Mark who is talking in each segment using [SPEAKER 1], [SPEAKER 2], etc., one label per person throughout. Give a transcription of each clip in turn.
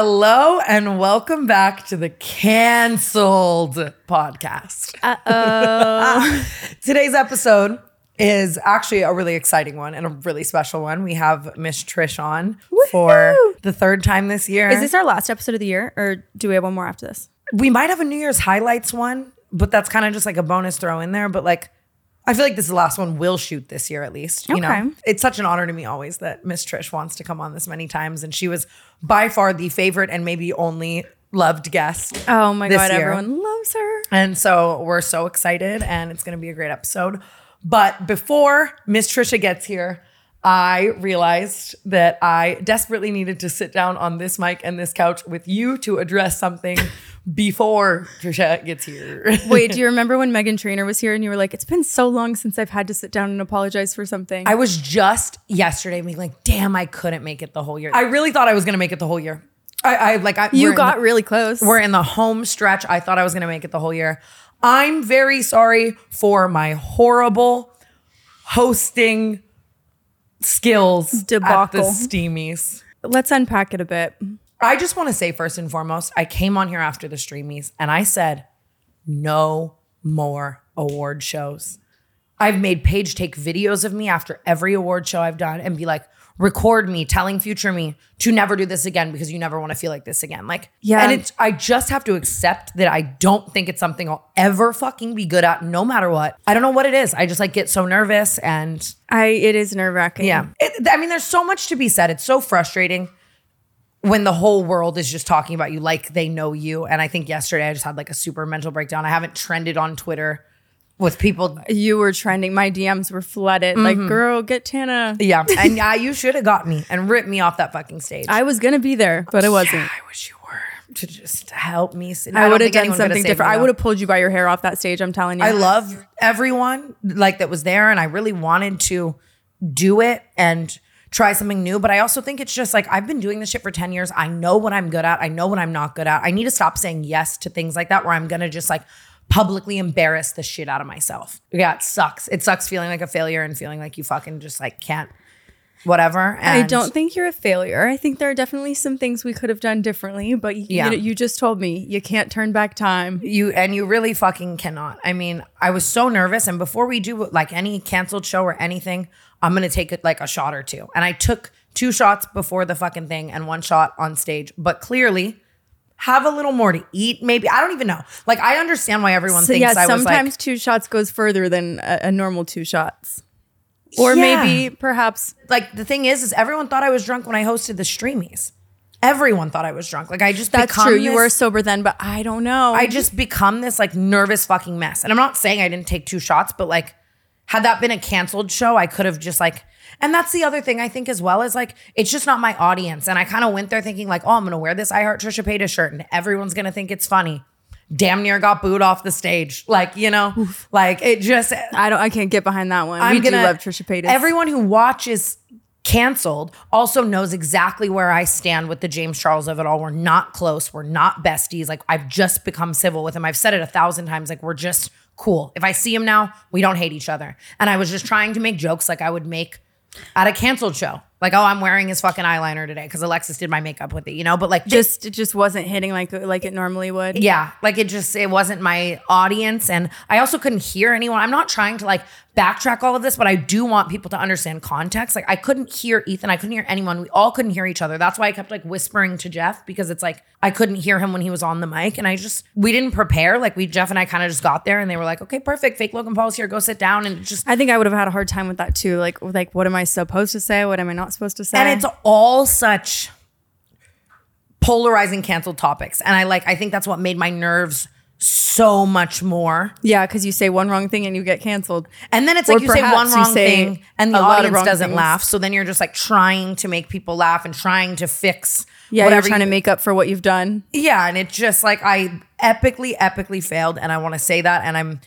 [SPEAKER 1] Hello and welcome back to the canceled podcast.
[SPEAKER 2] Uh-oh.
[SPEAKER 1] Today's episode is actually a really exciting one and a really special one. We have Miss Trish on for
[SPEAKER 2] Woohoo!
[SPEAKER 1] the third time this year.
[SPEAKER 2] Is this our last episode of the year, or do we have one more after this?
[SPEAKER 1] we might have a New Year's highlights one, but that's kind of just like a bonus throw in there. But like, I feel like this is the last one we'll shoot this year at least. You know,
[SPEAKER 2] Okay.
[SPEAKER 1] it's such an honor to me always that Miss Trish wants to come on this many times, and she was by far the favorite and maybe only loved guest.
[SPEAKER 2] Oh my
[SPEAKER 1] This
[SPEAKER 2] god,
[SPEAKER 1] year.
[SPEAKER 2] everyone loves her.
[SPEAKER 1] And so we're so excited, and it's going to be a great episode. But before Miss Trisha gets here, I realized that I desperately needed to sit down on this mic and this couch with you to address something before Trisha gets here.
[SPEAKER 2] Wait, do you remember when Megan Trainer was here and you were like, "It's been so long since I've had to sit down and apologize for something"?
[SPEAKER 1] I was just yesterday being like, damn, I couldn't make it the whole year. I really thought I was going to make it the whole year. I, I like, I, we're
[SPEAKER 2] you
[SPEAKER 1] in
[SPEAKER 2] got
[SPEAKER 1] the-
[SPEAKER 2] really close.
[SPEAKER 1] We're in the home stretch. I thought I was going to make it the whole year. I'm very sorry for my horrible hosting skills at the
[SPEAKER 2] Debacle.
[SPEAKER 1] Steamies.
[SPEAKER 2] Let's unpack it a bit.
[SPEAKER 1] I just want to say first and foremost, I came on here after the Streamies and I said, no more award shows. I've made Paige take videos of me after every award show I've done and be like, record me telling future me to never do this again because you never want to feel like this again. Like,
[SPEAKER 2] Yeah.
[SPEAKER 1] And it's, I just have to accept that I don't think it's something I'll ever fucking be good at, no matter what. I don't know what it is. I just like get so nervous and
[SPEAKER 2] I it is nerve wracking.
[SPEAKER 1] yeah. It, I mean, there's so much to be said. It's so frustrating when the whole world is just talking about you like they know you. And I think yesterday I just had like a super mental breakdown. I haven't trended on Twitter with people.
[SPEAKER 2] you were trending. My DMs were flooded.
[SPEAKER 1] Mm-hmm.
[SPEAKER 2] Like, girl, get Tana.
[SPEAKER 1] Yeah. And yeah, you should have got me and ripped me off that fucking stage.
[SPEAKER 2] I was gonna be there, but it wasn't.
[SPEAKER 1] I wish you were to just help me. sit-
[SPEAKER 2] I
[SPEAKER 1] don't
[SPEAKER 2] would have
[SPEAKER 1] think
[SPEAKER 2] done
[SPEAKER 1] anyone could've
[SPEAKER 2] something
[SPEAKER 1] saved
[SPEAKER 2] different.
[SPEAKER 1] me,
[SPEAKER 2] I
[SPEAKER 1] though.
[SPEAKER 2] would have pulled you by your hair off that stage. I'm telling you.
[SPEAKER 1] I love everyone like that was there and I really wanted to do it and try something new but I also think it's just like I've been doing this shit for 10 years. I know what I'm good at. I know what I'm not good at. I need to stop saying yes to things like that where I'm going to just like publicly embarrass the shit out of myself. Yeah, it sucks. It sucks feeling like a failure and feeling like you fucking just like can't whatever.
[SPEAKER 2] I
[SPEAKER 1] And
[SPEAKER 2] don't think you're a failure. I think there are definitely some things we could have done differently, but y-
[SPEAKER 1] Yeah.
[SPEAKER 2] you, you just told me you can't turn back time.
[SPEAKER 1] you and you really fucking cannot. I mean, I was so nervous. And before we do like any canceled show or anything, I'm gonna take it like a shot or two. And I took two shots before the fucking thing and one shot on stage. But clearly, have a little more to eat. Maybe I don't even know. Like I understand why everyone
[SPEAKER 2] So
[SPEAKER 1] thinks
[SPEAKER 2] yeah,
[SPEAKER 1] I was like
[SPEAKER 2] sometimes two shots goes further than a, a normal two shots, or
[SPEAKER 1] Yeah.
[SPEAKER 2] maybe perhaps
[SPEAKER 1] like the thing is, is everyone thought I was drunk when I hosted the streamies. Everyone thought I was drunk. Like I just
[SPEAKER 2] that's
[SPEAKER 1] become
[SPEAKER 2] true. You
[SPEAKER 1] this-
[SPEAKER 2] were sober then, but I don't know.
[SPEAKER 1] I just become this like nervous fucking mess. And I'm not saying I didn't take two shots, but like, had that been a canceled show, I could have just like, and that's the other thing I think as well is like, it's just not my audience. And I kind of went there thinking like, oh, I'm gonna wear this I Heart Trisha Paytas shirt and everyone's gonna think it's funny. Damn near got booed off the stage. Like, you know, like it just,
[SPEAKER 2] I don't. I can't get behind that one.
[SPEAKER 1] I'm
[SPEAKER 2] we
[SPEAKER 1] gonna,
[SPEAKER 2] do love Trisha Paytas.
[SPEAKER 1] Everyone who watches canceled also knows exactly where I stand with the James Charles of it all. We're not close. We're not besties. Like I've just become civil with him. I've said it a thousand times. Like we're just cool. If I see him now, we don't hate each other. And I was just trying to make jokes like I would make at a canceled show. Like, oh, I'm wearing his fucking eyeliner today because Alexis did my makeup with it, you know? But like
[SPEAKER 2] just it just wasn't hitting like like it normally would.
[SPEAKER 1] yeah, like it just it wasn't my audience and I also couldn't hear anyone. I'm not trying to like backtrack all of this, but I do want people to understand context. Like I couldn't hear Ethan, I couldn't hear anyone. We all couldn't hear each other. That's why I kept like whispering to Jeff because it's like I couldn't hear him when he was on the mic and I just we didn't prepare. Like we Jeff and I kind of just got there and they were like, "Okay, perfect. Fake Logan Paul's here. Go sit down." And it just
[SPEAKER 2] I think I would have had a hard time with that too. Like like what am I supposed to say? What am I not supposed to say?
[SPEAKER 1] and it's all such polarizing canceled topics. And I like I think that's what made my nerves so much more
[SPEAKER 2] yeah, because you say one wrong thing and you get canceled.
[SPEAKER 1] And then it's
[SPEAKER 2] Or
[SPEAKER 1] like you say
[SPEAKER 2] perhaps
[SPEAKER 1] one
[SPEAKER 2] you
[SPEAKER 1] wrong
[SPEAKER 2] say
[SPEAKER 1] thing and the
[SPEAKER 2] a lot of
[SPEAKER 1] audience
[SPEAKER 2] wrong
[SPEAKER 1] doesn't
[SPEAKER 2] things.
[SPEAKER 1] laugh. So then you're just like trying to make people laugh and trying to fix
[SPEAKER 2] Yeah,
[SPEAKER 1] whatever.
[SPEAKER 2] you're trying
[SPEAKER 1] you-
[SPEAKER 2] to make up for what you've done.
[SPEAKER 1] yeah. And it's just like I epically, epically failed. And I want to say that. And I'm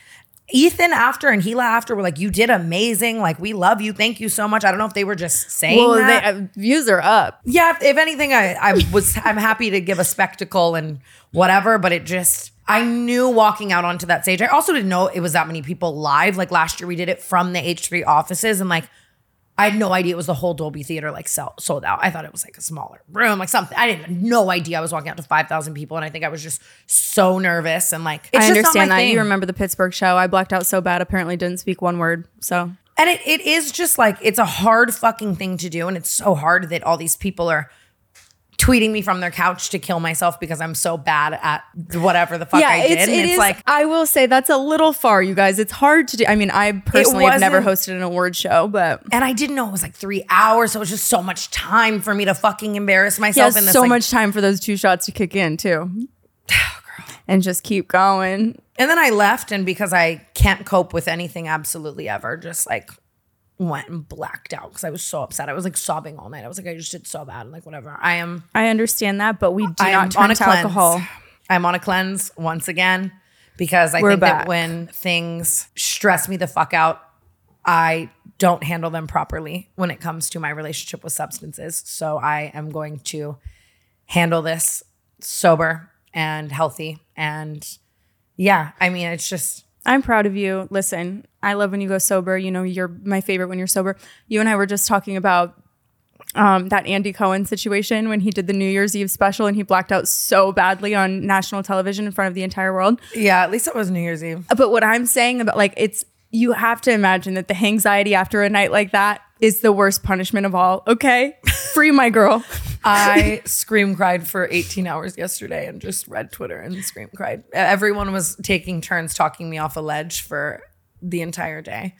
[SPEAKER 1] Ethan after and Gila after were like, you did amazing. Like, we love you. Thank you so much. I don't know if they were just saying
[SPEAKER 2] Well,
[SPEAKER 1] that.
[SPEAKER 2] they, uh, views are up.
[SPEAKER 1] yeah, if, if anything, I, I was I'm happy to give a spectacle and whatever, but it just I knew walking out onto that stage. I also didn't know it was that many people live. Like last year we did it from the H3 offices and like I had no idea it was the whole Dolby Theater like sell, sold out. I thought it was like a smaller room, like something. I didn't no idea I was walking out to five thousand people, and I think I was just so nervous and like. It's just
[SPEAKER 2] I
[SPEAKER 1] not
[SPEAKER 2] understand
[SPEAKER 1] my
[SPEAKER 2] that.
[SPEAKER 1] thing.
[SPEAKER 2] You remember the Pittsburgh show. I blacked out so bad, apparently didn't speak one word. So
[SPEAKER 1] And it, it is just like, it's a hard fucking thing to do. And it's so hard that all these people are tweeting me from their couch to kill myself because I'm so bad at whatever the fuck I did. and it's like,
[SPEAKER 2] I will say that's a little far, you guys. It's hard to do. I mean, I personally have never hosted an award show, but
[SPEAKER 1] and I didn't know it was like three hours. So it was just so much time for me to fucking embarrass
[SPEAKER 2] yeah,
[SPEAKER 1] myself. in this,
[SPEAKER 2] so
[SPEAKER 1] like-
[SPEAKER 2] much time for those two shots to kick in too, Oh, and just keep going.
[SPEAKER 1] And then I left. And because I can't cope with anything absolutely ever, just like went and blacked out because I was so upset. I was like sobbing all night. I was like, I just did so bad. And like, whatever. I am.
[SPEAKER 2] I understand that, but we do
[SPEAKER 1] I am
[SPEAKER 2] not turn to alcohol.
[SPEAKER 1] I'm on a cleanse once again because I
[SPEAKER 2] We're
[SPEAKER 1] think
[SPEAKER 2] back.
[SPEAKER 1] that when things stress me the fuck out, I don't handle them properly when it comes to my relationship with substances. So I am going to handle this sober and healthy. And yeah, I mean, it's just
[SPEAKER 2] I'm proud of you. Listen, I love when you go sober. You know, you're my favorite when you're sober. You and I were just talking about um, that Andy Cohen situation when he did the New Year's Eve special and he blacked out so badly on national television in front of the entire world.
[SPEAKER 1] yeah. At least it was New Year's Eve.
[SPEAKER 2] But what I'm saying about like it's you have to imagine that the anxiety after a night like that is the worst punishment of all. Okay, free my girl.
[SPEAKER 1] I scream cried for 18 hours yesterday and just read Twitter and scream cried. Everyone was taking turns talking me off a ledge for the entire day.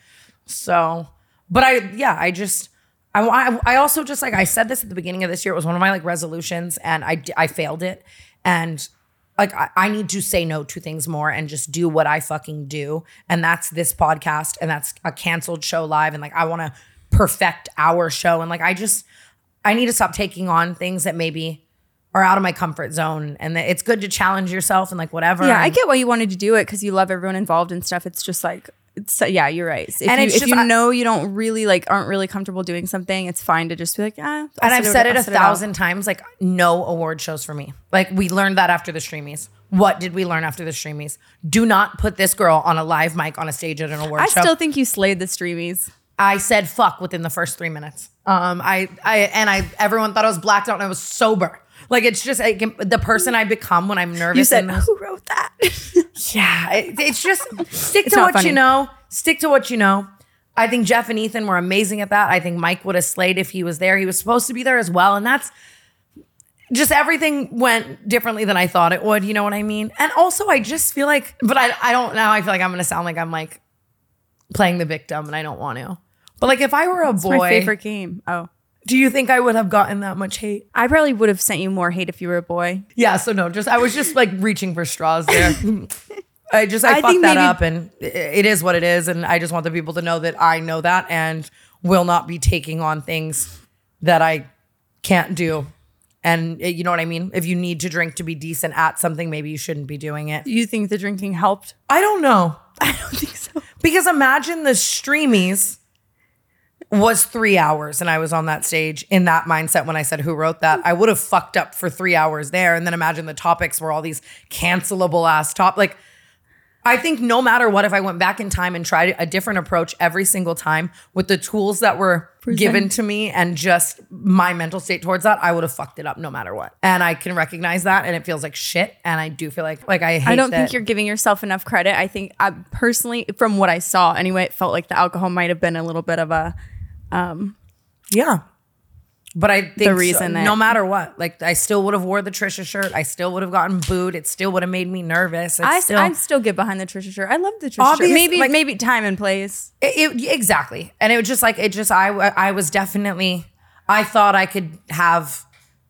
[SPEAKER 1] So, but I, yeah, I just, I, wa- I also just like, I said this at the beginning of this year. It was one of my like resolutions and I, d- I failed it. And like, I, I need to say no to things more and just do what I fucking do. And that's this podcast and that's a canceled show live. And like, I want to perfect our show. And like, I just, I need to stop taking on things that maybe are out of my comfort zone and that it's good to challenge yourself and like whatever.
[SPEAKER 2] Yeah, I
[SPEAKER 1] And-
[SPEAKER 2] get why you wanted to do it because you love everyone involved and stuff. It's just like, it's, yeah, you're right. If
[SPEAKER 1] And
[SPEAKER 2] you,
[SPEAKER 1] it's
[SPEAKER 2] if
[SPEAKER 1] just-
[SPEAKER 2] you
[SPEAKER 1] I-
[SPEAKER 2] know you don't really like, aren't really comfortable doing something, it's fine to just be like, ah. I'll
[SPEAKER 1] and I've
[SPEAKER 2] sit
[SPEAKER 1] said it
[SPEAKER 2] I'll
[SPEAKER 1] a
[SPEAKER 2] sit out.
[SPEAKER 1] thousand times like no award shows for me. Like we learned that after the streamies. What did we learn after the streamies? Do not put this girl on a live mic on a stage at an award
[SPEAKER 2] I
[SPEAKER 1] show.
[SPEAKER 2] still think you slayed the streamies.
[SPEAKER 1] I said fuck within the first three minutes. Um, I, I, and I, everyone thought I was blacked out and I was sober. Like it's just like the person I become when I'm nervous.
[SPEAKER 2] You said,
[SPEAKER 1] and-
[SPEAKER 2] who wrote that?
[SPEAKER 1] Yeah, it, it's just stick
[SPEAKER 2] It's
[SPEAKER 1] to
[SPEAKER 2] not
[SPEAKER 1] what
[SPEAKER 2] funny.
[SPEAKER 1] you know. Stick to what you know. I think Jeff and Ethan were amazing at that. I think Mike would have slayed if he was there. He was supposed to be there as well, and that's just everything went differently than I thought it would. You know what I mean? And also, I just feel like, but I, I don't now. I feel like I'm gonna sound like I'm like playing the victim, and I don't want to. But like, if I were a
[SPEAKER 2] My
[SPEAKER 1] boy,
[SPEAKER 2] favorite game. Oh.
[SPEAKER 1] do you think I would have gotten that much hate?
[SPEAKER 2] I probably would have sent you more hate if you were a boy.
[SPEAKER 1] Yeah. So no, just I was just like reaching for straws there. I just I,
[SPEAKER 2] I
[SPEAKER 1] fucked
[SPEAKER 2] think
[SPEAKER 1] that
[SPEAKER 2] maybe-
[SPEAKER 1] up, and i- it is what it is. And I just want the people to know that I know that and will not be taking on things that I can't do. And uh, you know what I mean. If you need to drink to be decent at something, maybe you shouldn't be doing it.
[SPEAKER 2] You think the drinking helped?
[SPEAKER 1] I don't know
[SPEAKER 2] I don't think so.
[SPEAKER 1] because imagine the streamies was three hours and I was on that stage in that mindset when I said who wrote that. I would have fucked up for three hours there. And then imagine the topics were all these cancelable ass top like I think no matter what, if I went back in time and tried a different approach every single time with the tools that were given to me and just my mental state towards that, I would have fucked it up no matter what. And I can recognize that and it feels like shit. And I do feel like like I hate
[SPEAKER 2] I don't think
[SPEAKER 1] that-
[SPEAKER 2] you're giving yourself enough credit. I think I personally, from what I saw anyway, it felt like the alcohol might have been a little bit of a
[SPEAKER 1] Yeah. But I think so-
[SPEAKER 2] reason that-
[SPEAKER 1] no matter what, like I still would have wore the Trisha shirt. I still would have gotten booed. It still would have made me nervous. It's
[SPEAKER 2] I
[SPEAKER 1] still,
[SPEAKER 2] I still get behind the Trisha shirt. I love the Trisha
[SPEAKER 1] Obvious-
[SPEAKER 2] shirt. Maybe
[SPEAKER 1] like-
[SPEAKER 2] maybe time and place.
[SPEAKER 1] It- it- exactly. And it was just like it just I I was definitely I thought I could have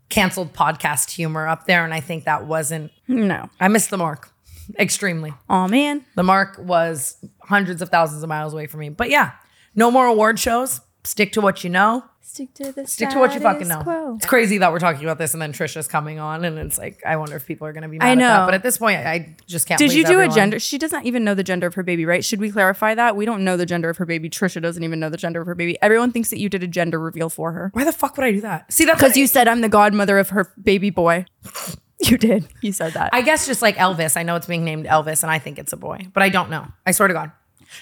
[SPEAKER 1] canceled podcast humor up there, and I think that wasn't.
[SPEAKER 2] No.
[SPEAKER 1] I missed the mark extremely.
[SPEAKER 2] Oh man.
[SPEAKER 1] The mark was hundreds of thousands of miles away from me. But yeah, no more award shows. Stick to what you know.
[SPEAKER 2] Stick to the
[SPEAKER 1] Stick to what you fucking know. It's crazy that we're talking about this and then Trisha's coming on and it's like I wonder if people are gonna be mad
[SPEAKER 2] I
[SPEAKER 1] at that.
[SPEAKER 2] know.
[SPEAKER 1] But at this point I, I just can't.
[SPEAKER 2] Did
[SPEAKER 1] please
[SPEAKER 2] you do
[SPEAKER 1] everyone.
[SPEAKER 2] a gender? She does not even know the gender of her baby, right? Should we clarify that? We don't know the gender of her baby. Trisha doesn't even know the gender of her baby. Everyone thinks that you did a gender reveal for her.
[SPEAKER 1] Why the fuck would I do that? See that's
[SPEAKER 2] Because
[SPEAKER 1] because
[SPEAKER 2] you said I'm the godmother of her baby boy. You did. You said that.
[SPEAKER 1] I guess just like Elvis. I know it's being named Elvis and I think it's a boy, but I don't know. I swear to God.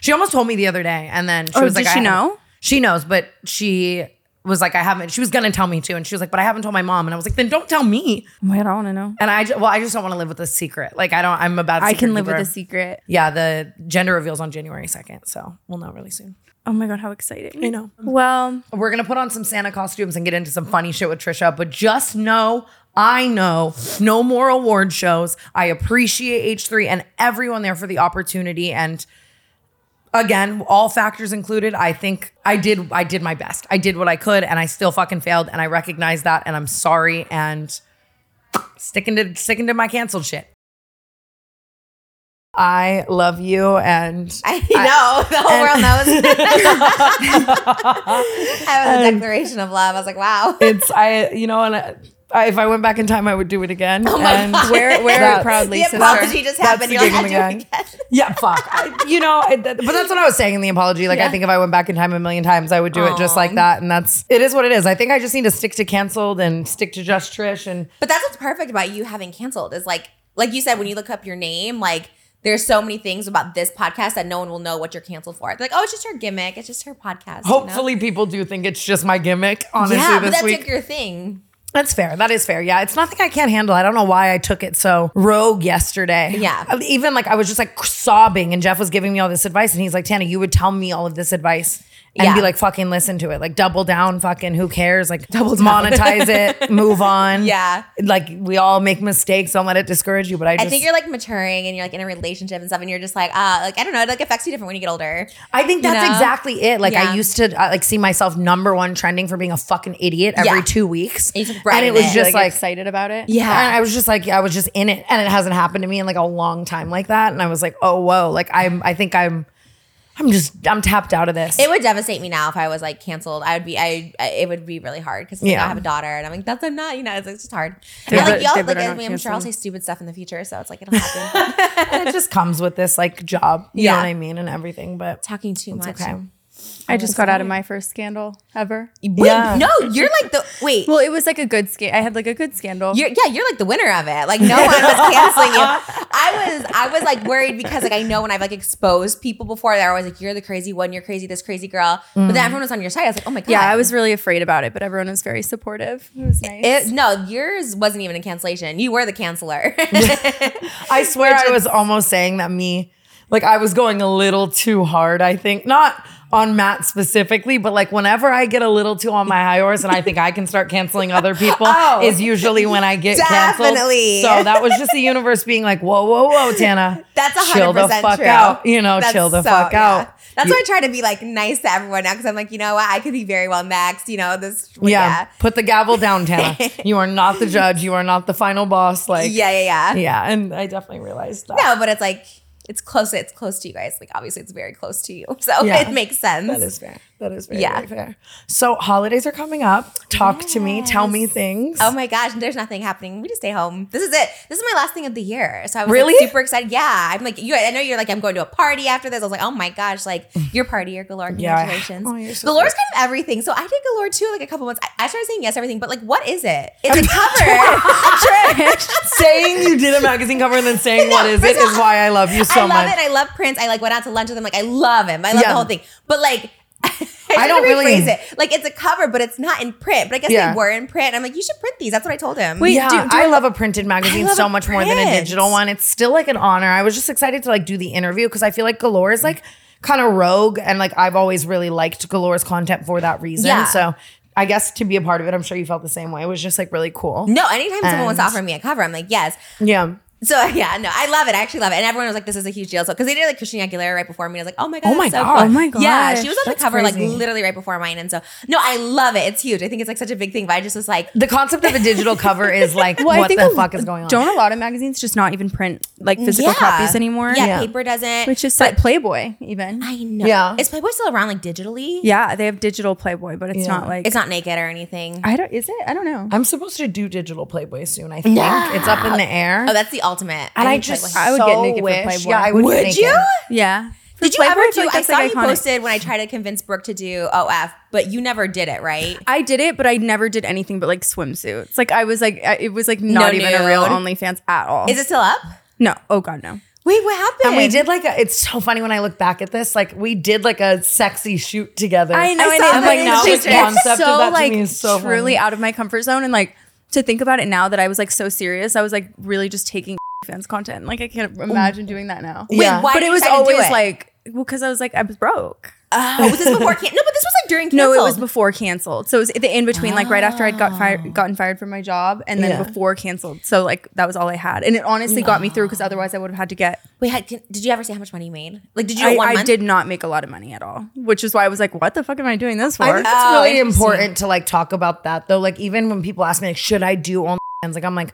[SPEAKER 1] She almost told me the other day and then she
[SPEAKER 2] Oh,
[SPEAKER 1] was like
[SPEAKER 2] did
[SPEAKER 1] I
[SPEAKER 2] she
[SPEAKER 1] had-
[SPEAKER 2] know?
[SPEAKER 1] She knows, but she was like, I haven't. She was gonna tell me too, and she was like, but I haven't told my mom. And I was like, then don't tell me.
[SPEAKER 2] Wait, I don't want to know.
[SPEAKER 1] And I ju- well, I just don't want to live with a secret. Like I don't. I'm about.
[SPEAKER 2] I can live with a secret.
[SPEAKER 1] Yeah, the gender reveals on January second, so we'll know really soon.
[SPEAKER 2] Oh my god, how exciting!
[SPEAKER 1] I know.
[SPEAKER 2] Well,
[SPEAKER 1] We're gonna put on some Santa costumes and get into some funny shit with Trisha, but just know. I know no more award shows. I appreciate H3 and everyone there for the opportunity. And again, all factors included, I think I did I did my best. I did what I could and I still fucking failed. And I recognize that and I'm sorry and sticking to sticking to my canceled shit. I love you and
[SPEAKER 3] I know the whole
[SPEAKER 1] and-
[SPEAKER 3] world knows. that was a declaration of love. I was like, wow.
[SPEAKER 1] it's I you know and I, I, if I went back in time I would do it again.
[SPEAKER 3] Oh
[SPEAKER 1] and
[SPEAKER 2] wear wear it
[SPEAKER 1] That's-
[SPEAKER 2] proudly,
[SPEAKER 3] the
[SPEAKER 2] sister.
[SPEAKER 3] apology just
[SPEAKER 1] That's
[SPEAKER 3] happened.
[SPEAKER 1] the
[SPEAKER 3] You're like,
[SPEAKER 1] giggle
[SPEAKER 3] I'm doing
[SPEAKER 1] again.
[SPEAKER 3] it again.
[SPEAKER 1] yeah, fuck. I, you know, I, that- but that's what I was saying in the apology. Like I
[SPEAKER 2] Yeah.
[SPEAKER 1] think if I went back in time a million times, I would do it just like that. And that's it is what it is. I think I just need to stick to canceled and stick to just Trish and
[SPEAKER 3] But that's what's perfect about you having canceled is like, like you said, when you look up your name, like there's so many things about this podcast that no one will know what you're canceled for. They're like, oh, it's just her gimmick. It's just her podcast. you know?
[SPEAKER 1] hopefully people do think it's just my gimmick. Honestly,
[SPEAKER 3] yeah,
[SPEAKER 1] this
[SPEAKER 3] but that's
[SPEAKER 1] week
[SPEAKER 3] like your thing.
[SPEAKER 1] That's fair. That is fair. Yeah. It's nothing I can't handle. I don't know why I took it so rogue yesterday. Uh,
[SPEAKER 3] Yeah.
[SPEAKER 1] Even like I was just like sobbing, and Jeff was giving me all this advice, and he's like, Tana, you would tell me all of this advice and
[SPEAKER 3] Yeah.
[SPEAKER 1] be like, fucking listen to it. Like, double down, fucking who cares? Like, double monetize it, move on.
[SPEAKER 3] Yeah.
[SPEAKER 1] Like, we all make mistakes. Don't let it discourage you. But I just,
[SPEAKER 3] I think you're like maturing and you're like in a relationship and stuff, and you're just like, ah, like I don't know, it like affects you different when you get older.
[SPEAKER 1] I think that's
[SPEAKER 3] know?
[SPEAKER 1] exactly it. Like I
[SPEAKER 3] Yeah.
[SPEAKER 1] used to uh, like see myself number one trending for being a fucking idiot every
[SPEAKER 3] Yeah.
[SPEAKER 1] two weeks,
[SPEAKER 3] And you took pride
[SPEAKER 1] and it
[SPEAKER 3] in
[SPEAKER 1] was
[SPEAKER 3] it.
[SPEAKER 1] just
[SPEAKER 2] Like,
[SPEAKER 1] like
[SPEAKER 2] excited about it.
[SPEAKER 3] Yeah.
[SPEAKER 1] And I was just like, I was just in it. And it hasn't happened to me in like a long time like that. And I was like, oh, whoa. Like I'm, I think I'm, I'm just, I'm tapped out of this.
[SPEAKER 3] It would devastate me now if I was like canceled. I would be, I, I it would be really hard because like,
[SPEAKER 1] Yeah.
[SPEAKER 3] I have a daughter and I'm like, that's I'm not, you know, it's, it's just hard.
[SPEAKER 2] They
[SPEAKER 3] and like
[SPEAKER 2] bet-
[SPEAKER 3] y'all,
[SPEAKER 2] they
[SPEAKER 3] like
[SPEAKER 2] better
[SPEAKER 3] I
[SPEAKER 2] not
[SPEAKER 3] mean, I'm sure I'll
[SPEAKER 2] cancel.
[SPEAKER 3] say stupid stuff in the future, so it's like it'll happen.
[SPEAKER 1] And it just comes with this like job. You
[SPEAKER 3] Yeah.
[SPEAKER 1] know what I mean? And everything. But
[SPEAKER 3] Talking too much.
[SPEAKER 1] okay.
[SPEAKER 2] I just got out of my first scandal ever.
[SPEAKER 3] Wait,
[SPEAKER 1] Yeah.
[SPEAKER 3] no, you're like the wait.
[SPEAKER 2] Well, it was like a good scandal. I had like a good scandal.
[SPEAKER 3] You're, yeah, you're like the winner of it. Like no one was canceling you. I was, I was like worried because like I know when I've like exposed people before, they're always like, "You're the crazy one. You're crazy. This crazy girl." But then everyone was on your side. I was like, "Oh my god."
[SPEAKER 2] Mm. yeah, I was really afraid about it, but everyone was very supportive. It was nice.
[SPEAKER 3] It, no, yours wasn't even a cancellation. You were the canceller.
[SPEAKER 1] I swear I was almost saying that me, like I was going a little too hard, I think. Not on Matt specifically, but like whenever I get a little too on my high horse and I think I can start canceling other people
[SPEAKER 3] Oh.
[SPEAKER 1] is usually when I get
[SPEAKER 3] Definitely.
[SPEAKER 1] canceled. So that was just the universe being like, whoa, whoa, whoa, Tana.
[SPEAKER 3] That's a
[SPEAKER 1] Chill
[SPEAKER 3] hundred
[SPEAKER 1] the
[SPEAKER 3] percent
[SPEAKER 1] fuck
[SPEAKER 3] true.
[SPEAKER 1] out. You know,
[SPEAKER 3] That's
[SPEAKER 1] chill the
[SPEAKER 3] so-
[SPEAKER 1] fuck
[SPEAKER 3] yeah.
[SPEAKER 1] out.
[SPEAKER 3] That's
[SPEAKER 1] You-
[SPEAKER 3] why I try to be like nice to everyone now because I'm like, you know what, I could be very well next. You know this.
[SPEAKER 1] yeah.
[SPEAKER 3] Yeah.
[SPEAKER 1] Put the gavel down, Tana. you are not the judge. You are not the final boss. Like,
[SPEAKER 3] yeah, yeah, yeah,
[SPEAKER 1] Yeah. And I definitely realized that.
[SPEAKER 3] No, but it's like it's close. It's close to you guys. Like obviously, it's very close to you, so
[SPEAKER 1] Yeah.
[SPEAKER 3] it makes sense.
[SPEAKER 1] That is fair. That is very,
[SPEAKER 3] Yeah.
[SPEAKER 1] very fair. So holidays are coming up. Talk to me. Tell me things.
[SPEAKER 3] Oh my gosh, there's nothing happening. We just stay home. This is it. This is my last thing of the year. So I was like,
[SPEAKER 1] Really?
[SPEAKER 3] super excited. Yeah. I'm like, you I know you're like, I'm going to a party after this. I was like, oh my gosh, like your party, your galore.
[SPEAKER 1] Yeah.
[SPEAKER 3] Congratulations.
[SPEAKER 1] Oh, you're so
[SPEAKER 3] Galore's kind of everything. So I did galore too, like a couple months. I, I started saying yes, to everything, but like, what is it? It's a cover.
[SPEAKER 1] saying you did a magazine cover and then saying
[SPEAKER 3] No,
[SPEAKER 1] what is it
[SPEAKER 3] first of
[SPEAKER 1] is
[SPEAKER 3] all,
[SPEAKER 1] why I love you so
[SPEAKER 3] I love
[SPEAKER 1] much.
[SPEAKER 3] it. I love Prince. I like went out to lunch with him. Like, I love him. I love
[SPEAKER 1] Yeah.
[SPEAKER 3] the whole thing. But like,
[SPEAKER 1] I
[SPEAKER 3] I
[SPEAKER 1] don't
[SPEAKER 3] don't
[SPEAKER 1] really-
[SPEAKER 3] rephrase it. Like it's a cover, but it's not in print. But I guess
[SPEAKER 1] Yeah.
[SPEAKER 3] they were in print. I'm like, you should print these. That's what I told him.
[SPEAKER 2] Wait,
[SPEAKER 1] yeah,
[SPEAKER 2] do- do
[SPEAKER 1] I
[SPEAKER 2] I-
[SPEAKER 1] love a printed magazine
[SPEAKER 3] love
[SPEAKER 1] so
[SPEAKER 3] a
[SPEAKER 1] much more than a
[SPEAKER 3] print.
[SPEAKER 1] digital one. It's still like an honor. I was just excited to like do the interview because I feel like Galore is like kind of rogue and like I've always really liked Galore's content for that reason.
[SPEAKER 3] Yeah.
[SPEAKER 1] So I guess to be a part of it, I'm sure you felt the same way. It was just like really cool.
[SPEAKER 3] no, anytime someone wants to
[SPEAKER 1] And-
[SPEAKER 3] offer me a cover, I'm like, yes.
[SPEAKER 1] Yeah.
[SPEAKER 3] So yeah, no, I love it. I actually love it. And everyone was like, "This is a huge deal." So because they did like Christina Aguilera right before me, I was like, "Oh my god,
[SPEAKER 1] Oh my
[SPEAKER 3] that's so
[SPEAKER 1] God.
[SPEAKER 3] cool.
[SPEAKER 1] Oh
[SPEAKER 2] my gosh,
[SPEAKER 3] yeah." She was on the
[SPEAKER 1] that's
[SPEAKER 3] cover
[SPEAKER 1] crazy.
[SPEAKER 3] like literally right before mine, and so no, I love it. It's huge. I think it's like such a big thing. But I just was like,
[SPEAKER 1] The concept of a digital cover is like
[SPEAKER 2] Well,
[SPEAKER 1] what the
[SPEAKER 2] a-
[SPEAKER 1] fuck is going on.
[SPEAKER 2] Don't a lot of magazines just not even print like physical
[SPEAKER 3] yeah.
[SPEAKER 2] copies anymore?
[SPEAKER 3] Yeah,
[SPEAKER 1] Yeah.
[SPEAKER 3] paper doesn't.
[SPEAKER 2] Which is like Playboy even.
[SPEAKER 3] I know.
[SPEAKER 1] Yeah.
[SPEAKER 3] is Playboy still around like digitally?
[SPEAKER 2] yeah, they have digital Playboy, but it's
[SPEAKER 1] Yeah.
[SPEAKER 2] not like
[SPEAKER 3] it's not naked or anything.
[SPEAKER 2] I don't is it? I don't know.
[SPEAKER 1] I'm supposed to do digital Playboy soon. I think it's up in the air.
[SPEAKER 3] oh, that's the ultimate.
[SPEAKER 1] and I,
[SPEAKER 3] need
[SPEAKER 1] just
[SPEAKER 3] Playboy.
[SPEAKER 2] I would
[SPEAKER 1] so
[SPEAKER 2] get naked for
[SPEAKER 1] wish.
[SPEAKER 2] Playboy.
[SPEAKER 1] Yeah, I would. get
[SPEAKER 3] would
[SPEAKER 1] naked.
[SPEAKER 3] you?
[SPEAKER 2] yeah. For
[SPEAKER 3] Did you
[SPEAKER 2] Playboy,
[SPEAKER 3] ever
[SPEAKER 2] I feel
[SPEAKER 3] do?
[SPEAKER 2] like
[SPEAKER 3] I
[SPEAKER 2] that's,
[SPEAKER 3] saw
[SPEAKER 2] like,
[SPEAKER 3] you
[SPEAKER 2] iconic.
[SPEAKER 3] posted when I tried to convince Brooke to do OF, but you never did it, right?
[SPEAKER 2] I did it, but I never did anything but like swimsuits. Like I was like, I- it was like not even a
[SPEAKER 3] nude.
[SPEAKER 2] real OnlyFans at all.
[SPEAKER 3] Is it still up?
[SPEAKER 2] No. Oh God, no.
[SPEAKER 3] Wait, what happened?
[SPEAKER 1] And we did like a, it's so funny when I look back at this. Like we did like a sexy shoot together.
[SPEAKER 2] I know.
[SPEAKER 3] I
[SPEAKER 2] and
[SPEAKER 3] saw
[SPEAKER 2] I'm
[SPEAKER 3] that
[SPEAKER 2] like,
[SPEAKER 3] in
[SPEAKER 2] no,
[SPEAKER 3] the
[SPEAKER 2] it's
[SPEAKER 3] picture.
[SPEAKER 1] Concept of
[SPEAKER 2] so
[SPEAKER 1] that to
[SPEAKER 2] like
[SPEAKER 1] me is so
[SPEAKER 2] truly
[SPEAKER 1] funny.
[SPEAKER 2] out of my comfort zone, and like to think about it now that I was like so serious, I was like really just taking fans content. Like I can't imagine doing that now.
[SPEAKER 1] Wait, Yeah. why
[SPEAKER 2] but
[SPEAKER 3] did
[SPEAKER 2] it
[SPEAKER 3] you
[SPEAKER 2] was
[SPEAKER 3] decide to do
[SPEAKER 2] always
[SPEAKER 3] it?
[SPEAKER 2] like well, because I was like I was broke.
[SPEAKER 3] Oh, was this before? Can- no, but this was like during.
[SPEAKER 2] No,
[SPEAKER 3] Canceled.
[SPEAKER 2] it was
[SPEAKER 1] Oh.
[SPEAKER 2] before canceled. So it was the in between, like right after I'd got fired, gotten fired from my job, and then
[SPEAKER 1] Yeah.
[SPEAKER 2] before canceled. So like that was all I had, and it honestly got me through because otherwise I would have had to get.
[SPEAKER 3] Wait, had, can, did you ever see how much money you made? Like, did you?
[SPEAKER 2] I,
[SPEAKER 3] know one
[SPEAKER 2] I
[SPEAKER 3] month?
[SPEAKER 2] did not make a lot of money at all, which is why I was like, "What the fuck am I doing this for?"
[SPEAKER 1] I think it's
[SPEAKER 3] Oh,
[SPEAKER 1] really
[SPEAKER 3] interesting.
[SPEAKER 1] important to like talk about that though. Like even when people ask me like, should I do OnlyFans? Like I'm like,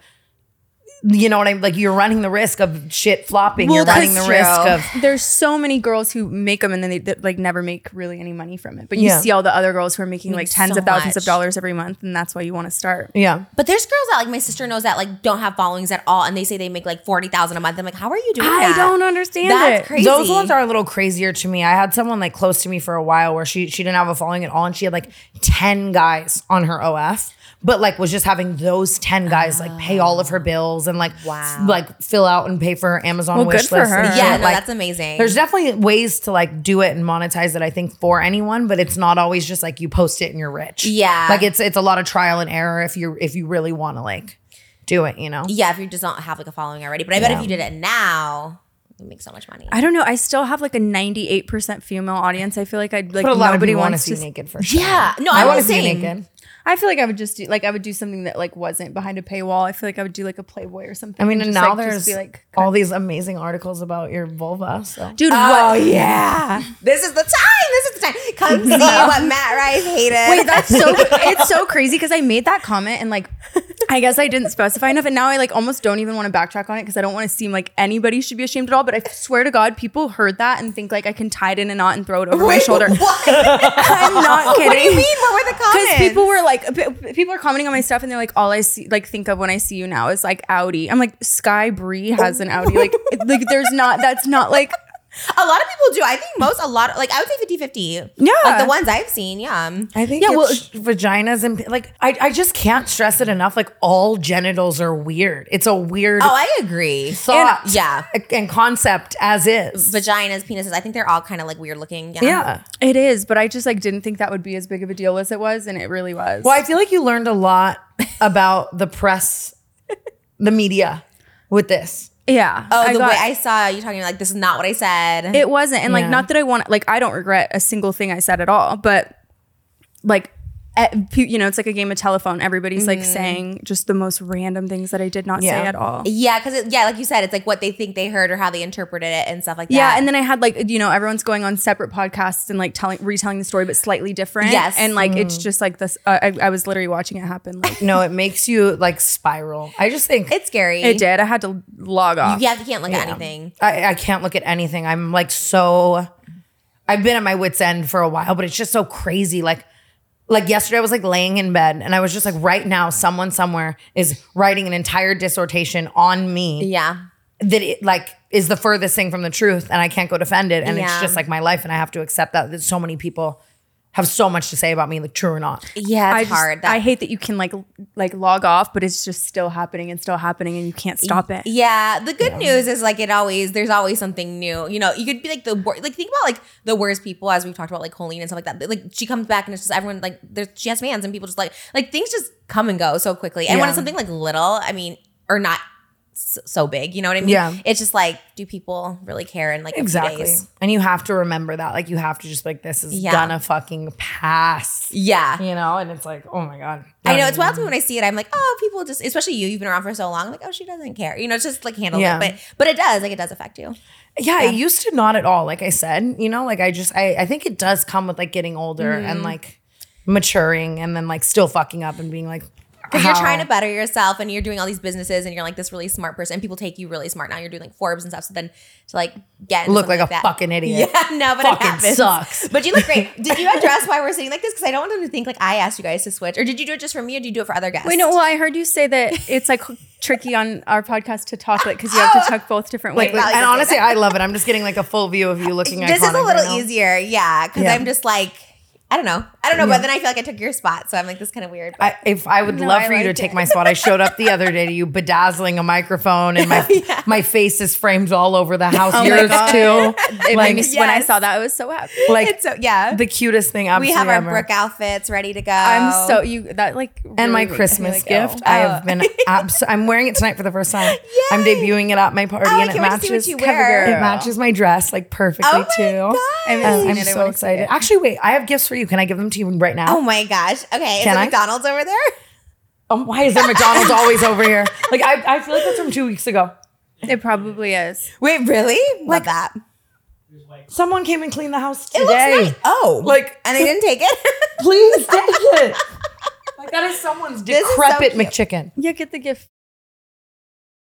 [SPEAKER 1] you know what I'm like. You're running the risk of shit flopping. you're running the risk of
[SPEAKER 2] there's so many girls who make them and then they, they, like never make really any money from it. But you
[SPEAKER 1] Yeah.
[SPEAKER 2] see all the other girls who are making like tens
[SPEAKER 3] so
[SPEAKER 2] of thousands of
[SPEAKER 3] much.
[SPEAKER 2] dollars every month, and that's why you want to start.
[SPEAKER 1] yeah.
[SPEAKER 3] But there's girls that like my sister knows that like don't have followings at all, and they say they make like forty thousand a month. I'm like, how are you doing?
[SPEAKER 2] I
[SPEAKER 3] that?
[SPEAKER 2] don't understand
[SPEAKER 3] That's
[SPEAKER 2] it.
[SPEAKER 3] crazy.
[SPEAKER 1] Those ones are a little crazier to me. I had someone like close to me for a while where she she didn't have a following at all, and she had like ten guys on her OF, but like was just having those ten guys like pay all
[SPEAKER 2] Ah.
[SPEAKER 1] of her bills and like
[SPEAKER 3] Wow.
[SPEAKER 1] like fill out and pay for her Amazon
[SPEAKER 2] Well,
[SPEAKER 1] wish
[SPEAKER 2] good for
[SPEAKER 1] list.
[SPEAKER 2] her.
[SPEAKER 1] and shit.
[SPEAKER 3] Yeah, no,
[SPEAKER 1] Like,
[SPEAKER 3] that's amazing.
[SPEAKER 1] There's definitely ways to like do it and monetize it. I think for anyone, but it's not always just like you post it and you're rich.
[SPEAKER 3] Yeah.
[SPEAKER 1] like it's it's a lot of trial and error if you if you really want to like do it. You know,
[SPEAKER 3] yeah, if you just don't have like a following already, but I bet if you did it now, you make so much money.
[SPEAKER 2] I don't know. I still have like a 98% female audience. I feel like I'd like
[SPEAKER 1] but a lot of
[SPEAKER 2] nobody
[SPEAKER 1] people want to
[SPEAKER 2] wants
[SPEAKER 1] see
[SPEAKER 2] to.
[SPEAKER 1] you naked for sure.
[SPEAKER 3] yeah, no,
[SPEAKER 1] I
[SPEAKER 3] I,
[SPEAKER 1] want to
[SPEAKER 3] was
[SPEAKER 1] see you
[SPEAKER 3] saying.
[SPEAKER 1] naked.
[SPEAKER 2] I feel like I would just do like I would do something that like wasn't behind a paywall. I feel like I would do like a Playboy or something.
[SPEAKER 1] I mean,
[SPEAKER 2] and
[SPEAKER 1] and
[SPEAKER 2] just,
[SPEAKER 1] now
[SPEAKER 2] like, just
[SPEAKER 1] there's
[SPEAKER 2] be like,
[SPEAKER 1] all these amazing articles about your vulva. So.
[SPEAKER 2] dude,
[SPEAKER 3] Oh
[SPEAKER 2] what?
[SPEAKER 3] yeah, this is the time. This is the time. Come see what Matt Rife hated.
[SPEAKER 2] Wait, that's so it's so crazy because I made that comment and like I guess I didn't specify enough and now I like almost don't even want to backtrack on it because I don't want to seem like anybody should be ashamed at all. But I swear to God, people heard that and think like I can tie it in a knot and throw it over my
[SPEAKER 3] Wait,
[SPEAKER 2] shoulder.
[SPEAKER 3] What? what
[SPEAKER 2] I'm not kidding.
[SPEAKER 3] do you mean? What were the comments?
[SPEAKER 2] Because people were like, p- people are commenting on my stuff, and they're like, all I see, like, think of when I see you now is like Audi. I'm like, Sky Bree has an Audi. Like, it- like, there's not. That's not like.
[SPEAKER 3] a lot of people do. I think most, a lot, like I would say 50 50.
[SPEAKER 2] Yeah.
[SPEAKER 3] Like the ones I've seen, yeah.
[SPEAKER 1] I think yeah, well, uh, vaginas and like I, I just can't stress it enough. Like all genitals are weird. It's a weird
[SPEAKER 3] Oh, I agree.
[SPEAKER 1] thought,
[SPEAKER 3] And- yeah.
[SPEAKER 1] and concept as is.
[SPEAKER 3] Vaginas, penises, I think they're all kind of like weird looking. Yeah.
[SPEAKER 1] yeah.
[SPEAKER 2] It is, but I just like didn't think that would be as big of a deal as it was, and it really was.
[SPEAKER 1] Well, I feel like you learned a lot about the press, the media, with this.
[SPEAKER 2] Yeah.
[SPEAKER 3] Oh,
[SPEAKER 2] I
[SPEAKER 3] the
[SPEAKER 2] got-
[SPEAKER 3] way I saw you talking, like, this is not what I said.
[SPEAKER 2] It wasn't, and like,
[SPEAKER 1] Yeah.
[SPEAKER 2] not that I want. Like, I don't regret a single thing I said at all, but like. eh, pe- You know, it's like a game of telephone. Everybody's like saying just the most random things that I did not
[SPEAKER 1] Yeah.
[SPEAKER 2] say at all.
[SPEAKER 3] Mm-hmm. yeah, because, yeah, like you said, it's like what they think they heard or how they interpreted it and stuff like that.
[SPEAKER 2] Yeah, and then I had like you know everyone's going on separate podcasts and like telling retelling the story but slightly different.
[SPEAKER 3] Yes. Mm.
[SPEAKER 2] and like it's just like this. Uh, I, I was literally watching it happen. Like
[SPEAKER 1] No, it makes you like spiral. I just think
[SPEAKER 3] it's scary.
[SPEAKER 2] it did. I had to log off.
[SPEAKER 3] Yeah, you can't look at anything.
[SPEAKER 1] I, I can't look at anything. I'm like so. I've been at my wits end for a while, but it's just so crazy. Like, like yesterday, I was like laying in bed, and I was just like, right now, someone somewhere is writing an entire dissertation on me
[SPEAKER 3] Yeah.
[SPEAKER 1] that it like is the furthest thing from the truth, and I can't go defend it, and
[SPEAKER 3] Yeah.
[SPEAKER 1] it's just like my life, and I have to accept that that so many people have so much to say about me, like true or not.
[SPEAKER 3] Yeah, it's
[SPEAKER 2] I just,
[SPEAKER 3] hard. That-
[SPEAKER 2] I hate that you can like l- like log off, but it's just still happening and still happening, and you can't stop it.
[SPEAKER 3] Yeah, the good news is like it always there's always something new. You know, you could be like the wor- like think about like the worst people as we've talked about like Colleen and stuff like that. Like she comes back and it's just everyone like there's she has fans and people just like like things just come and go so quickly. And when
[SPEAKER 1] Yeah.
[SPEAKER 3] it's something like little, I mean, or not so, so big, you know what I mean?
[SPEAKER 1] Yeah.
[SPEAKER 3] it's just like do people really care in like a few
[SPEAKER 1] Exactly,
[SPEAKER 3] days?
[SPEAKER 1] and you have to remember that. Like, you have to just be like this is
[SPEAKER 3] Yeah.
[SPEAKER 1] gonna fucking pass,
[SPEAKER 3] Yeah.
[SPEAKER 1] you know. And it's like, oh my god,
[SPEAKER 3] I know it's wild to me when I see it. I'm like, oh, people just, especially you. You've been around for so long. I'm like, oh, she doesn't care. You know, it's just like handle
[SPEAKER 1] Yeah.
[SPEAKER 3] it. But but it does, like, it does affect you.
[SPEAKER 1] yeah, it used to not at all. Like I said, you know, like I just I, I think it does come with like getting older
[SPEAKER 3] Mm.
[SPEAKER 1] and like maturing and then like still fucking up and being like "Ah,
[SPEAKER 3] Because you're
[SPEAKER 1] how-
[SPEAKER 3] trying to better yourself and you're doing all these businesses and you're like this really smart person. People take you really smart now. You're doing like Forbes and stuff. So then to like get into
[SPEAKER 1] look
[SPEAKER 3] something
[SPEAKER 1] like, a
[SPEAKER 3] that-
[SPEAKER 1] fucking
[SPEAKER 3] Yeah,
[SPEAKER 1] idiot.
[SPEAKER 3] no, but
[SPEAKER 1] Fucking
[SPEAKER 3] it happens.
[SPEAKER 1] sucks.
[SPEAKER 3] But you look great. Did you address why we're sitting like this? Because I don't want them to think like I asked you guys to switch. Or did you do it just for me or do you do it for other guests?
[SPEAKER 2] Wait, no. Well, I heard you say that it's like tricky on our podcast to talk like because you have to talk both different
[SPEAKER 1] Like,
[SPEAKER 2] ways.
[SPEAKER 3] probably
[SPEAKER 1] and
[SPEAKER 3] just
[SPEAKER 1] honestly,
[SPEAKER 3] say
[SPEAKER 1] I love it. I'm just getting like a full view of you looking.
[SPEAKER 3] This is a
[SPEAKER 1] iconic
[SPEAKER 3] little
[SPEAKER 1] right now.
[SPEAKER 3] easier. Yeah. Because
[SPEAKER 1] Yeah.
[SPEAKER 3] I'm just like, I don't know. I don't know. But then I feel like I took your spot, so I'm like this kind of weird. But
[SPEAKER 1] I, if I would love
[SPEAKER 2] I
[SPEAKER 1] for you to
[SPEAKER 2] like
[SPEAKER 1] take my spot, I showed up the other day to you bedazzling a microphone, and my my face is framed all over
[SPEAKER 3] Oh
[SPEAKER 1] the house.
[SPEAKER 2] my
[SPEAKER 1] Yours
[SPEAKER 2] God.
[SPEAKER 1] too.
[SPEAKER 2] It made
[SPEAKER 1] like
[SPEAKER 2] me, When I
[SPEAKER 3] Yes.
[SPEAKER 2] saw that, I was so happy.
[SPEAKER 1] like
[SPEAKER 3] it's so yeah.
[SPEAKER 1] the cutest thing.
[SPEAKER 3] we
[SPEAKER 1] Absolutely
[SPEAKER 3] have our
[SPEAKER 1] ever.
[SPEAKER 3] Brooke outfits ready to go.
[SPEAKER 2] I'm so you that like
[SPEAKER 1] and my
[SPEAKER 2] really makes me,
[SPEAKER 1] Christmas
[SPEAKER 2] like,
[SPEAKER 1] gift.
[SPEAKER 2] oh.
[SPEAKER 1] I have been. Abs- I'm wearing it tonight for the first time. I'm
[SPEAKER 3] Yay!
[SPEAKER 1] debuting it at my party,
[SPEAKER 3] Oh, I
[SPEAKER 1] and it
[SPEAKER 3] can't wait to see what
[SPEAKER 1] matches.
[SPEAKER 3] you wear.
[SPEAKER 1] It matches my dress like perfectly
[SPEAKER 3] Oh my
[SPEAKER 1] too.
[SPEAKER 3] God. I haven't
[SPEAKER 1] And I'm
[SPEAKER 3] seen
[SPEAKER 2] it. I
[SPEAKER 1] so
[SPEAKER 2] wanna see
[SPEAKER 1] excited.
[SPEAKER 2] it.
[SPEAKER 1] Actually, wait. I have gifts for you. Can I give them to you right now?
[SPEAKER 3] Oh my gosh. Okay. Is
[SPEAKER 1] Can
[SPEAKER 3] it
[SPEAKER 1] I?
[SPEAKER 3] McDonald's over there?
[SPEAKER 1] Oh, why is there McDonald's always over here? Like I, I feel like that's from two weeks ago.
[SPEAKER 2] It probably is.
[SPEAKER 3] Wait, really? Love that.
[SPEAKER 1] Someone came and cleaned the house today.
[SPEAKER 3] It looks nice. Oh.
[SPEAKER 1] Like-
[SPEAKER 3] and they didn't take it?
[SPEAKER 1] Please take it. Like that is someone's
[SPEAKER 3] is so
[SPEAKER 1] decrepit
[SPEAKER 3] cute.
[SPEAKER 1] McChicken.
[SPEAKER 2] Yeah, get the gift.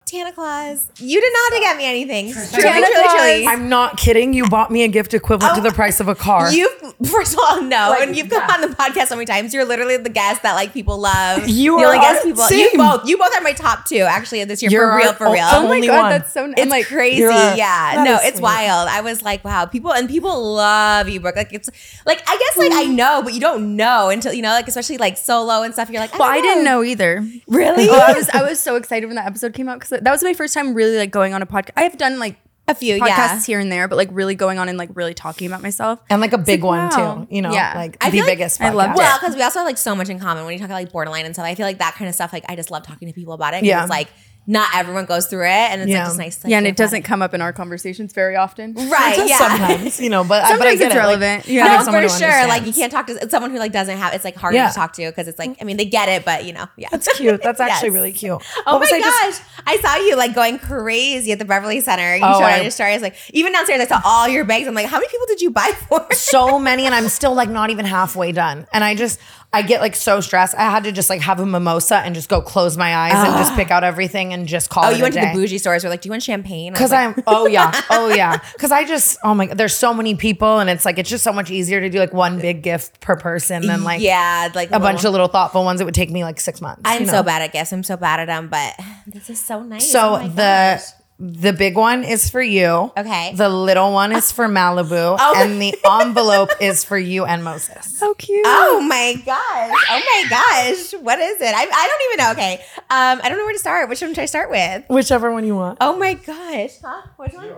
[SPEAKER 3] Santa Claus. You did not have to get me anything. Truly,
[SPEAKER 2] Santa
[SPEAKER 3] truly,
[SPEAKER 2] Claus.
[SPEAKER 3] truly.
[SPEAKER 1] I'm not kidding. You bought me a gift equivalent to
[SPEAKER 3] Oh,
[SPEAKER 1] the price of a car.
[SPEAKER 3] You've first of all no,
[SPEAKER 1] Like,
[SPEAKER 3] and you've come
[SPEAKER 1] yeah.
[SPEAKER 3] on the podcast so many times. You're literally the guest that like people love.
[SPEAKER 1] You
[SPEAKER 3] the
[SPEAKER 1] are
[SPEAKER 3] only guest
[SPEAKER 1] our
[SPEAKER 3] people. You
[SPEAKER 1] team.
[SPEAKER 3] both. You both are my top two actually this year
[SPEAKER 1] You're
[SPEAKER 3] for
[SPEAKER 1] our
[SPEAKER 3] real. For
[SPEAKER 1] o-
[SPEAKER 3] real.
[SPEAKER 2] Oh my
[SPEAKER 1] Only
[SPEAKER 2] god,
[SPEAKER 1] one.
[SPEAKER 2] that's so. Nice.
[SPEAKER 3] It's
[SPEAKER 2] I'm like
[SPEAKER 3] crazy.
[SPEAKER 1] you're a-
[SPEAKER 3] yeah.
[SPEAKER 1] that
[SPEAKER 3] No,
[SPEAKER 1] is
[SPEAKER 3] it's
[SPEAKER 1] sweet.
[SPEAKER 3] wild. I was like, wow, people and people love you, Brooke. Like it's like I guess like I know, but you don't know until you know, like especially like solo and stuff. You're like,
[SPEAKER 2] Well,
[SPEAKER 3] don't
[SPEAKER 2] I didn't know either.
[SPEAKER 3] Really?
[SPEAKER 2] Oh, I was I was so excited when that episode came out because that was my first time really like going on a podcast. I have done like
[SPEAKER 3] a few,
[SPEAKER 2] podcasts
[SPEAKER 3] yeah.
[SPEAKER 2] here and there, but like really going on and like really talking about myself.
[SPEAKER 1] and like a big one
[SPEAKER 2] wow.
[SPEAKER 1] too. You know,
[SPEAKER 2] Yeah.
[SPEAKER 1] like
[SPEAKER 3] I
[SPEAKER 1] the
[SPEAKER 3] feel like-
[SPEAKER 1] biggest.
[SPEAKER 2] I loved
[SPEAKER 1] podcast.
[SPEAKER 2] it.
[SPEAKER 3] Well, because we also have like so much in common when you talk about like borderline and stuff. I feel like that kind of stuff. Like I just love talking to people about it. 'cause
[SPEAKER 1] Yeah.
[SPEAKER 3] It's like not everyone goes through it, and it's
[SPEAKER 1] Yeah.
[SPEAKER 3] like just nice. to, like,
[SPEAKER 2] yeah, and
[SPEAKER 3] hear
[SPEAKER 2] it
[SPEAKER 3] about
[SPEAKER 2] doesn't come up in our conversations very often.
[SPEAKER 3] Right.
[SPEAKER 1] Just
[SPEAKER 3] yeah.
[SPEAKER 1] Sometimes, you know, but but I
[SPEAKER 2] Sometimes
[SPEAKER 1] get
[SPEAKER 2] it's
[SPEAKER 1] it, like,
[SPEAKER 2] relevant. Yeah.
[SPEAKER 1] having
[SPEAKER 2] No,
[SPEAKER 3] No,
[SPEAKER 1] someone
[SPEAKER 3] for
[SPEAKER 1] who
[SPEAKER 3] sure. Like you
[SPEAKER 1] understands.
[SPEAKER 3] can't talk to it's someone who like doesn't have. It's like hard
[SPEAKER 1] Yeah.
[SPEAKER 3] to talk to because it's like I mean they get it, but you know, yeah.
[SPEAKER 1] That's cute. That's actually
[SPEAKER 3] Yes.
[SPEAKER 1] really cute. What
[SPEAKER 3] Oh my
[SPEAKER 1] was I
[SPEAKER 3] gosh!
[SPEAKER 1] just-
[SPEAKER 3] I saw you like going crazy at the Beverly Center. You
[SPEAKER 1] Oh,
[SPEAKER 3] showed
[SPEAKER 1] I-
[SPEAKER 3] on your stories. Like even downstairs, I saw all your bags. I'm like, how many people did you buy for?
[SPEAKER 1] so many and I'm still like not even halfway done. And I just I get like so stressed. I had to just like have a mimosa and just go close my eyes and just pick out everything and just call.
[SPEAKER 3] Ah. Oh,
[SPEAKER 1] it
[SPEAKER 3] you went
[SPEAKER 1] a
[SPEAKER 3] to the
[SPEAKER 1] day.
[SPEAKER 3] bougie stores. You're like, do you want champagne? I was
[SPEAKER 1] Cause
[SPEAKER 3] like,
[SPEAKER 1] I'm, oh yeah, oh yeah. Cause I just, oh my, there's so many people and it's like, it's just so much easier to do like one big gift per person than like
[SPEAKER 3] yeah, like
[SPEAKER 1] a bunch of little thoughtful ones. It would take me like six months.
[SPEAKER 3] I'm
[SPEAKER 1] you know?
[SPEAKER 3] so bad at gifts. I'm so bad at them, but this is so nice.
[SPEAKER 1] So
[SPEAKER 3] Oh my
[SPEAKER 1] the,
[SPEAKER 3] gosh.
[SPEAKER 1] the big one is for you.
[SPEAKER 3] Okay. Oh.
[SPEAKER 1] The little one is for Malibu and the envelope is for you and Moses.
[SPEAKER 2] So cute.
[SPEAKER 3] Oh my gosh. Oh my gosh. What is it? I, I don't even know. Okay. Um, I don't know where to start. Which one should I start with?
[SPEAKER 1] Whichever one you want.
[SPEAKER 3] Oh my gosh. Huh? Which one?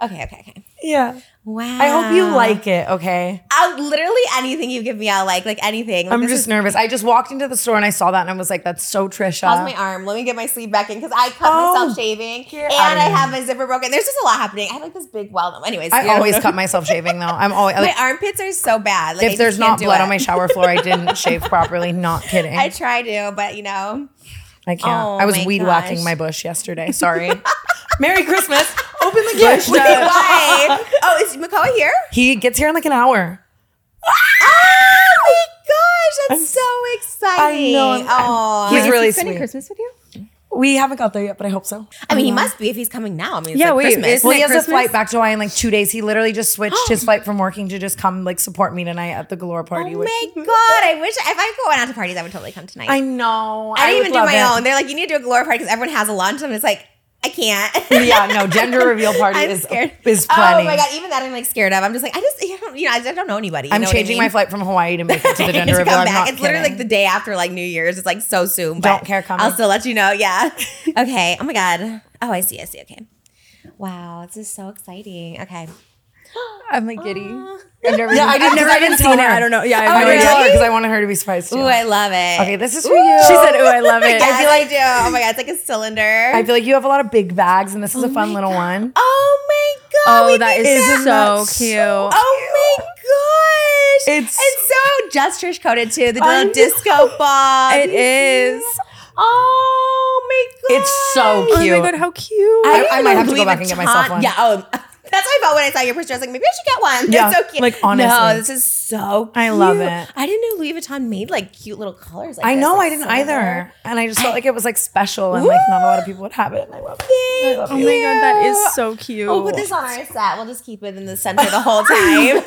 [SPEAKER 3] Okay, okay, okay.
[SPEAKER 1] Yeah.
[SPEAKER 3] Wow.
[SPEAKER 1] I hope you like it, okay?
[SPEAKER 3] I'll literally anything you give me, I'll like, like anything. Like,
[SPEAKER 1] I'm
[SPEAKER 3] Uh, this
[SPEAKER 1] just
[SPEAKER 3] is-
[SPEAKER 1] nervous. I just walked into the store and I saw that and I was like, that's so Trisha.
[SPEAKER 3] How's my arm? Let me get my sleeve back in because I cut
[SPEAKER 1] Oh,
[SPEAKER 3] myself shaving and
[SPEAKER 1] outta
[SPEAKER 3] I
[SPEAKER 1] here.
[SPEAKER 3] have my zipper broken. There's just a lot happening. I have like this big wild. Anyways,
[SPEAKER 1] I
[SPEAKER 3] yeah.
[SPEAKER 1] always cut myself shaving though. I'm always like,
[SPEAKER 3] my armpits are so bad. Like, I
[SPEAKER 1] if
[SPEAKER 3] just
[SPEAKER 1] there's
[SPEAKER 3] can't
[SPEAKER 1] not
[SPEAKER 3] do
[SPEAKER 1] blood
[SPEAKER 3] it.
[SPEAKER 1] on my shower floor, I didn't shave properly. Not kidding.
[SPEAKER 3] I
[SPEAKER 1] I,
[SPEAKER 3] try to, but you know.
[SPEAKER 1] can't.
[SPEAKER 3] Oh
[SPEAKER 1] I was
[SPEAKER 3] my
[SPEAKER 1] weed whacking
[SPEAKER 3] gosh.
[SPEAKER 1] my bush yesterday. Sorry. Merry Christmas. Open the gift.
[SPEAKER 3] Wait, why? Oh, is Makoa here?
[SPEAKER 1] He gets here in like an hour. Ah!
[SPEAKER 3] Oh my gosh, that's so exciting.
[SPEAKER 1] know, I'm-
[SPEAKER 3] oh,
[SPEAKER 1] He's
[SPEAKER 2] Is he
[SPEAKER 1] really
[SPEAKER 2] spending
[SPEAKER 1] sweet.
[SPEAKER 2] Christmas with you?
[SPEAKER 1] We haven't got there yet, but I hope so.
[SPEAKER 3] I mean, he must be if he's coming now. I mean, it's
[SPEAKER 2] Yeah,
[SPEAKER 3] like
[SPEAKER 2] wait,
[SPEAKER 3] Christmas.
[SPEAKER 2] isn't
[SPEAKER 1] Well, he
[SPEAKER 2] it
[SPEAKER 1] has
[SPEAKER 2] Christmas?
[SPEAKER 1] a flight back to Hawaii in like two days. He literally just switched his flight from working to just come like support me tonight at the Galore party.
[SPEAKER 3] oh
[SPEAKER 1] which-
[SPEAKER 3] my god, I wish if I go out to parties, I would totally come tonight.
[SPEAKER 1] I
[SPEAKER 3] I,
[SPEAKER 1] know.
[SPEAKER 3] didn't
[SPEAKER 1] would
[SPEAKER 3] even do
[SPEAKER 1] love
[SPEAKER 3] my
[SPEAKER 1] it.
[SPEAKER 3] own. They're like, you need to do a glory party because everyone has a lunch, and it's like, I can't.
[SPEAKER 1] yeah, no, gender reveal party
[SPEAKER 3] I'm
[SPEAKER 1] is
[SPEAKER 3] scared.
[SPEAKER 1] is plenty.
[SPEAKER 3] Oh my god, even that I'm like scared of. I'm just like, I just, you know, you know, I don't know anybody. You
[SPEAKER 1] I'm
[SPEAKER 3] know what I
[SPEAKER 1] changing
[SPEAKER 3] mean?
[SPEAKER 1] my flight from Hawaii to make it to the
[SPEAKER 3] To
[SPEAKER 1] gender
[SPEAKER 3] come
[SPEAKER 1] reveal. I'm
[SPEAKER 3] back.
[SPEAKER 1] not
[SPEAKER 3] It's literally like the
[SPEAKER 1] kidding.
[SPEAKER 3] day after like New Year's. It's like so soon. But
[SPEAKER 1] Don't care, come
[SPEAKER 3] I'll
[SPEAKER 1] in.
[SPEAKER 3] still let you know. Yeah. okay. Oh my god. Oh, I see. I see. Okay. Wow, this is so exciting. Okay.
[SPEAKER 2] I'm like giddy. I've never.
[SPEAKER 1] Yeah, I didn't-
[SPEAKER 2] even- I've never
[SPEAKER 1] I
[SPEAKER 2] even
[SPEAKER 1] didn't tell
[SPEAKER 2] seen her.
[SPEAKER 1] her.
[SPEAKER 2] I don't know. Yeah,
[SPEAKER 1] I
[SPEAKER 2] I've
[SPEAKER 3] Oh,
[SPEAKER 1] would
[SPEAKER 2] never.
[SPEAKER 1] tell her
[SPEAKER 3] really?
[SPEAKER 1] because I want her to be surprised too.
[SPEAKER 3] Ooh, I love it.
[SPEAKER 1] okay, this is for you.
[SPEAKER 2] She said, "Ooh, I love it."
[SPEAKER 3] Yes, I feel like do. Oh my god, it's like a cylinder.
[SPEAKER 1] I feel like you have a lot of big bags, and this is a fun little one.
[SPEAKER 3] oh my god.
[SPEAKER 2] Oh,
[SPEAKER 3] we
[SPEAKER 2] that
[SPEAKER 3] did
[SPEAKER 2] is
[SPEAKER 1] Isn't
[SPEAKER 2] so
[SPEAKER 1] that
[SPEAKER 2] cute.
[SPEAKER 1] so-
[SPEAKER 3] Oh my gosh.
[SPEAKER 1] It's-
[SPEAKER 3] it's so just Trish coded too. The
[SPEAKER 1] I
[SPEAKER 3] little
[SPEAKER 1] know.
[SPEAKER 3] disco ball.
[SPEAKER 2] it is.
[SPEAKER 3] Oh my god.
[SPEAKER 1] It's so
[SPEAKER 2] Oh
[SPEAKER 1] cute.
[SPEAKER 2] my god, how cute! Oh
[SPEAKER 1] I-
[SPEAKER 3] didn't
[SPEAKER 1] I
[SPEAKER 3] even
[SPEAKER 1] might have to
[SPEAKER 3] Louis
[SPEAKER 1] go back and get myself
[SPEAKER 3] Vuitton-
[SPEAKER 1] one.
[SPEAKER 3] Yeah. Oh, that's how I felt when I saw your picture. I was like, maybe I should get one.
[SPEAKER 1] Yeah,
[SPEAKER 3] That's so cute.
[SPEAKER 1] like, honestly.
[SPEAKER 3] no, this is so. cute.
[SPEAKER 1] I love it.
[SPEAKER 3] I didn't know Louis Vuitton made like cute little colors. Like
[SPEAKER 1] I
[SPEAKER 3] this,
[SPEAKER 1] know
[SPEAKER 3] like,
[SPEAKER 1] I didn't
[SPEAKER 3] silver.
[SPEAKER 1] either, and I just felt like it was like special, and like not a lot of people would have it. And I love it. I love
[SPEAKER 2] oh my
[SPEAKER 1] you.
[SPEAKER 2] god, that is so cute.
[SPEAKER 3] We'll put this on our set. We'll just keep it in the center the whole time.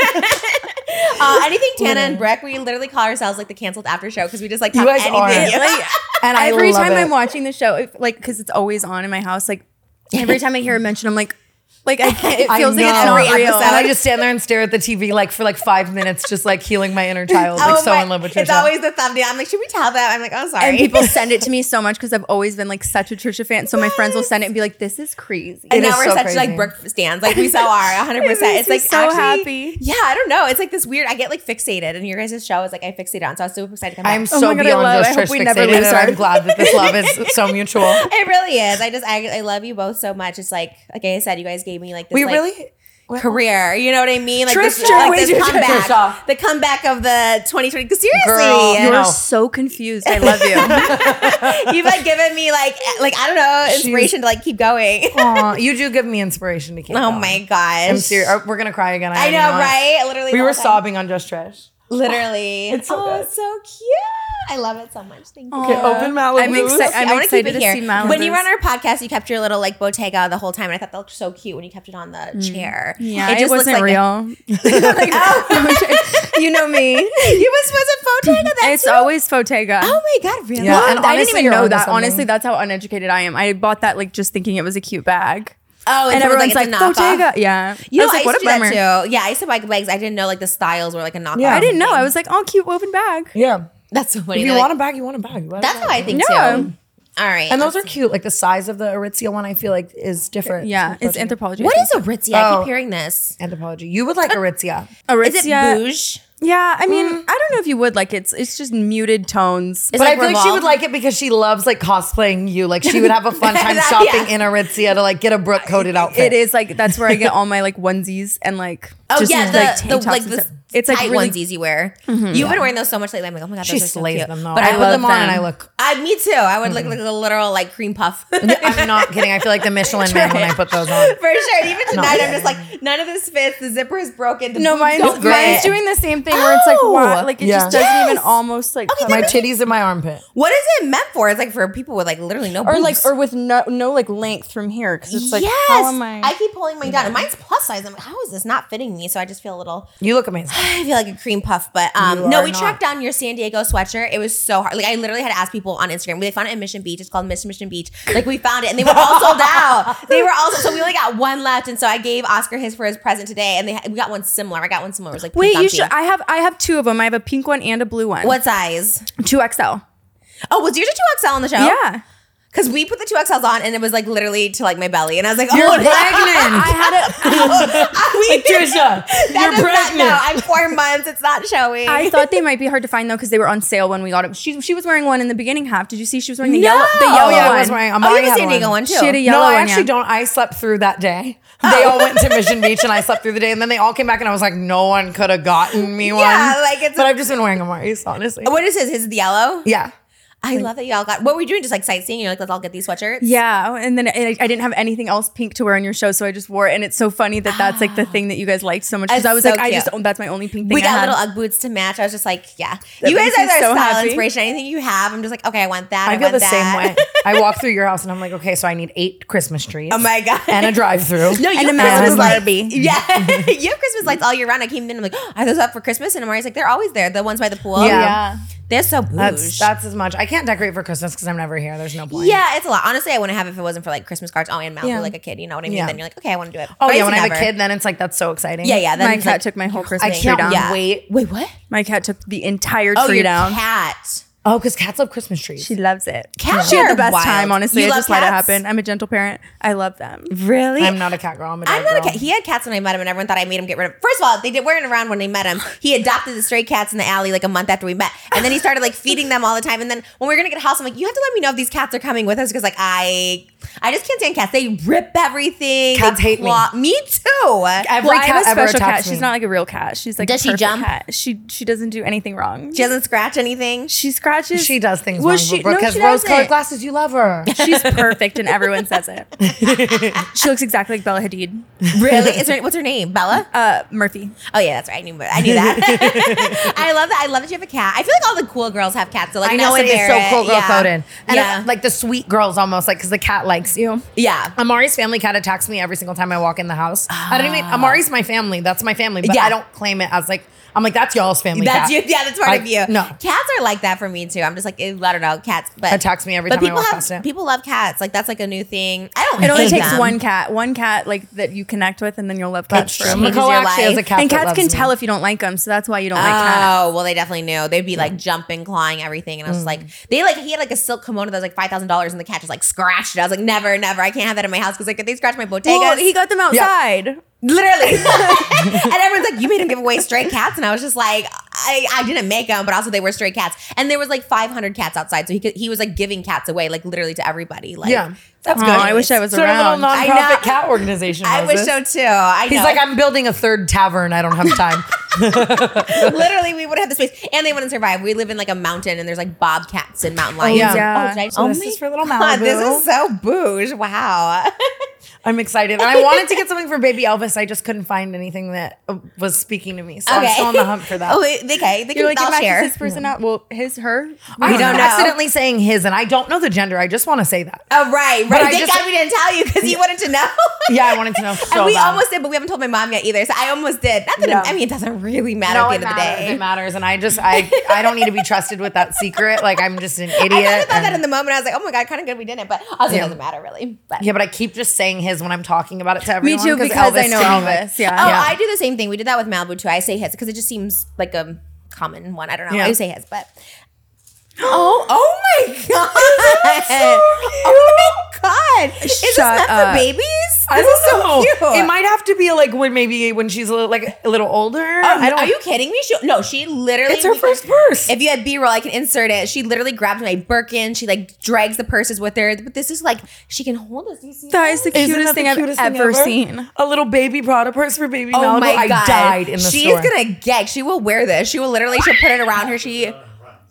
[SPEAKER 3] uh, anything Tana and Breck, we literally call ourselves like the canceled after show because we just like
[SPEAKER 1] You
[SPEAKER 3] have
[SPEAKER 1] guys
[SPEAKER 3] anything.
[SPEAKER 1] are.
[SPEAKER 3] Yeah.
[SPEAKER 2] Like,
[SPEAKER 1] And I
[SPEAKER 2] every
[SPEAKER 1] love
[SPEAKER 2] time
[SPEAKER 1] it.
[SPEAKER 2] I'm watching the show, if, like because it's always on in my house, like every time I hear it mentioned, I'm like, Like I can't, it
[SPEAKER 1] I
[SPEAKER 2] feels like it's
[SPEAKER 1] know.
[SPEAKER 2] not real.
[SPEAKER 1] And I just stand there and stare at the TV like for like five minutes, just like healing my inner child,
[SPEAKER 2] Oh
[SPEAKER 1] like so
[SPEAKER 3] Oh my-
[SPEAKER 1] in love with
[SPEAKER 3] It's
[SPEAKER 1] Trisha.
[SPEAKER 3] always the thumbnail. I'm like, should we tell them? I'm like, oh, sorry.
[SPEAKER 2] and people send it to me so much because I've always been like such a Trisha fan. So my friends will send it and be like, "This is crazy."
[SPEAKER 3] and
[SPEAKER 1] It
[SPEAKER 3] now
[SPEAKER 1] is
[SPEAKER 3] we're
[SPEAKER 1] so
[SPEAKER 3] such
[SPEAKER 1] crazy.
[SPEAKER 3] like Brooke stands. Like we so are 100. percent
[SPEAKER 2] makes
[SPEAKER 3] It's
[SPEAKER 2] me
[SPEAKER 3] like
[SPEAKER 2] so
[SPEAKER 3] actually-
[SPEAKER 2] happy.
[SPEAKER 3] Yeah, I don't know. It's like this weird. I get like fixated, and your guys' show is like I fixate on. So I was super excited to come back.
[SPEAKER 1] I'm so
[SPEAKER 2] Oh my God, I
[SPEAKER 1] beyond
[SPEAKER 2] love-
[SPEAKER 1] those
[SPEAKER 2] I hope
[SPEAKER 1] Trish
[SPEAKER 2] we never
[SPEAKER 1] fixated,
[SPEAKER 2] lose
[SPEAKER 1] and
[SPEAKER 2] our-
[SPEAKER 1] I'm glad that this love is so mutual.
[SPEAKER 3] it really is. I just I, I love you both so much. It's like like I said, you guys gave me like this
[SPEAKER 1] We
[SPEAKER 3] like,
[SPEAKER 1] really
[SPEAKER 3] career. You know what I mean? Like
[SPEAKER 1] Trish,
[SPEAKER 3] this,
[SPEAKER 1] Trish,
[SPEAKER 3] like
[SPEAKER 1] wait,
[SPEAKER 3] this
[SPEAKER 1] Trish,
[SPEAKER 3] comeback,
[SPEAKER 1] Trisha.
[SPEAKER 3] the comeback of the 2020. 'cause seriously,
[SPEAKER 1] Girl,
[SPEAKER 3] you
[SPEAKER 1] you're
[SPEAKER 2] You're
[SPEAKER 1] No.
[SPEAKER 2] so confused. I love you.
[SPEAKER 3] have like given me like like I don't know inspiration to like keep going.
[SPEAKER 1] Aw, you do give me inspiration to keep.
[SPEAKER 3] Oh
[SPEAKER 1] going.
[SPEAKER 3] my gosh!
[SPEAKER 1] I'm serious. Oh, We're gonna cry again.
[SPEAKER 3] I
[SPEAKER 1] already
[SPEAKER 3] know, right? Literally,
[SPEAKER 1] We
[SPEAKER 3] the
[SPEAKER 1] were
[SPEAKER 3] whole time.
[SPEAKER 1] sobbing on Just Trish.
[SPEAKER 3] Literally, it's
[SPEAKER 1] so
[SPEAKER 3] oh,
[SPEAKER 1] good.
[SPEAKER 3] it's so cute. I love it so much. Thank you.
[SPEAKER 1] Okay, open Malibu's.
[SPEAKER 2] Uh, I'm, exci-
[SPEAKER 3] I
[SPEAKER 2] I'm
[SPEAKER 3] wanna
[SPEAKER 2] excited
[SPEAKER 3] keep
[SPEAKER 2] to
[SPEAKER 3] it here.
[SPEAKER 2] see Malibu.
[SPEAKER 3] When you were on our podcast, you kept your little like bottega the whole time, and I thought that looked so cute when you kept it on the chair.
[SPEAKER 2] Mm. yeah, it,
[SPEAKER 3] just looked
[SPEAKER 2] wasn't
[SPEAKER 3] like
[SPEAKER 2] real. you know me.
[SPEAKER 3] you was was a bottega. That's
[SPEAKER 2] It's always Fotega.
[SPEAKER 3] oh my god, really?
[SPEAKER 1] Yeah,
[SPEAKER 2] What?
[SPEAKER 1] and
[SPEAKER 2] I didn't
[SPEAKER 1] honestly,
[SPEAKER 2] even
[SPEAKER 1] you're
[SPEAKER 2] know
[SPEAKER 1] onto
[SPEAKER 2] that.
[SPEAKER 1] something.
[SPEAKER 2] Honestly, that's how uneducated I am. I bought that like just thinking it was a cute bag,
[SPEAKER 3] Oh,
[SPEAKER 2] and
[SPEAKER 3] someone's
[SPEAKER 2] everyone's like,
[SPEAKER 3] it's a knockoff.
[SPEAKER 2] Bottega. Yeah,
[SPEAKER 3] You
[SPEAKER 2] I
[SPEAKER 3] know,
[SPEAKER 2] was
[SPEAKER 3] I
[SPEAKER 2] like,
[SPEAKER 3] used
[SPEAKER 2] what
[SPEAKER 3] to
[SPEAKER 2] a
[SPEAKER 3] do that
[SPEAKER 2] bummer.
[SPEAKER 3] too. Yeah, I used to buy bags. I didn't know like the styles were like a knockoff.
[SPEAKER 1] Yeah.
[SPEAKER 2] I didn't know. I was like, oh, cute woven bag.
[SPEAKER 1] Yeah.
[SPEAKER 3] That's so funny.
[SPEAKER 1] If you
[SPEAKER 3] They're like-
[SPEAKER 1] want a bag, you want a bag. Why
[SPEAKER 3] that's
[SPEAKER 1] not?
[SPEAKER 3] how I think
[SPEAKER 2] Yeah.
[SPEAKER 3] too. All right,
[SPEAKER 1] And those are cute. Like the size of the Aritzia one, I feel like is different.
[SPEAKER 2] Yeah,
[SPEAKER 1] from
[SPEAKER 2] it's
[SPEAKER 1] Fotega.
[SPEAKER 2] anthropology.
[SPEAKER 3] what is Aritzia? I
[SPEAKER 1] Oh.
[SPEAKER 3] keep hearing this.
[SPEAKER 1] anthropology. You would like Aritzia.
[SPEAKER 3] Is it Mm.
[SPEAKER 2] Aritzia?
[SPEAKER 3] bouge?
[SPEAKER 2] Yeah, I mean, I don't know if you would like it's it's just muted tones.
[SPEAKER 1] But
[SPEAKER 3] like
[SPEAKER 1] I feel like she
[SPEAKER 3] Revolve.
[SPEAKER 1] would like it because she loves like cosplaying you. Like she would have a fun time
[SPEAKER 3] Yeah.
[SPEAKER 1] shopping in Aritzia to like get a Brooke coated outfit.
[SPEAKER 2] It is like that's where I get all my like onesies and like
[SPEAKER 3] Oh
[SPEAKER 2] just,
[SPEAKER 3] yeah, the
[SPEAKER 2] tank
[SPEAKER 3] the
[SPEAKER 2] tops
[SPEAKER 3] like
[SPEAKER 2] and
[SPEAKER 3] the
[SPEAKER 2] stuff. it's like
[SPEAKER 3] tight
[SPEAKER 2] really Mm-hmm.
[SPEAKER 3] onesies you wear. You've been wearing those so much lately. I'm like, oh my god,
[SPEAKER 1] She
[SPEAKER 3] those are so
[SPEAKER 1] slays
[SPEAKER 3] cute.
[SPEAKER 1] them though.
[SPEAKER 3] But
[SPEAKER 1] I,
[SPEAKER 3] I,
[SPEAKER 1] put
[SPEAKER 2] love
[SPEAKER 1] them on and I
[SPEAKER 2] them. Mm-hmm.
[SPEAKER 1] look.
[SPEAKER 3] I, me too. I would look like a literal like cream puff for sure.
[SPEAKER 1] I'm not kidding. I feel like the Michelin man when I put those on.
[SPEAKER 3] And even tonight, I'm just like, none of this fits. The zipper is broken. The
[SPEAKER 2] no,
[SPEAKER 3] boobs
[SPEAKER 2] mine's,
[SPEAKER 3] don't fit.
[SPEAKER 2] mine's doing the same thing where it's like
[SPEAKER 1] Oh!
[SPEAKER 2] wow, like it
[SPEAKER 1] Yeah.
[SPEAKER 2] just doesn't even
[SPEAKER 3] Yes!
[SPEAKER 2] almost like
[SPEAKER 3] Okay,
[SPEAKER 2] come-
[SPEAKER 1] My titties in my armpit.
[SPEAKER 3] What is it meant for? It's like for people with like literally no
[SPEAKER 2] or
[SPEAKER 3] boobs.
[SPEAKER 2] like or with no no like length from here because it's like
[SPEAKER 3] yes,
[SPEAKER 2] how am I?
[SPEAKER 3] keep pulling mine down. And mine's plus size. I'm like, how is this not fitting me? So I just feel a little.
[SPEAKER 1] You look amazing.
[SPEAKER 3] I feel like a cream puff, but
[SPEAKER 1] You
[SPEAKER 3] um, no,
[SPEAKER 1] are
[SPEAKER 3] we
[SPEAKER 1] not.
[SPEAKER 3] tracked down your San Diego sweatshirt. It was so hard. Like I literally had to ask people on Instagram. We found it in Mission Beach. It's called Mission Mission Beach. Like we found it, and they were all sold out. They were all so we only got one left, and so I gave Oscar his for his present today, and they we got one similar. I got one similar. It was like
[SPEAKER 2] Wait,
[SPEAKER 3] pink on
[SPEAKER 2] you should.
[SPEAKER 3] pink.
[SPEAKER 2] I have I have two of them. I have a pink one and a blue one.
[SPEAKER 3] what size?
[SPEAKER 2] two XL?
[SPEAKER 3] Oh, was yours a two XL on the show?
[SPEAKER 2] Yeah.
[SPEAKER 3] because we put the two XLs on, and it was like literally to like my belly, and I was like,
[SPEAKER 1] You're
[SPEAKER 3] oh,
[SPEAKER 1] pregnant.
[SPEAKER 2] I had it.
[SPEAKER 3] we,
[SPEAKER 1] Trisha,
[SPEAKER 3] that
[SPEAKER 1] you're
[SPEAKER 3] does not-
[SPEAKER 1] pregnant.
[SPEAKER 3] no, I'm four months. It's not showing.
[SPEAKER 2] I thought they might be hard to find though because they were on sale when we got them. She she was wearing one in the beginning half. Did you see she was wearing the
[SPEAKER 3] No!
[SPEAKER 2] yellow? The
[SPEAKER 1] oh
[SPEAKER 2] yellow
[SPEAKER 1] yeah,
[SPEAKER 2] one.
[SPEAKER 1] I was wearing.
[SPEAKER 3] oh,
[SPEAKER 1] Amari
[SPEAKER 3] you have a
[SPEAKER 1] had
[SPEAKER 3] San
[SPEAKER 1] one.
[SPEAKER 3] Diego one too.
[SPEAKER 2] She had a yellow
[SPEAKER 1] no, I
[SPEAKER 2] one,
[SPEAKER 1] actually
[SPEAKER 2] yeah.
[SPEAKER 1] don't. I slept through that day. They all went to Mission Beach and I slept through the day. And then they all came back and I was like, no one could have gotten me one.
[SPEAKER 3] like, it's
[SPEAKER 1] But
[SPEAKER 3] a- Oh,
[SPEAKER 1] i I've just been wearing Amari's, honestly.
[SPEAKER 3] What is his? His is the yellow.
[SPEAKER 1] Yeah.
[SPEAKER 3] I love that y'all got. What were you doing? Just like sightseeing. You're like, let's all get these sweatshirts.
[SPEAKER 2] Yeah, oh, and then I, I didn't have anything else pink to wear on your show, so I just wore it. And it's so funny that that's like the thing that you guys liked so much because
[SPEAKER 3] That's
[SPEAKER 2] I was
[SPEAKER 3] so
[SPEAKER 2] like, I
[SPEAKER 3] cute.
[SPEAKER 2] just own that's my only pink thing.
[SPEAKER 3] We
[SPEAKER 2] I
[SPEAKER 3] got
[SPEAKER 2] had.
[SPEAKER 3] little UGG boots to match. I was just like, yeah.
[SPEAKER 2] That
[SPEAKER 3] you guys
[SPEAKER 2] makes
[SPEAKER 3] are
[SPEAKER 2] me
[SPEAKER 3] our
[SPEAKER 2] so
[SPEAKER 3] style
[SPEAKER 2] happy.
[SPEAKER 3] inspiration. Anything you have, I'm just like, okay, I want that. I,
[SPEAKER 1] I feel
[SPEAKER 3] want
[SPEAKER 1] the
[SPEAKER 3] that.
[SPEAKER 1] same way. I walk through your house and I'm like, okay, so I need eight Christmas trees.
[SPEAKER 3] Oh my God.
[SPEAKER 1] And a drive through.
[SPEAKER 3] No,
[SPEAKER 2] And
[SPEAKER 3] you have
[SPEAKER 2] a Malibu
[SPEAKER 3] Christmas lights.
[SPEAKER 2] Barbie.
[SPEAKER 3] Yeah, you have Christmas lights all year round. I came in, I'm like, are those up for Christmas? And Amari's like, they're always there. The ones by the pool.
[SPEAKER 1] Yeah.
[SPEAKER 2] yeah.
[SPEAKER 3] they're so bouge.
[SPEAKER 1] that's that's as much. I can't decorate for Christmas because I'm never here. There's no point.
[SPEAKER 3] yeah, it's a lot. Honestly, I wouldn't have if it wasn't for like Christmas cards. Oh, and Malibu,
[SPEAKER 2] Yeah.
[SPEAKER 3] like a kid. You know what I mean?
[SPEAKER 1] Yeah.
[SPEAKER 3] Then you're like, okay, I want to do it.
[SPEAKER 1] Oh
[SPEAKER 3] But
[SPEAKER 1] yeah.
[SPEAKER 3] used
[SPEAKER 1] When I
[SPEAKER 3] to
[SPEAKER 1] have a
[SPEAKER 3] never.
[SPEAKER 1] kid, then it's like that's so exciting.
[SPEAKER 3] Yeah, yeah. Then
[SPEAKER 2] My
[SPEAKER 3] it's
[SPEAKER 2] cat
[SPEAKER 3] like-
[SPEAKER 2] took my whole
[SPEAKER 1] I
[SPEAKER 2] Christmas tree
[SPEAKER 1] can't
[SPEAKER 2] down.
[SPEAKER 1] wait.
[SPEAKER 3] Wait, what?
[SPEAKER 2] My cat took the entire
[SPEAKER 3] Oh,
[SPEAKER 2] tree
[SPEAKER 3] your
[SPEAKER 2] down.
[SPEAKER 3] cat.
[SPEAKER 1] Oh, because cats love Christmas trees.
[SPEAKER 2] She loves it.
[SPEAKER 3] Cats
[SPEAKER 2] she
[SPEAKER 3] are
[SPEAKER 2] had the best
[SPEAKER 3] wild.
[SPEAKER 2] time, honestly. I
[SPEAKER 3] You love
[SPEAKER 2] just let it
[SPEAKER 3] cats?
[SPEAKER 2] happen. I'm a gentle parent. I love them.
[SPEAKER 3] Really?
[SPEAKER 1] I'm not a cat girl. I'm a dog
[SPEAKER 3] I'm not a
[SPEAKER 1] girl.
[SPEAKER 3] cat. He had cats when I met him, and everyone thought I made him get rid of. First of all, they did, weren't around when they met him. He adopted the stray cats in the alley like a month after we met, and then he started like feeding them all the time. And then when we were gonna get a house, I'm like, you have to let me know if these cats are coming with us because like I, I just can't stand cats. They rip everything.
[SPEAKER 1] Cats
[SPEAKER 3] They
[SPEAKER 1] hate me.
[SPEAKER 3] claw- me. too.
[SPEAKER 1] Every
[SPEAKER 2] Well, I have
[SPEAKER 1] cat
[SPEAKER 2] a
[SPEAKER 1] ever
[SPEAKER 2] special
[SPEAKER 1] attacks
[SPEAKER 2] cat.
[SPEAKER 1] me.
[SPEAKER 2] She's not like a real cat. She's like
[SPEAKER 3] Does
[SPEAKER 2] a
[SPEAKER 3] she
[SPEAKER 2] perfect
[SPEAKER 3] jump?
[SPEAKER 2] Cat. She she doesn't do anything wrong.
[SPEAKER 3] she doesn't scratch anything.
[SPEAKER 2] she scratches.
[SPEAKER 1] She does things
[SPEAKER 2] Well,
[SPEAKER 1] wrong.
[SPEAKER 2] she-
[SPEAKER 1] but Brooke
[SPEAKER 2] no,
[SPEAKER 1] has
[SPEAKER 2] she
[SPEAKER 1] rose colored
[SPEAKER 2] doesn't.
[SPEAKER 1] glasses. You love her.
[SPEAKER 2] She's perfect, and everyone says it. she looks exactly like Bella Hadid.
[SPEAKER 3] Really? Is her, what's her name? Bella.
[SPEAKER 2] Uh, Murphy.
[SPEAKER 3] Oh yeah, that's right. I knew. I knew that. I love that. I love that you have a cat. I feel like all the cool girls have cats. So like
[SPEAKER 1] I know it
[SPEAKER 3] Nelson
[SPEAKER 1] is so
[SPEAKER 3] Barrett,
[SPEAKER 1] cool girl
[SPEAKER 3] yeah.
[SPEAKER 1] coded. And
[SPEAKER 3] yeah. Mm-hmm.
[SPEAKER 1] uh, like the sweet girls almost, like because the cat likes you.
[SPEAKER 3] yeah.
[SPEAKER 1] Amari's family cat attacks me every single time I walk in the house. I don't even Amari's my family. That's my family, but
[SPEAKER 3] Ah. Yeah.
[SPEAKER 1] I don't claim it as like I'm like, that's y'all's family.
[SPEAKER 3] That's
[SPEAKER 1] cat.
[SPEAKER 3] you. Yeah, that's part
[SPEAKER 1] I-
[SPEAKER 3] of you.
[SPEAKER 1] No.
[SPEAKER 3] cats are like that for me too. I'm just like ew, I don't know cats, but
[SPEAKER 1] Attacks me every
[SPEAKER 3] but
[SPEAKER 1] time I
[SPEAKER 3] people
[SPEAKER 1] walk
[SPEAKER 3] have
[SPEAKER 1] past it.
[SPEAKER 3] people love cats. Like that's like a new thing. I don't.
[SPEAKER 2] It only
[SPEAKER 3] hate
[SPEAKER 2] takes
[SPEAKER 3] them.
[SPEAKER 2] one cat, one cat like that you connect with, and then you'll love
[SPEAKER 1] That's
[SPEAKER 2] cats. forever.
[SPEAKER 1] true.
[SPEAKER 3] changes
[SPEAKER 1] Nicole
[SPEAKER 3] your
[SPEAKER 1] actually has a
[SPEAKER 3] life.
[SPEAKER 1] cat.
[SPEAKER 2] and
[SPEAKER 1] that
[SPEAKER 2] cats
[SPEAKER 1] loves
[SPEAKER 2] can
[SPEAKER 1] me.
[SPEAKER 2] tell if you don't like them, so that's why you don't like cats.
[SPEAKER 3] Oh well, they definitely knew. They'd be like jumping, clawing everything, and I was
[SPEAKER 1] Mm.
[SPEAKER 3] just like, they like he had like a silk kimono that was like five thousand dollars, and the cat just like scratched it. I was like, never, never, I can't have that in my house because like if they scratch my bottega,
[SPEAKER 2] Well, he got them outside.
[SPEAKER 3] literally. and everyone's like, you made him give away stray cats, and I was just like, I, I didn't make them, but also they were stray cats, and there was like five hundred cats outside, so he could, he was like giving cats away like literally to everybody. Like,
[SPEAKER 1] Yeah.
[SPEAKER 3] that's
[SPEAKER 2] Aw,
[SPEAKER 3] good.
[SPEAKER 2] I wish I was
[SPEAKER 1] Sort of a little
[SPEAKER 2] around.
[SPEAKER 1] nonprofit
[SPEAKER 3] I know.
[SPEAKER 1] cat organization.
[SPEAKER 3] I wish
[SPEAKER 1] Moses.
[SPEAKER 3] so too. I
[SPEAKER 1] He's
[SPEAKER 3] know.
[SPEAKER 1] like, I'm building a third tavern. I don't have time.
[SPEAKER 3] literally we would have the space and they wouldn't survive we live in like a mountain and there's like bobcats and mountain lions
[SPEAKER 1] yeah.
[SPEAKER 2] Yeah.
[SPEAKER 3] oh, did I-
[SPEAKER 1] So
[SPEAKER 3] oh
[SPEAKER 1] this
[SPEAKER 3] my
[SPEAKER 1] is for little
[SPEAKER 3] God, this
[SPEAKER 1] Malibu.
[SPEAKER 3] is so bouge wow
[SPEAKER 1] I'm excited. And I wanted to get something for baby Elvis. I just couldn't find anything that uh, was speaking to me. So I'm still on the hunt for that.
[SPEAKER 3] oh wait, they- okay they
[SPEAKER 2] You're
[SPEAKER 3] can
[SPEAKER 2] like, it
[SPEAKER 3] all
[SPEAKER 2] matches
[SPEAKER 3] share
[SPEAKER 2] this person out. Well, his, her.
[SPEAKER 1] I
[SPEAKER 3] We don't
[SPEAKER 1] am
[SPEAKER 3] know.
[SPEAKER 1] accidentally saying his, and I don't know the gender. I just want to say that.
[SPEAKER 3] oh right
[SPEAKER 1] But
[SPEAKER 3] right
[SPEAKER 1] I
[SPEAKER 3] thank
[SPEAKER 1] just-
[SPEAKER 3] god we didn't tell you because you wanted to know
[SPEAKER 1] Yeah, I wanted to know. So
[SPEAKER 3] and we
[SPEAKER 1] bad.
[SPEAKER 3] almost did but we haven't told my mom yet either so I almost did not that
[SPEAKER 2] Yeah.
[SPEAKER 3] it, I mean it doesn't really matter
[SPEAKER 1] No,
[SPEAKER 3] at
[SPEAKER 1] it
[SPEAKER 3] the end of
[SPEAKER 1] matters.
[SPEAKER 3] the
[SPEAKER 1] It
[SPEAKER 3] day
[SPEAKER 1] matters, and I just I I don't need to be trusted with that secret. Like I'm just an idiot.
[SPEAKER 3] I thought about that
[SPEAKER 1] and-
[SPEAKER 3] in the moment I was like oh my god kind of good we didn't but also
[SPEAKER 1] Yeah.
[SPEAKER 3] it doesn't matter really but
[SPEAKER 1] yeah, but I keep just saying his when I'm talking about it to
[SPEAKER 2] Me
[SPEAKER 1] everyone.
[SPEAKER 2] too, because I know
[SPEAKER 1] to me,
[SPEAKER 2] Elvis. Yeah.
[SPEAKER 3] Oh,
[SPEAKER 1] Yeah.
[SPEAKER 3] I do the same thing. We did that with Malibu too. I say his because it just seems like a common one. I don't know.
[SPEAKER 1] Yeah.
[SPEAKER 3] I say his, but oh, oh my god! Oh my god! Is this
[SPEAKER 2] Shut
[SPEAKER 3] not
[SPEAKER 2] up.
[SPEAKER 3] for babies?
[SPEAKER 1] I
[SPEAKER 3] this is so
[SPEAKER 1] don't know.
[SPEAKER 3] cute.
[SPEAKER 1] It might have to be like when maybe when she's a little, like a little older.
[SPEAKER 3] Oh,
[SPEAKER 1] I don't.
[SPEAKER 3] Are you kidding me? She, no, she literally.
[SPEAKER 1] It's her first purse.
[SPEAKER 3] If you had B roll, I can insert it. She literally grabs my Birkin. She like drags the purses with her. But this is like she can hold us. You see
[SPEAKER 2] That is the
[SPEAKER 1] Isn't
[SPEAKER 2] cutest
[SPEAKER 1] that the
[SPEAKER 2] thing I've
[SPEAKER 1] cutest
[SPEAKER 2] ever, seen.
[SPEAKER 1] A little baby Prada purse for baby Malibu. I died in the
[SPEAKER 3] Oh She's
[SPEAKER 1] store.
[SPEAKER 3] gonna gag. She will wear this. She will literally. She'll put it around her. She.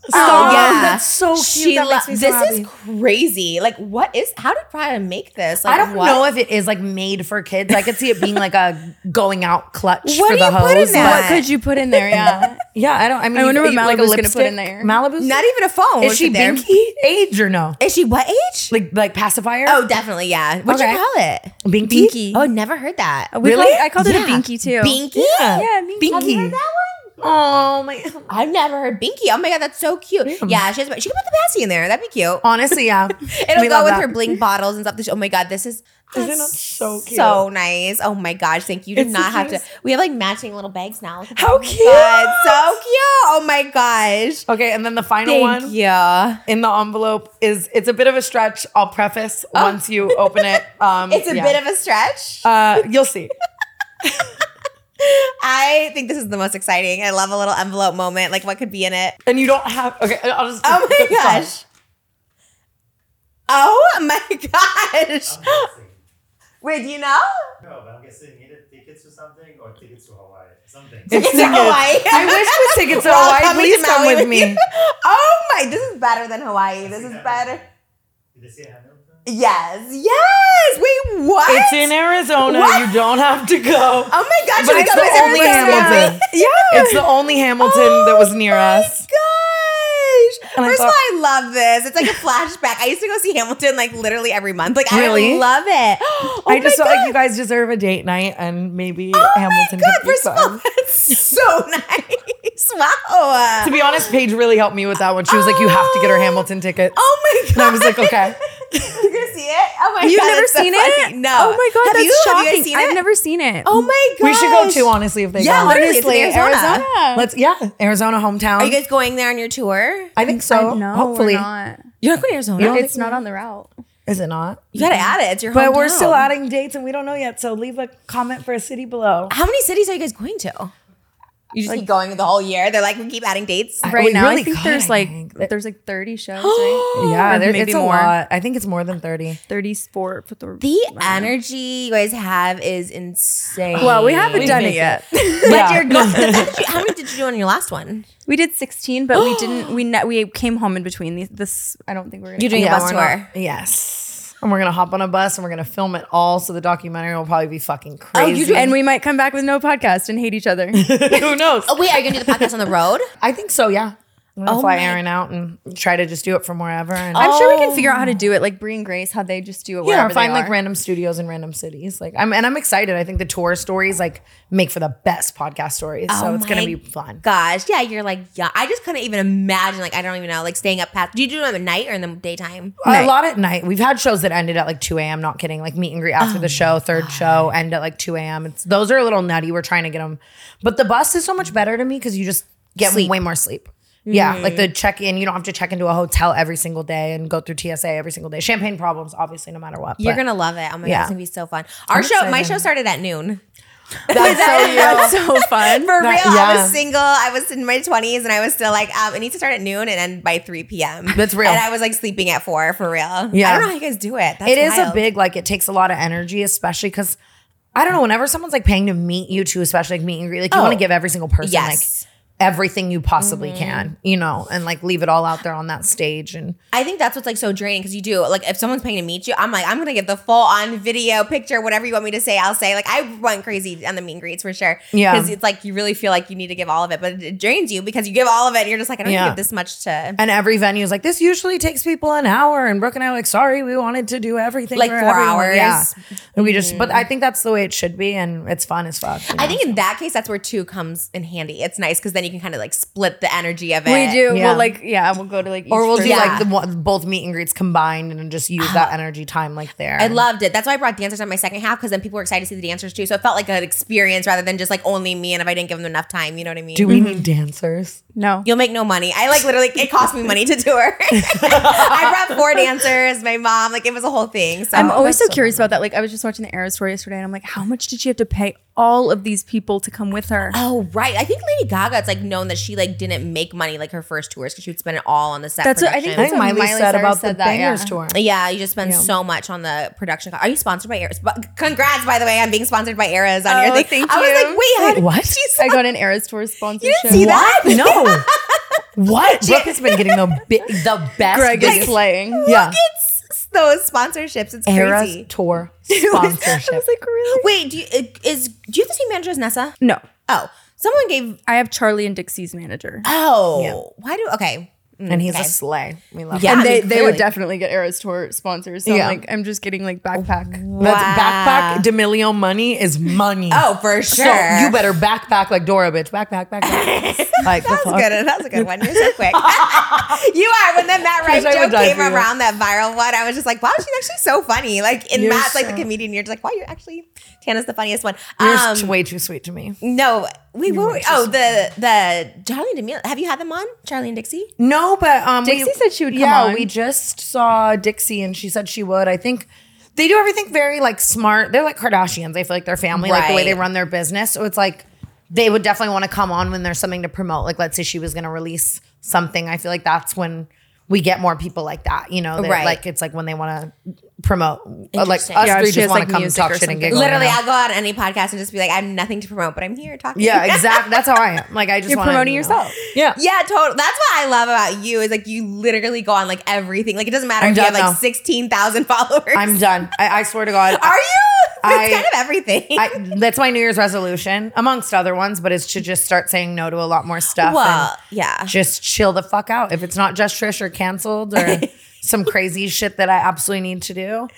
[SPEAKER 1] Stop.
[SPEAKER 3] Oh yeah,
[SPEAKER 1] that's so cute.
[SPEAKER 3] She
[SPEAKER 1] That
[SPEAKER 3] lo-
[SPEAKER 1] makes me so
[SPEAKER 3] this
[SPEAKER 1] happy.
[SPEAKER 3] is crazy. Like, what is? How did Prada make this? Like,
[SPEAKER 1] I don't
[SPEAKER 3] what?
[SPEAKER 1] know if it is like made for kids. I could see it being like a going out clutch
[SPEAKER 3] What
[SPEAKER 1] for
[SPEAKER 3] do
[SPEAKER 1] the
[SPEAKER 3] you put in
[SPEAKER 1] hose.
[SPEAKER 3] there?
[SPEAKER 1] but-
[SPEAKER 2] What could you put in there? Yeah.
[SPEAKER 1] Yeah, I don't. I mean,
[SPEAKER 2] I wonder
[SPEAKER 1] you-
[SPEAKER 2] what
[SPEAKER 1] you- like a
[SPEAKER 2] Malibu's gonna put in
[SPEAKER 1] lipstick?
[SPEAKER 2] there.
[SPEAKER 1] Malibu's
[SPEAKER 3] Not even a phone.
[SPEAKER 1] Is she
[SPEAKER 3] there?
[SPEAKER 1] binky age or no?
[SPEAKER 3] Is she what age?
[SPEAKER 1] Like like pacifier?
[SPEAKER 3] Oh, definitely. Yeah. What do
[SPEAKER 1] Okay.
[SPEAKER 3] you call it?
[SPEAKER 1] binky.
[SPEAKER 2] binky.
[SPEAKER 3] Oh, never heard that.
[SPEAKER 2] We
[SPEAKER 1] Really?
[SPEAKER 2] called- I called
[SPEAKER 3] Yeah.
[SPEAKER 2] it a binky too.
[SPEAKER 3] Binky.
[SPEAKER 1] Yeah.
[SPEAKER 2] Yeah, binky.
[SPEAKER 3] Have you heard
[SPEAKER 1] binky.
[SPEAKER 3] that one?
[SPEAKER 1] Oh my.
[SPEAKER 3] I've never heard binky. Oh my god, that's so cute. Yeah, she has. She can put the passy in there. That'd be cute.
[SPEAKER 1] Honestly, yeah.
[SPEAKER 3] It'll
[SPEAKER 1] We
[SPEAKER 3] go
[SPEAKER 1] love
[SPEAKER 3] with
[SPEAKER 1] that.
[SPEAKER 3] her bling bottles and stuff. This- Oh my god, this is
[SPEAKER 1] Isn't
[SPEAKER 3] that's
[SPEAKER 1] it so cute?
[SPEAKER 3] so nice. Oh my gosh, thank you. you. Do
[SPEAKER 1] It's the
[SPEAKER 3] not have to.
[SPEAKER 1] cutest.
[SPEAKER 3] We have like matching little bags now.
[SPEAKER 1] How
[SPEAKER 3] Oh my
[SPEAKER 1] cute.
[SPEAKER 3] God, so cute. Oh my gosh.
[SPEAKER 1] Okay, and then the final
[SPEAKER 3] Thank
[SPEAKER 1] one
[SPEAKER 3] you.
[SPEAKER 1] in the envelope is it's a bit of a stretch. I'll preface once you open it.
[SPEAKER 2] Mm,
[SPEAKER 1] Um,
[SPEAKER 3] Oh. It's a bit of a stretch.
[SPEAKER 1] Uh, you'll see.
[SPEAKER 3] I think this is the most exciting. I love a little envelope moment. Like, what could be in it?
[SPEAKER 1] And you don't have. Okay, I'll just.
[SPEAKER 3] Oh my
[SPEAKER 1] sorry.
[SPEAKER 3] gosh. Oh my gosh.
[SPEAKER 4] I'm guessing.
[SPEAKER 3] Wait, do you know?
[SPEAKER 4] No, but I'm guessing either tickets to something or tickets to Hawaii. Something.
[SPEAKER 1] It's
[SPEAKER 3] Tickets to
[SPEAKER 1] tickets.
[SPEAKER 3] Hawaii.
[SPEAKER 1] I wish the tickets to
[SPEAKER 3] We're all
[SPEAKER 1] Hawaii.
[SPEAKER 3] coming to
[SPEAKER 1] Please come
[SPEAKER 3] Maui
[SPEAKER 1] with
[SPEAKER 3] with
[SPEAKER 1] me.
[SPEAKER 3] Oh my, this is better than Hawaii. This is better.
[SPEAKER 4] Did they say Hamilton?
[SPEAKER 3] Yes, yes. Wait, what?
[SPEAKER 1] It's in Arizona.
[SPEAKER 3] What?
[SPEAKER 1] You don't have to go.
[SPEAKER 3] Oh my gosh,
[SPEAKER 1] But
[SPEAKER 3] you
[SPEAKER 1] it's
[SPEAKER 3] guys
[SPEAKER 1] the
[SPEAKER 3] are
[SPEAKER 1] only
[SPEAKER 3] so happy.
[SPEAKER 1] Hamilton.
[SPEAKER 3] Yeah.
[SPEAKER 1] It's the only Hamilton that
[SPEAKER 3] Oh
[SPEAKER 1] was near us.
[SPEAKER 3] Gosh.
[SPEAKER 1] And I
[SPEAKER 3] First of all,
[SPEAKER 1] thought-
[SPEAKER 3] I love this. It's like a flashback. I used to go see Hamilton like literally every month. Like
[SPEAKER 1] Really?
[SPEAKER 3] I love it. Oh
[SPEAKER 1] I just
[SPEAKER 3] my
[SPEAKER 1] felt
[SPEAKER 3] God.
[SPEAKER 1] like you guys deserve a date night and maybe
[SPEAKER 3] Oh
[SPEAKER 1] Hamilton
[SPEAKER 3] my God,
[SPEAKER 1] could be
[SPEAKER 3] first of all,
[SPEAKER 1] fun.
[SPEAKER 3] that's so nice. Wow.
[SPEAKER 1] To be honest, Paige really helped me with that one. She was like, "You have to get her Hamilton ticket."
[SPEAKER 3] oh my God.
[SPEAKER 1] And I was like, "Okay."
[SPEAKER 3] You're gonna see it? Oh my
[SPEAKER 2] You've
[SPEAKER 3] God.
[SPEAKER 2] never
[SPEAKER 3] it's so
[SPEAKER 2] seen
[SPEAKER 3] funny.
[SPEAKER 2] it?
[SPEAKER 3] No.
[SPEAKER 2] Oh my god,
[SPEAKER 3] Have
[SPEAKER 2] that's
[SPEAKER 3] you? Have
[SPEAKER 2] shocking.
[SPEAKER 3] you guys seen
[SPEAKER 2] I've
[SPEAKER 3] it?
[SPEAKER 2] never seen it.
[SPEAKER 3] Oh my God.
[SPEAKER 1] We should go um, too, honestly, if they
[SPEAKER 3] Yeah,
[SPEAKER 1] go.
[SPEAKER 3] literally, it's in Arizona.
[SPEAKER 1] Let's yeah, Arizona hometown.
[SPEAKER 3] Are you guys going there on your tour?
[SPEAKER 1] I think so.
[SPEAKER 2] no,
[SPEAKER 1] Hopefully,
[SPEAKER 2] we're not.
[SPEAKER 3] You're not going to Arizona.
[SPEAKER 2] It's not on the route.
[SPEAKER 1] is it not?
[SPEAKER 3] you gotta add it. It's your
[SPEAKER 1] But we're
[SPEAKER 3] hometown.
[SPEAKER 1] still adding dates, and we don't know yet. So leave a comment for a city below.
[SPEAKER 3] How many cities are you guys going to? You just keep going the whole year. They're like, we keep adding dates.
[SPEAKER 1] I-
[SPEAKER 2] Right
[SPEAKER 1] we
[SPEAKER 2] now,
[SPEAKER 1] really
[SPEAKER 2] I think
[SPEAKER 1] could, I
[SPEAKER 2] there's like
[SPEAKER 1] think.
[SPEAKER 2] there's like 30 shows, right?
[SPEAKER 3] oh,
[SPEAKER 1] Yeah,
[SPEAKER 2] Or
[SPEAKER 1] there,
[SPEAKER 2] maybe
[SPEAKER 1] it's a
[SPEAKER 2] more.
[SPEAKER 1] lot. I think it's more than thirty.
[SPEAKER 2] 30 sport. But the,
[SPEAKER 3] The energy you guys have is insane.
[SPEAKER 2] well, we haven't
[SPEAKER 1] We
[SPEAKER 2] done
[SPEAKER 1] make
[SPEAKER 2] it yet.
[SPEAKER 3] but
[SPEAKER 1] Yeah.
[SPEAKER 3] you're going. How did you- how many did you do on your last one?
[SPEAKER 2] we did 16, but we didn't. We ne- we came home in between. These, this I don't think we're gonna.
[SPEAKER 3] You're doing
[SPEAKER 1] Yeah,
[SPEAKER 3] a bus
[SPEAKER 1] we're
[SPEAKER 3] tour.
[SPEAKER 1] not- yes. And we're gonna hop on a bus and we're gonna film it all. So the documentary will probably be fucking
[SPEAKER 2] Oh,
[SPEAKER 1] crazy.
[SPEAKER 2] and we might come back with no podcast and hate each other.
[SPEAKER 1] Who knows?
[SPEAKER 3] Oh wait, are you gonna do the podcast on the road?
[SPEAKER 1] I think so. Yeah. I'm gonna
[SPEAKER 3] Oh
[SPEAKER 1] fly
[SPEAKER 3] my-
[SPEAKER 1] Aaron out and try to just do it from wherever. And
[SPEAKER 3] Oh,
[SPEAKER 1] yeah,
[SPEAKER 2] I'm sure we can
[SPEAKER 3] Oh.
[SPEAKER 2] figure out how to do it, like Brie and Grace, how they just do it.
[SPEAKER 1] or
[SPEAKER 2] wherever
[SPEAKER 1] find
[SPEAKER 2] they
[SPEAKER 1] like
[SPEAKER 2] are.
[SPEAKER 1] random studios in random cities. Like I'm and I'm excited. I think the tour stories like make for the best podcast stories. so
[SPEAKER 3] Oh
[SPEAKER 1] it's gonna
[SPEAKER 3] my
[SPEAKER 1] be fun.
[SPEAKER 3] Gosh, yeah, you're like, yeah. I just couldn't even imagine. Like, I don't even know. Like staying up past. Do you do them at night or in the daytime?
[SPEAKER 1] A lot at night. We've had shows that ended at like 2 a.m. Not kidding. Like meet and greet after the show, third show, end at like 2 a.m. It's those are a little nutty. We're trying to get them, but the bus is so much better to me because you just get
[SPEAKER 3] Sleep.
[SPEAKER 1] way more sleep. Mm. Yeah, like the check in. You don't have to check into a hotel every single day and go through TSA every single day. Champagne problems, obviously, no matter what.
[SPEAKER 3] You're
[SPEAKER 1] but
[SPEAKER 3] gonna love it. Oh my god,
[SPEAKER 1] Yeah.
[SPEAKER 3] it's gonna be so fun. Our show, my
[SPEAKER 1] excited.
[SPEAKER 3] show started at noon.
[SPEAKER 1] That's so you.
[SPEAKER 2] That's so fun.
[SPEAKER 3] For
[SPEAKER 1] That-
[SPEAKER 3] real, I
[SPEAKER 1] yeah.
[SPEAKER 3] was single. I was in my twenties, and I was still like, um, it needs to start at noon and end by three p.m.
[SPEAKER 1] That's real.
[SPEAKER 3] And I was like sleeping at four for real.
[SPEAKER 1] Yeah.
[SPEAKER 3] I don't know how you guys do it. That's
[SPEAKER 1] It is
[SPEAKER 3] wild.
[SPEAKER 1] a big like it takes a lot of energy especially because i don't know whenever someone's like paying to meet you too especially like meet and greet like you want to give every single person
[SPEAKER 3] Oh, Yes. Mm-hmm.
[SPEAKER 1] like everything you possibly can you know and like leave it all out there on that stage and
[SPEAKER 3] I think that's what's like so draining because you do like if someone's paying to meet you, I'm like I'm gonna get the full on video picture, whatever you want me to say, I'll say. Like I went crazy on the meet and greets for sure.
[SPEAKER 1] Yeah.
[SPEAKER 3] because it's like you really feel like you need to give all of it, but it drains you because you give all of it, and you're just like I don't
[SPEAKER 1] Yeah.
[SPEAKER 3] give this much to.
[SPEAKER 1] and every venue is like this usually takes people an hour and brooke and i are like sorry we wanted to do everything
[SPEAKER 3] Like
[SPEAKER 1] for
[SPEAKER 3] four
[SPEAKER 1] everyone." yeah
[SPEAKER 3] hours. Mm-hmm.
[SPEAKER 1] and we just but i think that's the way it should be and it's fun as fuck you
[SPEAKER 3] I
[SPEAKER 1] know?
[SPEAKER 3] think in that case, that's where two comes in handy. It's nice because then you can kind of like split the energy of it.
[SPEAKER 2] we do.
[SPEAKER 1] Yeah.
[SPEAKER 2] We'll like, yeah, we'll go to like,
[SPEAKER 1] or we'll do
[SPEAKER 2] do
[SPEAKER 3] Yeah. Uh-huh.
[SPEAKER 1] like the one, both meet and greets combined and just use that energy time like there
[SPEAKER 3] I loved it. That's why I brought dancers on my second half because then people were excited to see the dancers too. So it felt like an experience rather than just like only me. And if I didn't give them enough time, you know what I mean?
[SPEAKER 1] do we need dancers
[SPEAKER 2] no.
[SPEAKER 3] You'll make no money. I like literally, it cost me money to tour. I brought four dancers, my mom, like it was a whole thing. So
[SPEAKER 2] I'm always so curious about that. Like, I was just watching the Arrow story yesterday, and I'm like, how much did she have to pay all of these people to come with her?
[SPEAKER 3] Oh right, I think Lady Gaga. It's like known that she like didn't make money like her first tours because she would spend it all on the set.
[SPEAKER 2] That's what I think
[SPEAKER 1] i
[SPEAKER 3] production.
[SPEAKER 1] think
[SPEAKER 2] That's what
[SPEAKER 1] miley,
[SPEAKER 2] Miley
[SPEAKER 1] said
[SPEAKER 2] Cyrus
[SPEAKER 1] about the
[SPEAKER 2] said that, yeah.
[SPEAKER 1] bangers tour
[SPEAKER 3] Yeah, you just spend so much on the production. co- Are you sponsored by Eras? But congrats, by the way, on being sponsored by Eras on your
[SPEAKER 2] Oh,
[SPEAKER 3] thing.
[SPEAKER 2] thank
[SPEAKER 3] I was
[SPEAKER 2] you.
[SPEAKER 3] like, wait, how
[SPEAKER 1] Wait,
[SPEAKER 3] did
[SPEAKER 1] what?
[SPEAKER 3] She's
[SPEAKER 2] I got an Arrows tour sponsorship.
[SPEAKER 3] see that?
[SPEAKER 1] No. what? Brooke has been getting the bi- the best.
[SPEAKER 2] Greg is
[SPEAKER 1] biggest-
[SPEAKER 2] slaying.
[SPEAKER 1] yeah.
[SPEAKER 3] It's those sponsorships. It's
[SPEAKER 1] Era's
[SPEAKER 3] crazy.
[SPEAKER 1] tour
[SPEAKER 2] I
[SPEAKER 1] sponsorship.
[SPEAKER 2] was like, really?
[SPEAKER 3] Wait, do you, uh, is do you have the same manager as Nessa?
[SPEAKER 2] No,
[SPEAKER 3] Oh, someone gave.
[SPEAKER 2] I have Charlie and Dixie's manager.
[SPEAKER 3] Oh, why do? Okay, Mm,
[SPEAKER 1] and he's
[SPEAKER 3] okay.
[SPEAKER 1] a slay. We love
[SPEAKER 3] Yeah.
[SPEAKER 1] him.
[SPEAKER 2] and they,
[SPEAKER 3] I mean,
[SPEAKER 2] they would
[SPEAKER 3] clearly.
[SPEAKER 2] definitely get Arrows tour sponsors. So
[SPEAKER 1] Yeah.
[SPEAKER 2] I'm like, I'm just getting like backpack.
[SPEAKER 1] That's backpack D'Amelio money is money.
[SPEAKER 3] Oh, for
[SPEAKER 1] So
[SPEAKER 3] sure.
[SPEAKER 1] you better backpack like Dora, bitch. Backpack, backpack. like the
[SPEAKER 3] That was
[SPEAKER 1] fuck?
[SPEAKER 3] good. That was a good one. You're so quick. you are. When that Matt Rife
[SPEAKER 1] Wish I would
[SPEAKER 3] joke
[SPEAKER 1] die
[SPEAKER 3] came
[SPEAKER 1] for you.
[SPEAKER 3] around, that viral one, I was just like, wow, she's actually so funny. Like, in
[SPEAKER 1] You're
[SPEAKER 3] Matt's like
[SPEAKER 1] so-
[SPEAKER 3] the comedian, you're just like, wow, you're actually Tana's the funniest one.
[SPEAKER 1] You're
[SPEAKER 3] Um,
[SPEAKER 1] s- way too sweet to me.
[SPEAKER 3] no, wait, what? were we- Oh, the the Charlie and D'Amelio. Have you had them on Charlie and Dixie?
[SPEAKER 1] No, but um, we-
[SPEAKER 2] Dixie said she would come
[SPEAKER 1] yeah,
[SPEAKER 2] on.
[SPEAKER 1] we just saw Dixie, and she said she would. I think they do everything very like smart. They're like Kardashians. I feel like their family, like the way
[SPEAKER 3] Right.
[SPEAKER 1] they run their business. So it's like they would definitely want to come on when there's something to promote. Like let's say she was going to release something. I feel like that's when we get more people like that. You know, They're,
[SPEAKER 3] Right.
[SPEAKER 1] like it's like when they want to promote. uh, Like us
[SPEAKER 3] Interesting. Yeah,
[SPEAKER 1] three
[SPEAKER 2] she has,
[SPEAKER 1] just want
[SPEAKER 2] like,
[SPEAKER 1] to come
[SPEAKER 2] music
[SPEAKER 1] talk
[SPEAKER 2] or
[SPEAKER 1] shit and
[SPEAKER 2] something.
[SPEAKER 1] giggle. you
[SPEAKER 3] Literally,
[SPEAKER 1] know?
[SPEAKER 3] I'll go on any podcast and just be like, I have nothing to promote, but I'm here talking.
[SPEAKER 1] yeah, exactly. That's how I am. Like I just
[SPEAKER 2] You're
[SPEAKER 1] wanna,
[SPEAKER 2] promoting
[SPEAKER 1] you know.
[SPEAKER 2] yourself.
[SPEAKER 1] Yeah,
[SPEAKER 3] Yeah, total. That's what I love about you is like you literally go on like everything. Like it doesn't matter
[SPEAKER 1] I'm
[SPEAKER 3] if you
[SPEAKER 1] done
[SPEAKER 3] have like
[SPEAKER 1] now.
[SPEAKER 3] sixteen thousand followers.
[SPEAKER 1] I'm done. I, I swear to God.
[SPEAKER 3] Are you?
[SPEAKER 1] I-
[SPEAKER 3] it's kind of everything.
[SPEAKER 1] I, that's my New Year's resolution, amongst other ones, but it's to just start saying no to a lot more stuff.
[SPEAKER 3] well,
[SPEAKER 1] and
[SPEAKER 3] yeah.
[SPEAKER 1] just chill the fuck out. If it's not just Trish or canceled or some crazy shit that I absolutely need to do,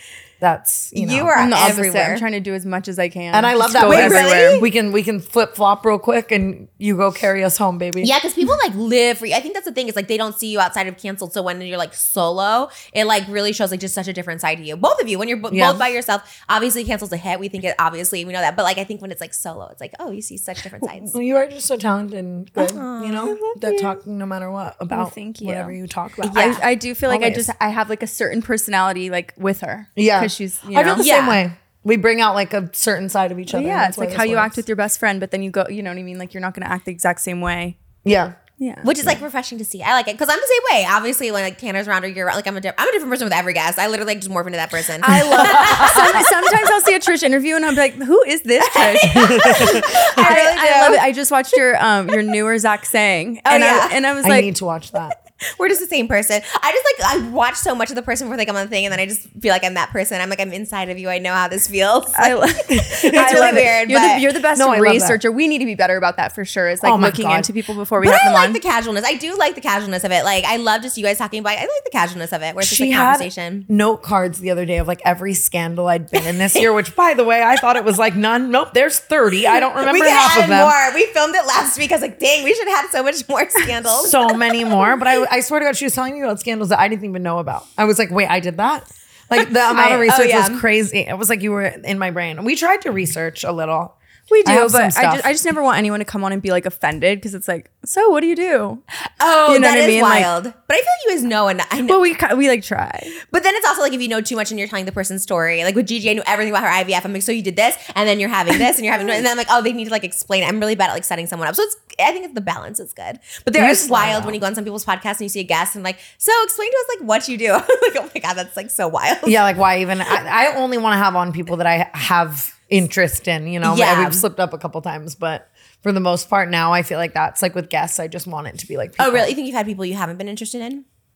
[SPEAKER 1] that's you, know.
[SPEAKER 3] You are
[SPEAKER 2] I'm the opposite.
[SPEAKER 3] everywhere.
[SPEAKER 2] I'm trying to do as much as I can.
[SPEAKER 1] And I love
[SPEAKER 2] Just
[SPEAKER 1] that.
[SPEAKER 2] go
[SPEAKER 1] Wait,
[SPEAKER 2] everywhere.
[SPEAKER 3] really?
[SPEAKER 1] We can we can flip flop real quick, and you go carry us home, baby.
[SPEAKER 3] yeah, because people like live for you. I think that's the thing. It's like they don't see you outside of canceled. So when you're like solo, it like really shows like just such a different side to you. Both of you, when you're bo-
[SPEAKER 1] Yeah.
[SPEAKER 3] both by yourself, obviously cancel's a hit. We think it obviously we know that. But like I think when it's like solo, it's like oh, you see such different sides.
[SPEAKER 1] Well, you are just so talented and good, you
[SPEAKER 3] I
[SPEAKER 1] know,
[SPEAKER 3] love
[SPEAKER 1] that
[SPEAKER 3] you.
[SPEAKER 1] talking no matter what about
[SPEAKER 2] thank you.
[SPEAKER 1] whatever you talk about.
[SPEAKER 3] Yeah.
[SPEAKER 2] I, I do feel like I
[SPEAKER 1] Always.
[SPEAKER 2] just I have like a certain personality like with her.
[SPEAKER 1] Yeah.
[SPEAKER 2] because she's you
[SPEAKER 1] I
[SPEAKER 2] know.
[SPEAKER 1] feel the
[SPEAKER 3] Yeah.
[SPEAKER 1] same way. We bring out like a certain side of each other.
[SPEAKER 2] yeah,
[SPEAKER 1] That's
[SPEAKER 2] it's
[SPEAKER 1] why
[SPEAKER 2] like
[SPEAKER 1] this
[SPEAKER 2] how you
[SPEAKER 1] works.
[SPEAKER 2] act with your best friend, but then you go, you know what I mean? Like you're not going to act the exact same way.
[SPEAKER 1] Yeah.
[SPEAKER 2] Yeah.
[SPEAKER 3] Which is like refreshing to see. I like it because I'm the same way. Obviously, when like Tanner's around or you're around, like I'm a di- I'm a different person with every guest. I literally like, just morph into that person.
[SPEAKER 2] I love. Some, sometimes I'll see a Trish interview and I'll be like, "Who is this Trish?" I, I love it. I just watched your um your newer Zach Sang, and
[SPEAKER 3] yeah.
[SPEAKER 2] I and I was
[SPEAKER 1] Oh, I
[SPEAKER 2] like,
[SPEAKER 1] need to watch that.
[SPEAKER 3] We're just the same person. I just like I watch so much of the person before they come on the thing, and then I just feel like I'm that person. I'm like I'm inside of you. I know how this feels.
[SPEAKER 2] I love
[SPEAKER 3] it's really weird.
[SPEAKER 2] You're
[SPEAKER 3] but-
[SPEAKER 2] the, you're the best
[SPEAKER 1] No, I love that.
[SPEAKER 2] researcher. We need to be better about that for sure. It's like
[SPEAKER 1] Oh my
[SPEAKER 2] looking
[SPEAKER 1] God.
[SPEAKER 2] into people before we have
[SPEAKER 3] but I
[SPEAKER 2] them
[SPEAKER 3] like
[SPEAKER 2] on.
[SPEAKER 3] the casualness. I do like the casualness of it. Like I love just you guys talking about. it. I like the casualness of it. Where it's just
[SPEAKER 1] she
[SPEAKER 3] like
[SPEAKER 1] had
[SPEAKER 3] conversation.
[SPEAKER 1] note cards the other day of like every scandal I'd been in this year, which by the way, I thought it was like none. Nope, there's 30. I don't remember
[SPEAKER 3] we could
[SPEAKER 1] half
[SPEAKER 3] add
[SPEAKER 1] of them.
[SPEAKER 3] more. We filmed it last week. I was like, dang, we should have so much more scandals.
[SPEAKER 1] So many more. But I, I swear to God, she was telling me about scandals that I didn't even know about. I was like, wait, I did that? Like the amount
[SPEAKER 3] I- oh,
[SPEAKER 1] of research
[SPEAKER 3] yeah.
[SPEAKER 1] was crazy. It was like you were in my brain. We tried to research a little.
[SPEAKER 2] We
[SPEAKER 1] I
[SPEAKER 2] do,
[SPEAKER 1] have some
[SPEAKER 2] but I
[SPEAKER 1] stuff.
[SPEAKER 2] just, I just never want anyone to come on and be like offended because it's like, so what do you do?
[SPEAKER 3] oh,
[SPEAKER 2] You know
[SPEAKER 3] that
[SPEAKER 2] what I
[SPEAKER 3] is
[SPEAKER 2] mean? Like-
[SPEAKER 3] wild. but I feel like you guys know, and I know.
[SPEAKER 2] Well, we ki- we like try.
[SPEAKER 3] But then it's also like if you know too much and you're telling the person's story. Like with Gigi, I knew everything about her IVF. I'm like, so you did this, and then you're having this, and you're having, and then I'm like, oh, they need to like explain. it. I'm really bad at like setting someone up. So it's, I think it's the balance is good. But there
[SPEAKER 1] You
[SPEAKER 3] is
[SPEAKER 1] slide
[SPEAKER 3] wild
[SPEAKER 1] out.
[SPEAKER 3] when you go on some people's podcasts and you see a guest and like, so explain to us like what you do. I'm like, oh my god, that's like so wild.
[SPEAKER 1] Yeah, like why even? I, I only want to have on people that I have interest in. You know,
[SPEAKER 3] Yeah.
[SPEAKER 1] we've slipped up a couple times, but for the most part now, I feel like that's like with guests. I just want it to be like,
[SPEAKER 3] Oh,
[SPEAKER 1] people.
[SPEAKER 3] really? You think you've had people you haven't been interested in?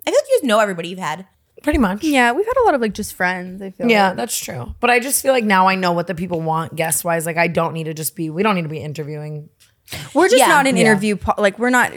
[SPEAKER 3] I feel like you just know everybody you've had.
[SPEAKER 1] Pretty much.
[SPEAKER 2] Yeah, we've had a lot of like just friends. I feel
[SPEAKER 1] Yeah,
[SPEAKER 2] like.
[SPEAKER 1] that's true. But I just feel like now I know what the people want guest wise. Like I don't need to just be. We don't need to be interviewing.
[SPEAKER 2] we're just
[SPEAKER 3] Yeah.
[SPEAKER 2] not an
[SPEAKER 1] Yeah.
[SPEAKER 2] interview. Po- like we're not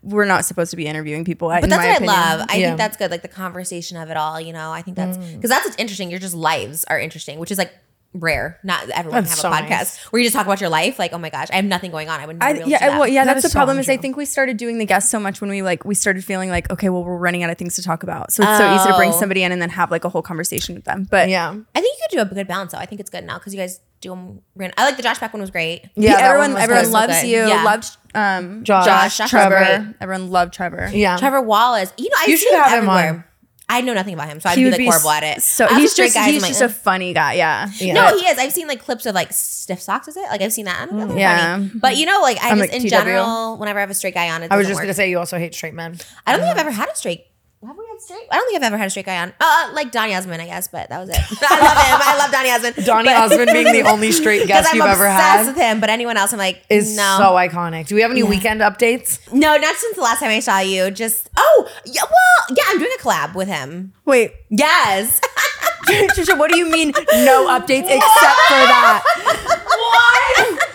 [SPEAKER 2] we're not supposed to be interviewing people.
[SPEAKER 3] But that's what I love. I
[SPEAKER 1] Yeah.
[SPEAKER 3] think that's good. Like the conversation of it all, you know. I think that's because that's what's interesting. Your just lives are interesting, which is like rare. Not everyone
[SPEAKER 1] That's
[SPEAKER 3] can
[SPEAKER 1] so
[SPEAKER 3] have a podcast
[SPEAKER 1] nice.
[SPEAKER 3] where you just talk about your life. Like, oh my gosh, I have nothing going on. I would never
[SPEAKER 2] I,
[SPEAKER 3] be able to
[SPEAKER 2] yeah,
[SPEAKER 3] do
[SPEAKER 2] I-
[SPEAKER 3] that.
[SPEAKER 2] well, yeah.
[SPEAKER 1] That
[SPEAKER 2] that's
[SPEAKER 1] is
[SPEAKER 2] the
[SPEAKER 1] so
[SPEAKER 2] problem is I
[SPEAKER 1] untrue.
[SPEAKER 2] think we started doing the guests so much when we like we started feeling like okay, well we're running out of things to talk about, so it's so easy to bring
[SPEAKER 3] Oh.
[SPEAKER 2] somebody in and then have like a whole conversation with them. But
[SPEAKER 1] Yeah,
[SPEAKER 3] I think you could do a good balance though. I think it's good now because you guys do them. I like the Josh Beck one was great.
[SPEAKER 1] yeah. that
[SPEAKER 2] everyone
[SPEAKER 1] one was
[SPEAKER 2] everyone
[SPEAKER 1] good.
[SPEAKER 3] love-
[SPEAKER 2] loves
[SPEAKER 3] good.
[SPEAKER 2] you.
[SPEAKER 3] Yeah.
[SPEAKER 2] Loved um,
[SPEAKER 1] Josh.
[SPEAKER 2] Josh,
[SPEAKER 3] Josh was
[SPEAKER 2] Trevor.
[SPEAKER 3] great.
[SPEAKER 2] Everyone loved Trevor.
[SPEAKER 1] Yeah,
[SPEAKER 3] Trevor Wallace. You know, I
[SPEAKER 1] You
[SPEAKER 3] see
[SPEAKER 1] should
[SPEAKER 3] him
[SPEAKER 1] have him
[SPEAKER 3] everywhere.
[SPEAKER 1] on.
[SPEAKER 3] I know nothing about him, so I'd
[SPEAKER 2] He
[SPEAKER 3] be
[SPEAKER 2] would
[SPEAKER 3] like
[SPEAKER 2] be
[SPEAKER 3] horrible at it.
[SPEAKER 2] So
[SPEAKER 3] I also
[SPEAKER 2] he's
[SPEAKER 3] straight
[SPEAKER 2] just
[SPEAKER 3] guys,
[SPEAKER 2] he's
[SPEAKER 3] I'm like,
[SPEAKER 2] just a
[SPEAKER 3] "Ugh."
[SPEAKER 2] funny guy. Yeah.
[SPEAKER 1] Yeah.
[SPEAKER 3] No, he is. I've seen like clips of like stiff socks. Is it? Like I've seen that. I don't know. That's
[SPEAKER 2] Yeah.
[SPEAKER 3] funny. But you know, like I
[SPEAKER 2] I'm
[SPEAKER 3] just
[SPEAKER 2] like,
[SPEAKER 3] in
[SPEAKER 2] TW.
[SPEAKER 3] general, whenever I have a straight guy on, it
[SPEAKER 1] I was
[SPEAKER 3] doesn't
[SPEAKER 1] just
[SPEAKER 3] work.
[SPEAKER 1] gonna say you also hate straight men.
[SPEAKER 3] I don't think I've ever had a straight. Have we had straight? I don't think I've ever had a straight guy on. Uh, like Donny Osmond, I guess, but that was it. I love him. I love Donny Osmond.
[SPEAKER 1] Donny
[SPEAKER 3] But-
[SPEAKER 1] Osmond being the only straight
[SPEAKER 3] 'Cause
[SPEAKER 1] guest
[SPEAKER 3] I'm
[SPEAKER 1] you've ever
[SPEAKER 3] obsessed
[SPEAKER 1] had
[SPEAKER 3] with him, but anyone else, I'm like,
[SPEAKER 1] is
[SPEAKER 3] no.
[SPEAKER 1] so iconic. Do we have any weekend updates?
[SPEAKER 3] No, not since the last time I saw you. Just oh yeah, well yeah, I'm doing a collab with him.
[SPEAKER 2] Wait,
[SPEAKER 3] Yes.
[SPEAKER 2] Trisha, what do you mean no updates except for that?
[SPEAKER 3] What?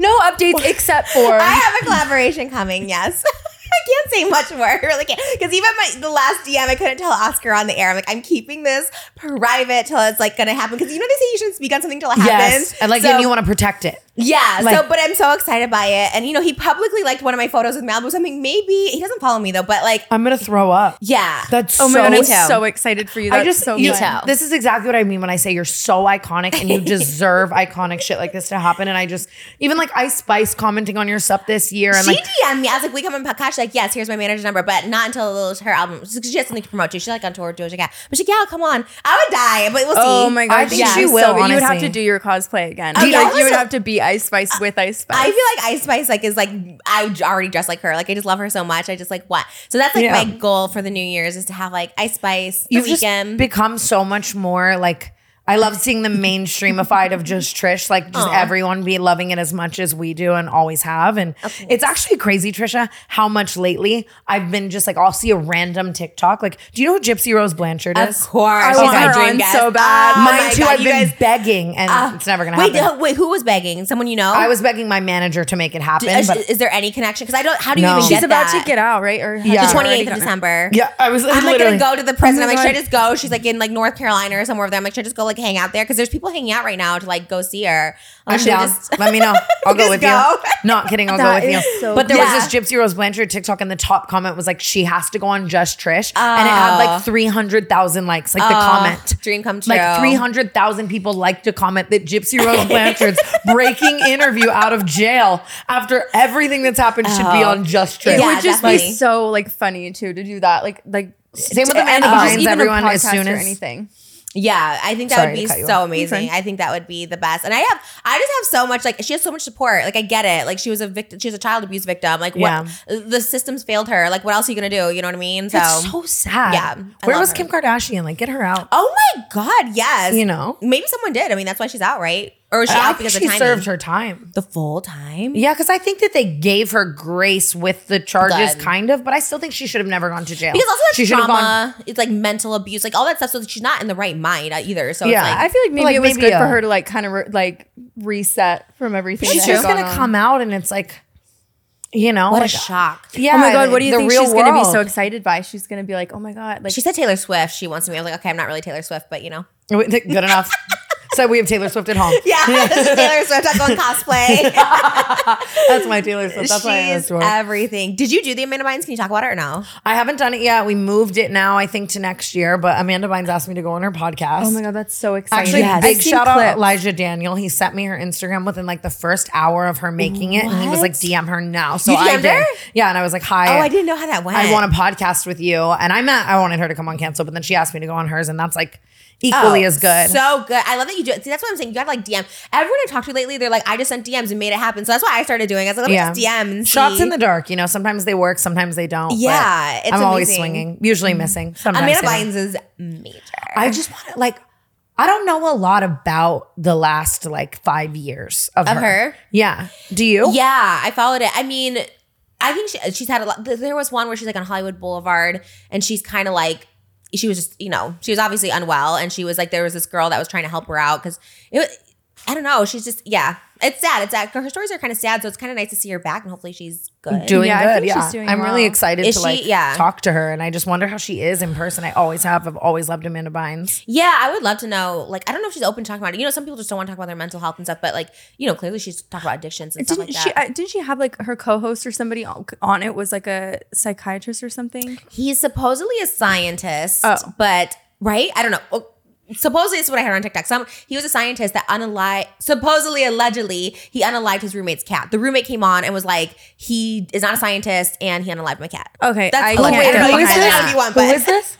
[SPEAKER 2] No updates except for
[SPEAKER 3] I have a collaboration coming. Yes. I can't say much more. I really can't. Because even my the last DM, I couldn't tell Oscar on the air. I'm like, I'm keeping this private till it's like gonna happen. Because you know they say you shouldn't speak on something till it happens.
[SPEAKER 1] and like
[SPEAKER 3] So-
[SPEAKER 1] and you want to protect it.
[SPEAKER 3] Yeah. so,
[SPEAKER 1] Like-
[SPEAKER 3] but I'm so excited by it. And you know, he publicly liked one of my photos with Malibu. So I'm like, maybe he doesn't follow me though. But like,
[SPEAKER 1] I'm gonna throw up.
[SPEAKER 3] yeah.
[SPEAKER 1] That's
[SPEAKER 2] Oh my god,
[SPEAKER 1] so
[SPEAKER 2] I'm
[SPEAKER 3] too.
[SPEAKER 2] so excited for you. That's
[SPEAKER 1] I just
[SPEAKER 2] so
[SPEAKER 1] you,
[SPEAKER 2] fun.
[SPEAKER 3] too.
[SPEAKER 1] this is exactly what I mean when I say you're so iconic and you deserve iconic shit like this to happen. And I just even like Ice Spice commenting on your stuff this year and
[SPEAKER 3] she
[SPEAKER 1] like
[SPEAKER 3] DM'd me. I was like, we come in podcast. She's like, yes, here's my manager's number, but not until her album. She she has something to promote too. She's like on tour with Doja Cat. But she's like, yeah, come on. I would die, but we'll see.
[SPEAKER 2] Oh my god,
[SPEAKER 1] I think she
[SPEAKER 2] so
[SPEAKER 1] will,
[SPEAKER 2] good. you would have
[SPEAKER 1] honestly.
[SPEAKER 2] to do your cosplay again.
[SPEAKER 3] Okay,
[SPEAKER 2] like,
[SPEAKER 3] I
[SPEAKER 2] you would
[SPEAKER 3] also-
[SPEAKER 2] have to be Ice Spice with Ice Spice.
[SPEAKER 3] I feel like Ice Spice like is like I j- already dress like her. Like I just love her so much. I just like what. So that's like
[SPEAKER 1] Yeah.
[SPEAKER 3] my goal for the New Year's is to have like Ice Spice the
[SPEAKER 1] you've just
[SPEAKER 3] weekend.
[SPEAKER 1] become so much more like I love seeing the mainstreamified of just Trish, like just everyone be loving it as much as we do and always have. And it's actually crazy, Trisha, how much lately I've been just like, I'll see a random TikTok. Like, do you know who Gypsy Rose Blanchard
[SPEAKER 3] of
[SPEAKER 1] is?
[SPEAKER 3] course,
[SPEAKER 2] I
[SPEAKER 3] she's
[SPEAKER 2] want
[SPEAKER 3] my
[SPEAKER 2] her
[SPEAKER 3] dream
[SPEAKER 2] on
[SPEAKER 3] guest.
[SPEAKER 2] so bad.
[SPEAKER 3] Oh
[SPEAKER 1] Mine
[SPEAKER 3] my
[SPEAKER 1] too,
[SPEAKER 3] God,
[SPEAKER 1] I've
[SPEAKER 3] you
[SPEAKER 1] been
[SPEAKER 3] guys- Uh,
[SPEAKER 1] begging and it's never gonna
[SPEAKER 3] wait,
[SPEAKER 1] happen.
[SPEAKER 3] who- wait, who was begging? Someone you know?
[SPEAKER 1] I was begging my manager to
[SPEAKER 3] uh,
[SPEAKER 1] make it happen.
[SPEAKER 3] Is,
[SPEAKER 1] but
[SPEAKER 3] is there any connection? Because I don't. How do you
[SPEAKER 1] No.
[SPEAKER 3] even
[SPEAKER 1] She's
[SPEAKER 2] she's
[SPEAKER 3] get
[SPEAKER 2] about
[SPEAKER 3] that?
[SPEAKER 2] to get out, right? Or has
[SPEAKER 1] Yeah.
[SPEAKER 2] she
[SPEAKER 3] the
[SPEAKER 2] already
[SPEAKER 3] 28th of
[SPEAKER 2] gotten out?
[SPEAKER 3] December.
[SPEAKER 1] yeah, I was
[SPEAKER 3] I'm like
[SPEAKER 1] literally
[SPEAKER 3] gonna go to the prison.
[SPEAKER 2] Oh
[SPEAKER 3] I'm
[SPEAKER 2] my
[SPEAKER 3] like, should
[SPEAKER 2] God.
[SPEAKER 3] I just go? She's like in like North Carolina or somewhere over there. I'm like, should I just go like hang out there? Because there's people hanging out right now to like go see her. I'm like,
[SPEAKER 1] I'm
[SPEAKER 3] should I
[SPEAKER 1] down.
[SPEAKER 3] just-
[SPEAKER 1] Let me know. I'll go
[SPEAKER 3] Just
[SPEAKER 1] with
[SPEAKER 3] go.
[SPEAKER 1] you. Not kidding. I'll
[SPEAKER 2] That
[SPEAKER 1] go with
[SPEAKER 2] is
[SPEAKER 1] you.
[SPEAKER 2] so
[SPEAKER 1] but there
[SPEAKER 3] Yeah.
[SPEAKER 1] was this Gypsy Rose Blanchard TikTok, and the top comment was like, "She has to go on Just Trish," and it had
[SPEAKER 3] Oh.
[SPEAKER 1] like three hundred thousand likes. Like the comment.
[SPEAKER 3] dream come Ah, true.
[SPEAKER 1] Like 300,000 people liked to comment that Gypsy Rose Blanchard's breaking interview out of jail after everything that's happened should be on Just Trish.
[SPEAKER 2] It
[SPEAKER 3] Oh. Yeah,
[SPEAKER 2] would just
[SPEAKER 3] definitely.
[SPEAKER 2] be so like funny too to do that. Like like
[SPEAKER 1] Same with
[SPEAKER 2] to-
[SPEAKER 1] Amanda
[SPEAKER 2] and just
[SPEAKER 1] Bynes,
[SPEAKER 2] even a
[SPEAKER 1] everyone, as
[SPEAKER 2] podcast
[SPEAKER 1] soon
[SPEAKER 2] or
[SPEAKER 1] as-
[SPEAKER 2] anything.
[SPEAKER 3] Yeah, I think that
[SPEAKER 1] Sorry
[SPEAKER 3] would
[SPEAKER 1] to
[SPEAKER 3] be
[SPEAKER 1] cut you
[SPEAKER 3] so
[SPEAKER 1] off.
[SPEAKER 3] amazing. I think that would be the best. And I have, I just have so much like she has so much support. Like I get it. Like she was a victim, she was a child abuse victim. Like what
[SPEAKER 1] Yeah.
[SPEAKER 3] the systems failed her. Like what else are you gonna do? You know what I mean? So,
[SPEAKER 1] It's so sad.
[SPEAKER 3] Yeah, I
[SPEAKER 1] Where
[SPEAKER 3] love
[SPEAKER 1] was
[SPEAKER 3] her.
[SPEAKER 1] Kim Kardashian? Like, get her out.
[SPEAKER 3] oh my god, yes.
[SPEAKER 1] You know?
[SPEAKER 3] maybe someone did. I mean, that's why she's out, right? Or was she
[SPEAKER 1] I
[SPEAKER 3] out
[SPEAKER 1] think
[SPEAKER 3] Oh, because
[SPEAKER 1] she
[SPEAKER 3] of timing?
[SPEAKER 1] served her time.
[SPEAKER 3] the full time.
[SPEAKER 1] Yeah, because I think that they gave her grace with the charges,
[SPEAKER 3] Done.
[SPEAKER 1] kind of. But I still think she should have never gone to jail.
[SPEAKER 3] Because also
[SPEAKER 1] she
[SPEAKER 3] that's
[SPEAKER 1] should have gone.
[SPEAKER 3] trauma. It's like mental abuse, like all that stuff. So she's not in the right mind uh, either. So
[SPEAKER 1] Yeah,
[SPEAKER 3] it's like,
[SPEAKER 2] I feel like maybe
[SPEAKER 1] Like,
[SPEAKER 2] it was
[SPEAKER 1] maybe
[SPEAKER 2] good for
[SPEAKER 1] a-
[SPEAKER 2] her to like kind of re- like reset from everything.
[SPEAKER 1] She's
[SPEAKER 2] that had
[SPEAKER 1] just
[SPEAKER 2] gone
[SPEAKER 1] gonna
[SPEAKER 2] on.
[SPEAKER 1] come out, and it's like, you know,
[SPEAKER 3] what
[SPEAKER 1] like,
[SPEAKER 3] a shock.
[SPEAKER 1] Yeah.
[SPEAKER 2] oh my god, what do you
[SPEAKER 1] the
[SPEAKER 2] think
[SPEAKER 1] real
[SPEAKER 2] she's gonna be
[SPEAKER 1] world.
[SPEAKER 2] so excited by? She's gonna be like, oh my god, like
[SPEAKER 3] She said Taylor Swift. She wants to be. I was like, okay, I'm not really Taylor Swift, but you know.
[SPEAKER 1] Good enough. so we have Taylor Swift at home.
[SPEAKER 3] Yeah, Taylor Swift. I'm going cosplay.
[SPEAKER 1] That's my Taylor Swift. That's my
[SPEAKER 3] She's
[SPEAKER 1] story.
[SPEAKER 3] everything. Did you do the Amanda Bynes? Can you talk about it or no?
[SPEAKER 1] I haven't done it yet. We moved it now, I think, to next year. But Amanda Bynes asked me to go on her podcast.
[SPEAKER 2] oh my god, that's so exciting.
[SPEAKER 1] Actually,
[SPEAKER 3] Yes.
[SPEAKER 1] big
[SPEAKER 2] I've seen
[SPEAKER 1] shout out
[SPEAKER 2] clips.
[SPEAKER 1] Elijah Daniel. He sent me her Instagram within like the first hour of her making it, and he was like,
[SPEAKER 3] What?
[SPEAKER 1] "DM her now." So
[SPEAKER 3] You
[SPEAKER 1] I
[SPEAKER 3] DM'd
[SPEAKER 1] did.
[SPEAKER 3] her?
[SPEAKER 1] Yeah, and I was like, "Hi."
[SPEAKER 3] Oh, I didn't know how that went.
[SPEAKER 1] I want a podcast with you, and I meant I wanted her to come on cancel, but then she asked me to go on hers, and that's like equally
[SPEAKER 3] Oh,
[SPEAKER 1] as good.
[SPEAKER 3] So good. I love that you do it. See, that's what I'm saying. You gotta like DM. Everyone I've talked to lately, they're like, I just sent DMs and made it happen. So that's why I started doing. it. I was like, let me
[SPEAKER 1] Yeah.
[SPEAKER 3] just DM and
[SPEAKER 1] Shots
[SPEAKER 3] see.
[SPEAKER 1] in the dark, you know. Sometimes they work, sometimes they don't. but
[SPEAKER 3] Yeah, it's
[SPEAKER 1] I'm always
[SPEAKER 3] amazing. Mm-hmm.
[SPEAKER 1] swinging, usually missing. Sometimes
[SPEAKER 3] Amanda
[SPEAKER 1] they don't.
[SPEAKER 3] Bynes is major.
[SPEAKER 1] I just want to like. I don't know a lot about the last like five years of,
[SPEAKER 3] Of her?
[SPEAKER 1] Yeah. Do you?
[SPEAKER 3] Yeah, I followed it. I mean, I think she, she's had a lot. th- There was one where she's like on Hollywood Boulevard, and she's kind of like she was just you know she was obviously unwell, and she was like there was this girl that was trying to help her out because it. Was, I don't know. She's just yeah. It's sad. It's sad. Her stories are kind of sad, so it's kind of nice to see her back, and hopefully she's good.
[SPEAKER 1] Doing
[SPEAKER 2] Yeah, I
[SPEAKER 1] good.
[SPEAKER 2] think
[SPEAKER 1] yeah.
[SPEAKER 2] she's doing
[SPEAKER 1] I'm really
[SPEAKER 2] well.
[SPEAKER 1] excited
[SPEAKER 3] Is
[SPEAKER 1] to
[SPEAKER 3] she-
[SPEAKER 1] like
[SPEAKER 3] yeah.
[SPEAKER 1] talk to her, and I just wonder how she is in person. I always have. I've always loved Amanda Bynes.
[SPEAKER 3] Yeah, I would love to know. Like, I don't know if she's open to talking about it. You know, some people just don't want to talk about their mental health and stuff. But like, you know, clearly she's talked about addictions and
[SPEAKER 2] didn't
[SPEAKER 3] stuff like
[SPEAKER 2] she?
[SPEAKER 3] that.
[SPEAKER 2] Uh, didn't she have like her co-host or somebody on on it was like a psychiatrist or something?
[SPEAKER 3] He's supposedly a scientist,
[SPEAKER 2] Oh.
[SPEAKER 3] but right? I don't know. Oh, Supposedly, this is what I heard on TikTok. Some he was a scientist that unalive. Supposedly, allegedly, he unalived his roommate's cat. The roommate came on and was like, "He is not a scientist, and he unalived my cat."
[SPEAKER 2] Okay,
[SPEAKER 3] That's
[SPEAKER 2] I
[SPEAKER 3] all I
[SPEAKER 2] can't
[SPEAKER 3] heard.
[SPEAKER 2] get
[SPEAKER 3] Wait,
[SPEAKER 2] behind
[SPEAKER 3] who is
[SPEAKER 2] that.
[SPEAKER 3] this? if you want,
[SPEAKER 2] Who
[SPEAKER 3] but-
[SPEAKER 2] is this?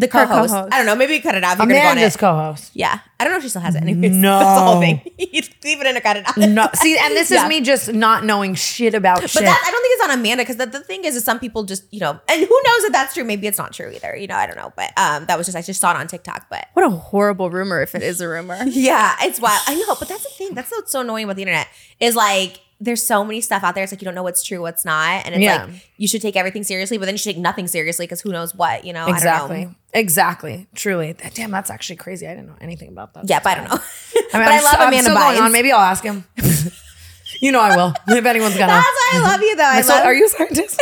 [SPEAKER 3] The
[SPEAKER 2] Her
[SPEAKER 3] co-host.
[SPEAKER 2] co-host.
[SPEAKER 3] I don't know. Maybe you cut it off. You're gonna go on
[SPEAKER 1] Amanda's
[SPEAKER 3] it.
[SPEAKER 1] co-host.
[SPEAKER 3] Yeah, I don't know if she still has it. Anyways,
[SPEAKER 1] No.
[SPEAKER 3] that's the whole thing. You just leave it in or cut it off.
[SPEAKER 1] No, see, and this
[SPEAKER 3] Yeah.
[SPEAKER 1] is me just not knowing shit about shit.
[SPEAKER 3] But that, I don't think it's on Amanda because the, the thing is, is some people just you know, and who knows if that's true? Maybe it's not true either. You know, I don't know. But um, that was just I just saw it on TikTok. But
[SPEAKER 2] What a horrible rumor if it is a rumor.
[SPEAKER 3] yeah, it's wild. I know, but that's the thing. That's what's so annoying about the internet is like there's so many stuff out there. It's like you don't know what's true, what's not, and it's
[SPEAKER 1] Yeah.
[SPEAKER 3] like you should take everything seriously, but then you should take nothing seriously because who knows what? You know, I don't
[SPEAKER 1] exactly.
[SPEAKER 3] know.
[SPEAKER 1] Exactly. Truly. That- Damn, that's actually crazy. I didn't know anything about that.
[SPEAKER 3] Yeah, but I don't know.
[SPEAKER 1] I mean, I'm
[SPEAKER 3] but i love
[SPEAKER 1] st- I'm
[SPEAKER 3] Amanda
[SPEAKER 1] still going on.
[SPEAKER 3] Bynes.
[SPEAKER 1] Maybe I'll ask him. you know I will. If anyone's gonna.
[SPEAKER 3] That's why I love you though. I
[SPEAKER 1] Like, so
[SPEAKER 3] love
[SPEAKER 1] are you a scientist?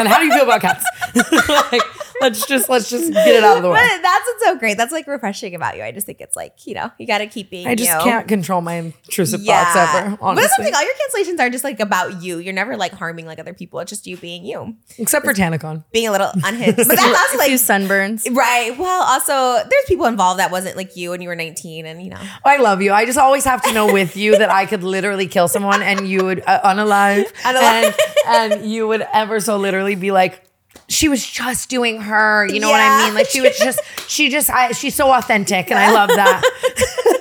[SPEAKER 1] and how do you feel about cats? like, let's just let's just get it out of the way.
[SPEAKER 3] But that's what's so great. That's like refreshing about you. I just think it's like you know you got to keep being.
[SPEAKER 1] I just
[SPEAKER 3] you.
[SPEAKER 1] can't control my intrusive thoughts ever.
[SPEAKER 3] But that's
[SPEAKER 1] Honestly,
[SPEAKER 3] something all your cancellations are just like about you. You're never like harming like other people. It's just you being you,
[SPEAKER 1] except for Tanacon.
[SPEAKER 3] being a little unhinged. But that's also
[SPEAKER 2] A few
[SPEAKER 3] like
[SPEAKER 2] sunburns.
[SPEAKER 3] right. Well, also there's people involved that wasn't like you and you were 19 and you know.
[SPEAKER 1] Oh, I love you. I just always have to know with you that I could literally kill someone and you would uh, unalive,
[SPEAKER 3] Unalive.
[SPEAKER 1] And, and you would ever so literally be like, she was just doing her. You know what
[SPEAKER 3] Yeah.
[SPEAKER 1] I mean? Like she was just, she just, I, she's so authentic, and I love that.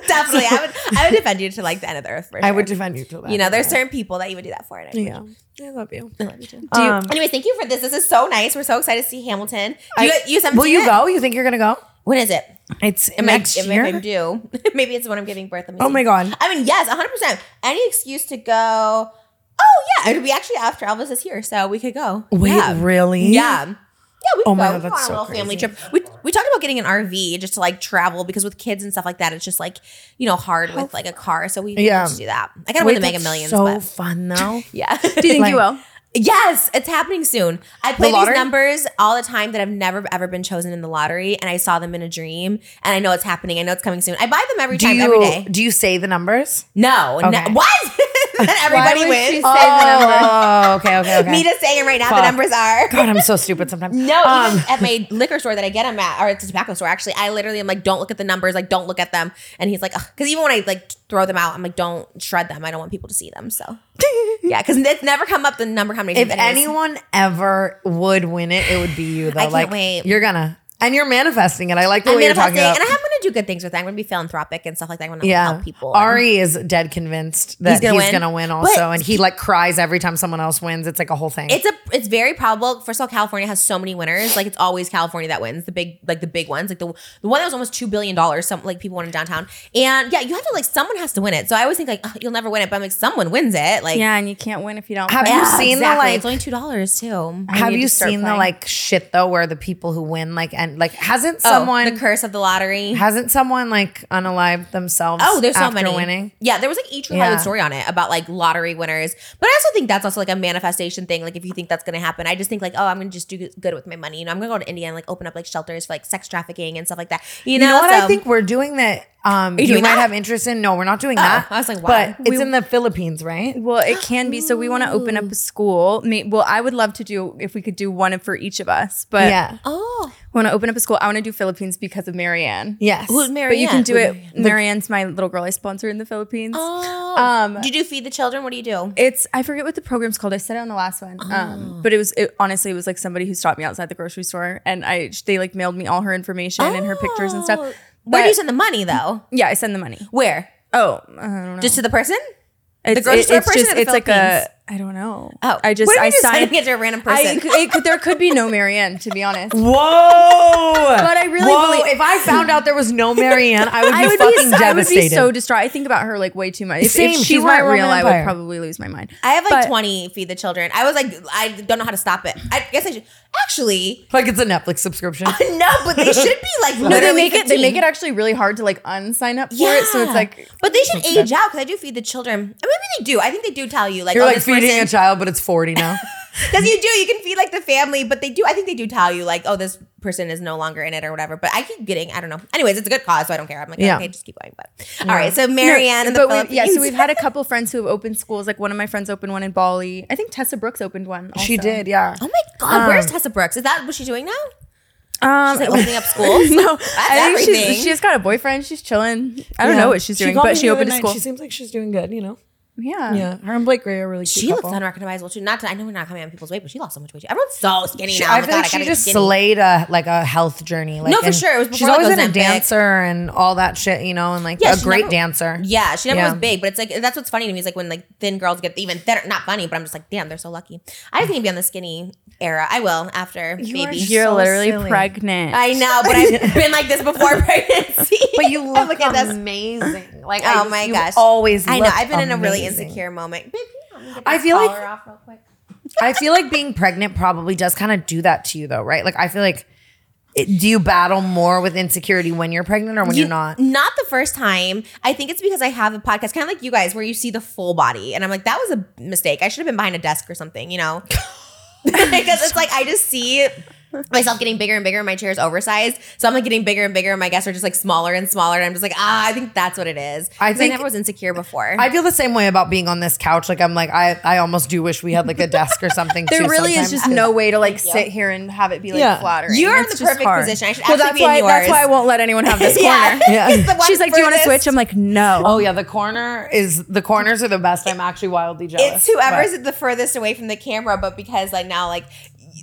[SPEAKER 3] Definitely, I would I would defend you to like the end of the earth for sure.
[SPEAKER 1] I would defend you to that.
[SPEAKER 3] You know, there's certain people that you would do that for. And I
[SPEAKER 1] yeah. I love you.
[SPEAKER 3] I love you too. Um,
[SPEAKER 1] Do you,
[SPEAKER 2] Um, Oh,
[SPEAKER 3] Anyways, thank you for this. This is so nice. We're so excited to see Hamilton. Do you,
[SPEAKER 1] I-
[SPEAKER 3] you haven't
[SPEAKER 1] will
[SPEAKER 3] seen
[SPEAKER 1] you
[SPEAKER 3] it?
[SPEAKER 1] go? You think you're gonna go?
[SPEAKER 3] When is it?
[SPEAKER 1] It's
[SPEAKER 3] Am I-
[SPEAKER 1] next
[SPEAKER 3] am I-
[SPEAKER 1] year.
[SPEAKER 3] If I do, maybe it's when I'm giving birth. Let me
[SPEAKER 1] Oh
[SPEAKER 3] see.
[SPEAKER 1] my God.
[SPEAKER 3] I mean, yes, 100. percent Any excuse to go? Oh yeah, it'll be actually after Elvis is here, so we could go.
[SPEAKER 1] Wait,
[SPEAKER 3] yeah.
[SPEAKER 1] really?
[SPEAKER 3] Yeah. Yeah, we could
[SPEAKER 1] Oh my
[SPEAKER 3] go.
[SPEAKER 1] God,
[SPEAKER 3] we could go
[SPEAKER 1] that's
[SPEAKER 3] on
[SPEAKER 1] so
[SPEAKER 3] a little family
[SPEAKER 1] crazy.
[SPEAKER 3] trip. We, we talked about getting an RV just to like travel because with kids and stuff like that, it's just like you know hard with like a car. So we
[SPEAKER 1] Yeah.
[SPEAKER 3] yeah. to do that. I gotta
[SPEAKER 1] Wait,
[SPEAKER 3] win the Mega
[SPEAKER 1] that's
[SPEAKER 3] Millions,
[SPEAKER 1] So
[SPEAKER 3] but
[SPEAKER 1] fun though.
[SPEAKER 3] yeah.
[SPEAKER 2] Do you think you
[SPEAKER 1] Like-
[SPEAKER 2] will?
[SPEAKER 3] yes, it's happening soon. I play these
[SPEAKER 1] lottery?
[SPEAKER 3] numbers all the time that I've never ever been chosen in the lottery, and I saw them in a dream, and I know it's happening. I know it's coming soon. I buy them every
[SPEAKER 1] Do
[SPEAKER 3] time,
[SPEAKER 1] you
[SPEAKER 3] every day.
[SPEAKER 1] do you say the numbers?
[SPEAKER 3] No, no-
[SPEAKER 1] Okay.
[SPEAKER 3] what? then everybody
[SPEAKER 2] would
[SPEAKER 3] wins.
[SPEAKER 2] she say- Say the number.
[SPEAKER 1] Oh, okay, okay, okay.
[SPEAKER 3] Me just saying right now the
[SPEAKER 1] Fuck.
[SPEAKER 3] numbers are.
[SPEAKER 1] God, I'm so stupid sometimes.
[SPEAKER 3] No,
[SPEAKER 1] Um,
[SPEAKER 3] even at my liquor store that I get them at, or it's a tobacco store actually. I literally am like, don't look at the numbers, like don't look at them. And he's like, because even when I like throw them out, I'm like, don't shred them. I don't want people to see them. So yeah, because it's never come up the number combination.
[SPEAKER 1] if
[SPEAKER 3] it is.
[SPEAKER 1] anyone ever would win it, it would be you though.
[SPEAKER 3] can't
[SPEAKER 1] like
[SPEAKER 3] wait.
[SPEAKER 1] you're gonna and you're manifesting it. I like the
[SPEAKER 3] I'm
[SPEAKER 1] way you're talking
[SPEAKER 3] manifesting,
[SPEAKER 1] about.
[SPEAKER 3] and I'm gonna do good things with that. I'm gonna be philanthropic and stuff like that. I'm gonna
[SPEAKER 1] yeah,
[SPEAKER 3] help people.
[SPEAKER 1] Ari is dead convinced that he's
[SPEAKER 3] gonna
[SPEAKER 1] gonna, win
[SPEAKER 3] win? But-
[SPEAKER 1] also, and he like cries every time someone else wins. It's like a whole thing.
[SPEAKER 3] it's a it's very probable. First of all, California has so many winners. Like it's always California that wins the big, like the big ones. Like the the one that was almost two billion dollars. Some like people won in downtown. And yeah, you have to like someone has to win it. So I always think like "Ugh, you'll never win it, but I'm like someone wins it. Like
[SPEAKER 2] yeah, and you can't win if you don't.
[SPEAKER 1] Have
[SPEAKER 2] play.
[SPEAKER 1] you
[SPEAKER 3] Yeah,
[SPEAKER 1] seen the, like-
[SPEAKER 3] it's only two dollars too.
[SPEAKER 2] I
[SPEAKER 1] Have
[SPEAKER 2] need
[SPEAKER 1] you
[SPEAKER 2] to start
[SPEAKER 1] seen the
[SPEAKER 2] playing.
[SPEAKER 1] like shit though, where the people who win like and like hasn't someone
[SPEAKER 3] oh, the curse of the lottery.
[SPEAKER 1] hasn't someone like unalived themselves?
[SPEAKER 3] Oh, there's so
[SPEAKER 1] after
[SPEAKER 3] many.
[SPEAKER 1] winning.
[SPEAKER 3] Yeah, there was like each True
[SPEAKER 1] Yeah.
[SPEAKER 3] Hollywood story on it about like lottery winners. But I also think that's also like a manifestation thing. Like if you think that's gonna happen, I just think like, oh, I'm gonna just do good with my money. You know, I'm gonna go to India and like open up like shelters for like sex trafficking and stuff like that. You know,
[SPEAKER 1] You know what I
[SPEAKER 3] So-
[SPEAKER 1] think we're doing that. Um, you,
[SPEAKER 3] doing
[SPEAKER 1] might
[SPEAKER 3] that?
[SPEAKER 1] have interest in. No, we're not doing that.
[SPEAKER 3] I was like, why?
[SPEAKER 1] but it's in the Philippines, right?
[SPEAKER 2] Well, it can be. So we want to open up a school. May- Well, I would love to do if we could do one for each of us. But
[SPEAKER 1] yeah.
[SPEAKER 3] Oh,
[SPEAKER 2] want to open up a school. I want to do Philippines because of Marianne.
[SPEAKER 1] Yes.
[SPEAKER 3] who's Marianne?
[SPEAKER 2] But you can do
[SPEAKER 3] Who's
[SPEAKER 2] it.
[SPEAKER 3] Marianne?
[SPEAKER 2] Marianne's my little girl I sponsor in the Philippines.
[SPEAKER 3] Oh,
[SPEAKER 2] Um,
[SPEAKER 3] do you do feed the children? What do you do?
[SPEAKER 2] It's I forget what the program's called. I said it on the last one,
[SPEAKER 3] Oh.
[SPEAKER 2] um, but it was it, honestly it was like somebody who stopped me outside the grocery store, and I they like mailed me all her information and her pictures and stuff.
[SPEAKER 3] Oh. Where do
[SPEAKER 2] But-
[SPEAKER 3] you send the money though? Uh,
[SPEAKER 2] Yeah, I send the money.
[SPEAKER 3] Where?
[SPEAKER 2] Oh, I don't know.
[SPEAKER 3] Just to the person?
[SPEAKER 2] it's,
[SPEAKER 3] grocery store
[SPEAKER 2] it's
[SPEAKER 3] person
[SPEAKER 2] just
[SPEAKER 3] or the
[SPEAKER 2] it's like
[SPEAKER 3] Philippines?
[SPEAKER 2] a I don't know.
[SPEAKER 3] Oh,
[SPEAKER 2] I just
[SPEAKER 3] what are we
[SPEAKER 2] I
[SPEAKER 3] just
[SPEAKER 2] signed
[SPEAKER 3] sending it to a random
[SPEAKER 2] I,
[SPEAKER 3] person?
[SPEAKER 2] it could, there could be no Marianne to be honest.
[SPEAKER 1] Whoa!
[SPEAKER 2] But
[SPEAKER 1] but
[SPEAKER 2] I really
[SPEAKER 1] Whoa,
[SPEAKER 2] believe-
[SPEAKER 1] if I found out there was no Marianne, I would be
[SPEAKER 2] I would,
[SPEAKER 1] fucking
[SPEAKER 2] be, I would
[SPEAKER 1] devastated.
[SPEAKER 2] be so distraught. I think about her like way too much. If, if
[SPEAKER 1] Same,
[SPEAKER 2] she
[SPEAKER 1] she's
[SPEAKER 2] were
[SPEAKER 1] my
[SPEAKER 2] real,
[SPEAKER 1] Roman
[SPEAKER 2] I would
[SPEAKER 1] Empire.
[SPEAKER 2] probably lose my mind.
[SPEAKER 3] I have like
[SPEAKER 2] But-
[SPEAKER 3] 20 feed the children. I was like, I don't know how to stop it. I guess I should actually
[SPEAKER 1] like it's a Netflix subscription.
[SPEAKER 3] no, but they should be like
[SPEAKER 2] No, they
[SPEAKER 3] literally
[SPEAKER 2] make it. They
[SPEAKER 3] 15.
[SPEAKER 2] make it actually really hard to like unsign up for it. So it's like,
[SPEAKER 3] but they should age out because I do feed the children. Or maybe they do. I think they do tell you like
[SPEAKER 1] You're
[SPEAKER 3] oh,
[SPEAKER 1] like
[SPEAKER 3] this
[SPEAKER 1] feeding a
[SPEAKER 3] person-
[SPEAKER 1] child, but it's 40 now.
[SPEAKER 3] Because you do, you can feed like the family, but they do. I think they do tell you like, oh, this person is no longer in it or whatever. But I keep getting, I don't know. Anyways, it's a good cause, so I don't care. I'm like,
[SPEAKER 1] Yeah.
[SPEAKER 3] okay, just keep going. But all right, so Marianne and the
[SPEAKER 2] but
[SPEAKER 3] Philippines.
[SPEAKER 2] we, yeah. So we've had a couple friends who have opened schools. Like one of my friends opened one in Bali. I think Tessa Brooks opened one. Also.
[SPEAKER 1] she did, yeah.
[SPEAKER 3] oh my god, where's Tessa Brooks? Is that what she's doing now?
[SPEAKER 2] Um,
[SPEAKER 3] She's like opening up schools.
[SPEAKER 2] no, I think
[SPEAKER 3] everything.
[SPEAKER 2] she's, she just got a boyfriend. She's chilling. I don't know what she's doing,
[SPEAKER 1] called me
[SPEAKER 2] but she
[SPEAKER 1] the other
[SPEAKER 2] opened a
[SPEAKER 1] night.
[SPEAKER 2] school.
[SPEAKER 1] She seems like she's doing good, you know?
[SPEAKER 2] yeah.
[SPEAKER 1] Yeah. Her and Blake Gray are really cute.
[SPEAKER 3] She looks
[SPEAKER 1] couple.
[SPEAKER 3] unrecognizable too. Not to, I know we're not coming on people's weight, but she lost so much weight. Everyone's so skinny
[SPEAKER 1] She-
[SPEAKER 3] now.
[SPEAKER 1] I
[SPEAKER 3] Oh my
[SPEAKER 1] feel
[SPEAKER 3] God,
[SPEAKER 1] like
[SPEAKER 3] I
[SPEAKER 1] she
[SPEAKER 3] gotta
[SPEAKER 1] just
[SPEAKER 3] get skinny.
[SPEAKER 1] slayed a like a health journey. Like,
[SPEAKER 3] No, for
[SPEAKER 1] and
[SPEAKER 3] sure. It was
[SPEAKER 1] she's
[SPEAKER 3] before, like,
[SPEAKER 1] always been a
[SPEAKER 3] Ozempic.
[SPEAKER 1] dancer and all that shit, you know, and like
[SPEAKER 3] Yeah,
[SPEAKER 1] a
[SPEAKER 3] she
[SPEAKER 1] great
[SPEAKER 3] never-
[SPEAKER 1] dancer.
[SPEAKER 3] Yeah, she never
[SPEAKER 1] Yeah.
[SPEAKER 3] was big, but it's like that's what's funny to me is like when like thin girls get even thinner. Not funny, but I'm just like, damn, they're so lucky. I just need to be on the skinny era. I will after
[SPEAKER 1] are
[SPEAKER 3] baby.
[SPEAKER 2] You're
[SPEAKER 1] So
[SPEAKER 2] literally
[SPEAKER 1] silly.
[SPEAKER 2] pregnant.
[SPEAKER 3] I know, but I've been like this before pregnancy.
[SPEAKER 1] But you
[SPEAKER 3] I'm
[SPEAKER 1] look,
[SPEAKER 3] like, that's-
[SPEAKER 1] amazing. Like
[SPEAKER 3] Oh
[SPEAKER 1] I,
[SPEAKER 3] my
[SPEAKER 1] you
[SPEAKER 3] gosh.
[SPEAKER 1] always.
[SPEAKER 3] I know.
[SPEAKER 1] looked
[SPEAKER 3] I've been in a really
[SPEAKER 1] amazing.
[SPEAKER 3] insecure moment. Baby, I'm gonna get
[SPEAKER 1] I
[SPEAKER 3] this
[SPEAKER 1] feel like-
[SPEAKER 3] collar off real quick.
[SPEAKER 1] I feel like being pregnant probably does kind of do that to you, though, right? Like I feel like. It, do you battle more with insecurity when you're pregnant or when you, are
[SPEAKER 3] You-
[SPEAKER 1] not?
[SPEAKER 3] Not the first time. I think it's because I have a podcast, kind of like you guys, where you see the full body, and I'm like, that was a mistake. I should have been behind a desk or something, you know? because it's like I just see myself getting bigger and bigger, and my chair is oversized, so I'm like getting bigger and bigger, and my guests are just like smaller and smaller, and I'm just like, ah, I think that's what it is. 'Cause
[SPEAKER 1] I
[SPEAKER 3] I
[SPEAKER 1] think-
[SPEAKER 3] never was insecure before.
[SPEAKER 1] I feel the same way about being on this couch. Like I'm like I, I almost do wish we had like a desk or something.
[SPEAKER 2] there
[SPEAKER 1] too
[SPEAKER 2] really is
[SPEAKER 1] sometimes,
[SPEAKER 2] just
[SPEAKER 1] 'cause-
[SPEAKER 2] no way to like sit here and have it be like
[SPEAKER 1] Yeah.
[SPEAKER 2] flattering.
[SPEAKER 3] You're
[SPEAKER 2] It's
[SPEAKER 3] in the
[SPEAKER 2] just
[SPEAKER 3] perfect
[SPEAKER 2] hard.
[SPEAKER 3] position. I should
[SPEAKER 2] Well,
[SPEAKER 3] actually
[SPEAKER 2] that's
[SPEAKER 3] be in
[SPEAKER 2] why.
[SPEAKER 3] yours.
[SPEAKER 2] That's why I won't let anyone have this corner.
[SPEAKER 1] Yeah.
[SPEAKER 3] It's the one
[SPEAKER 2] She's like, "Do you want to
[SPEAKER 3] furthest-
[SPEAKER 2] switch?" I'm like, "No."
[SPEAKER 1] Oh yeah, the corner is the corners are the best. I'm actually wildly jealous.
[SPEAKER 3] It's whoever's
[SPEAKER 1] but-
[SPEAKER 3] the furthest away from the camera, but because like now, like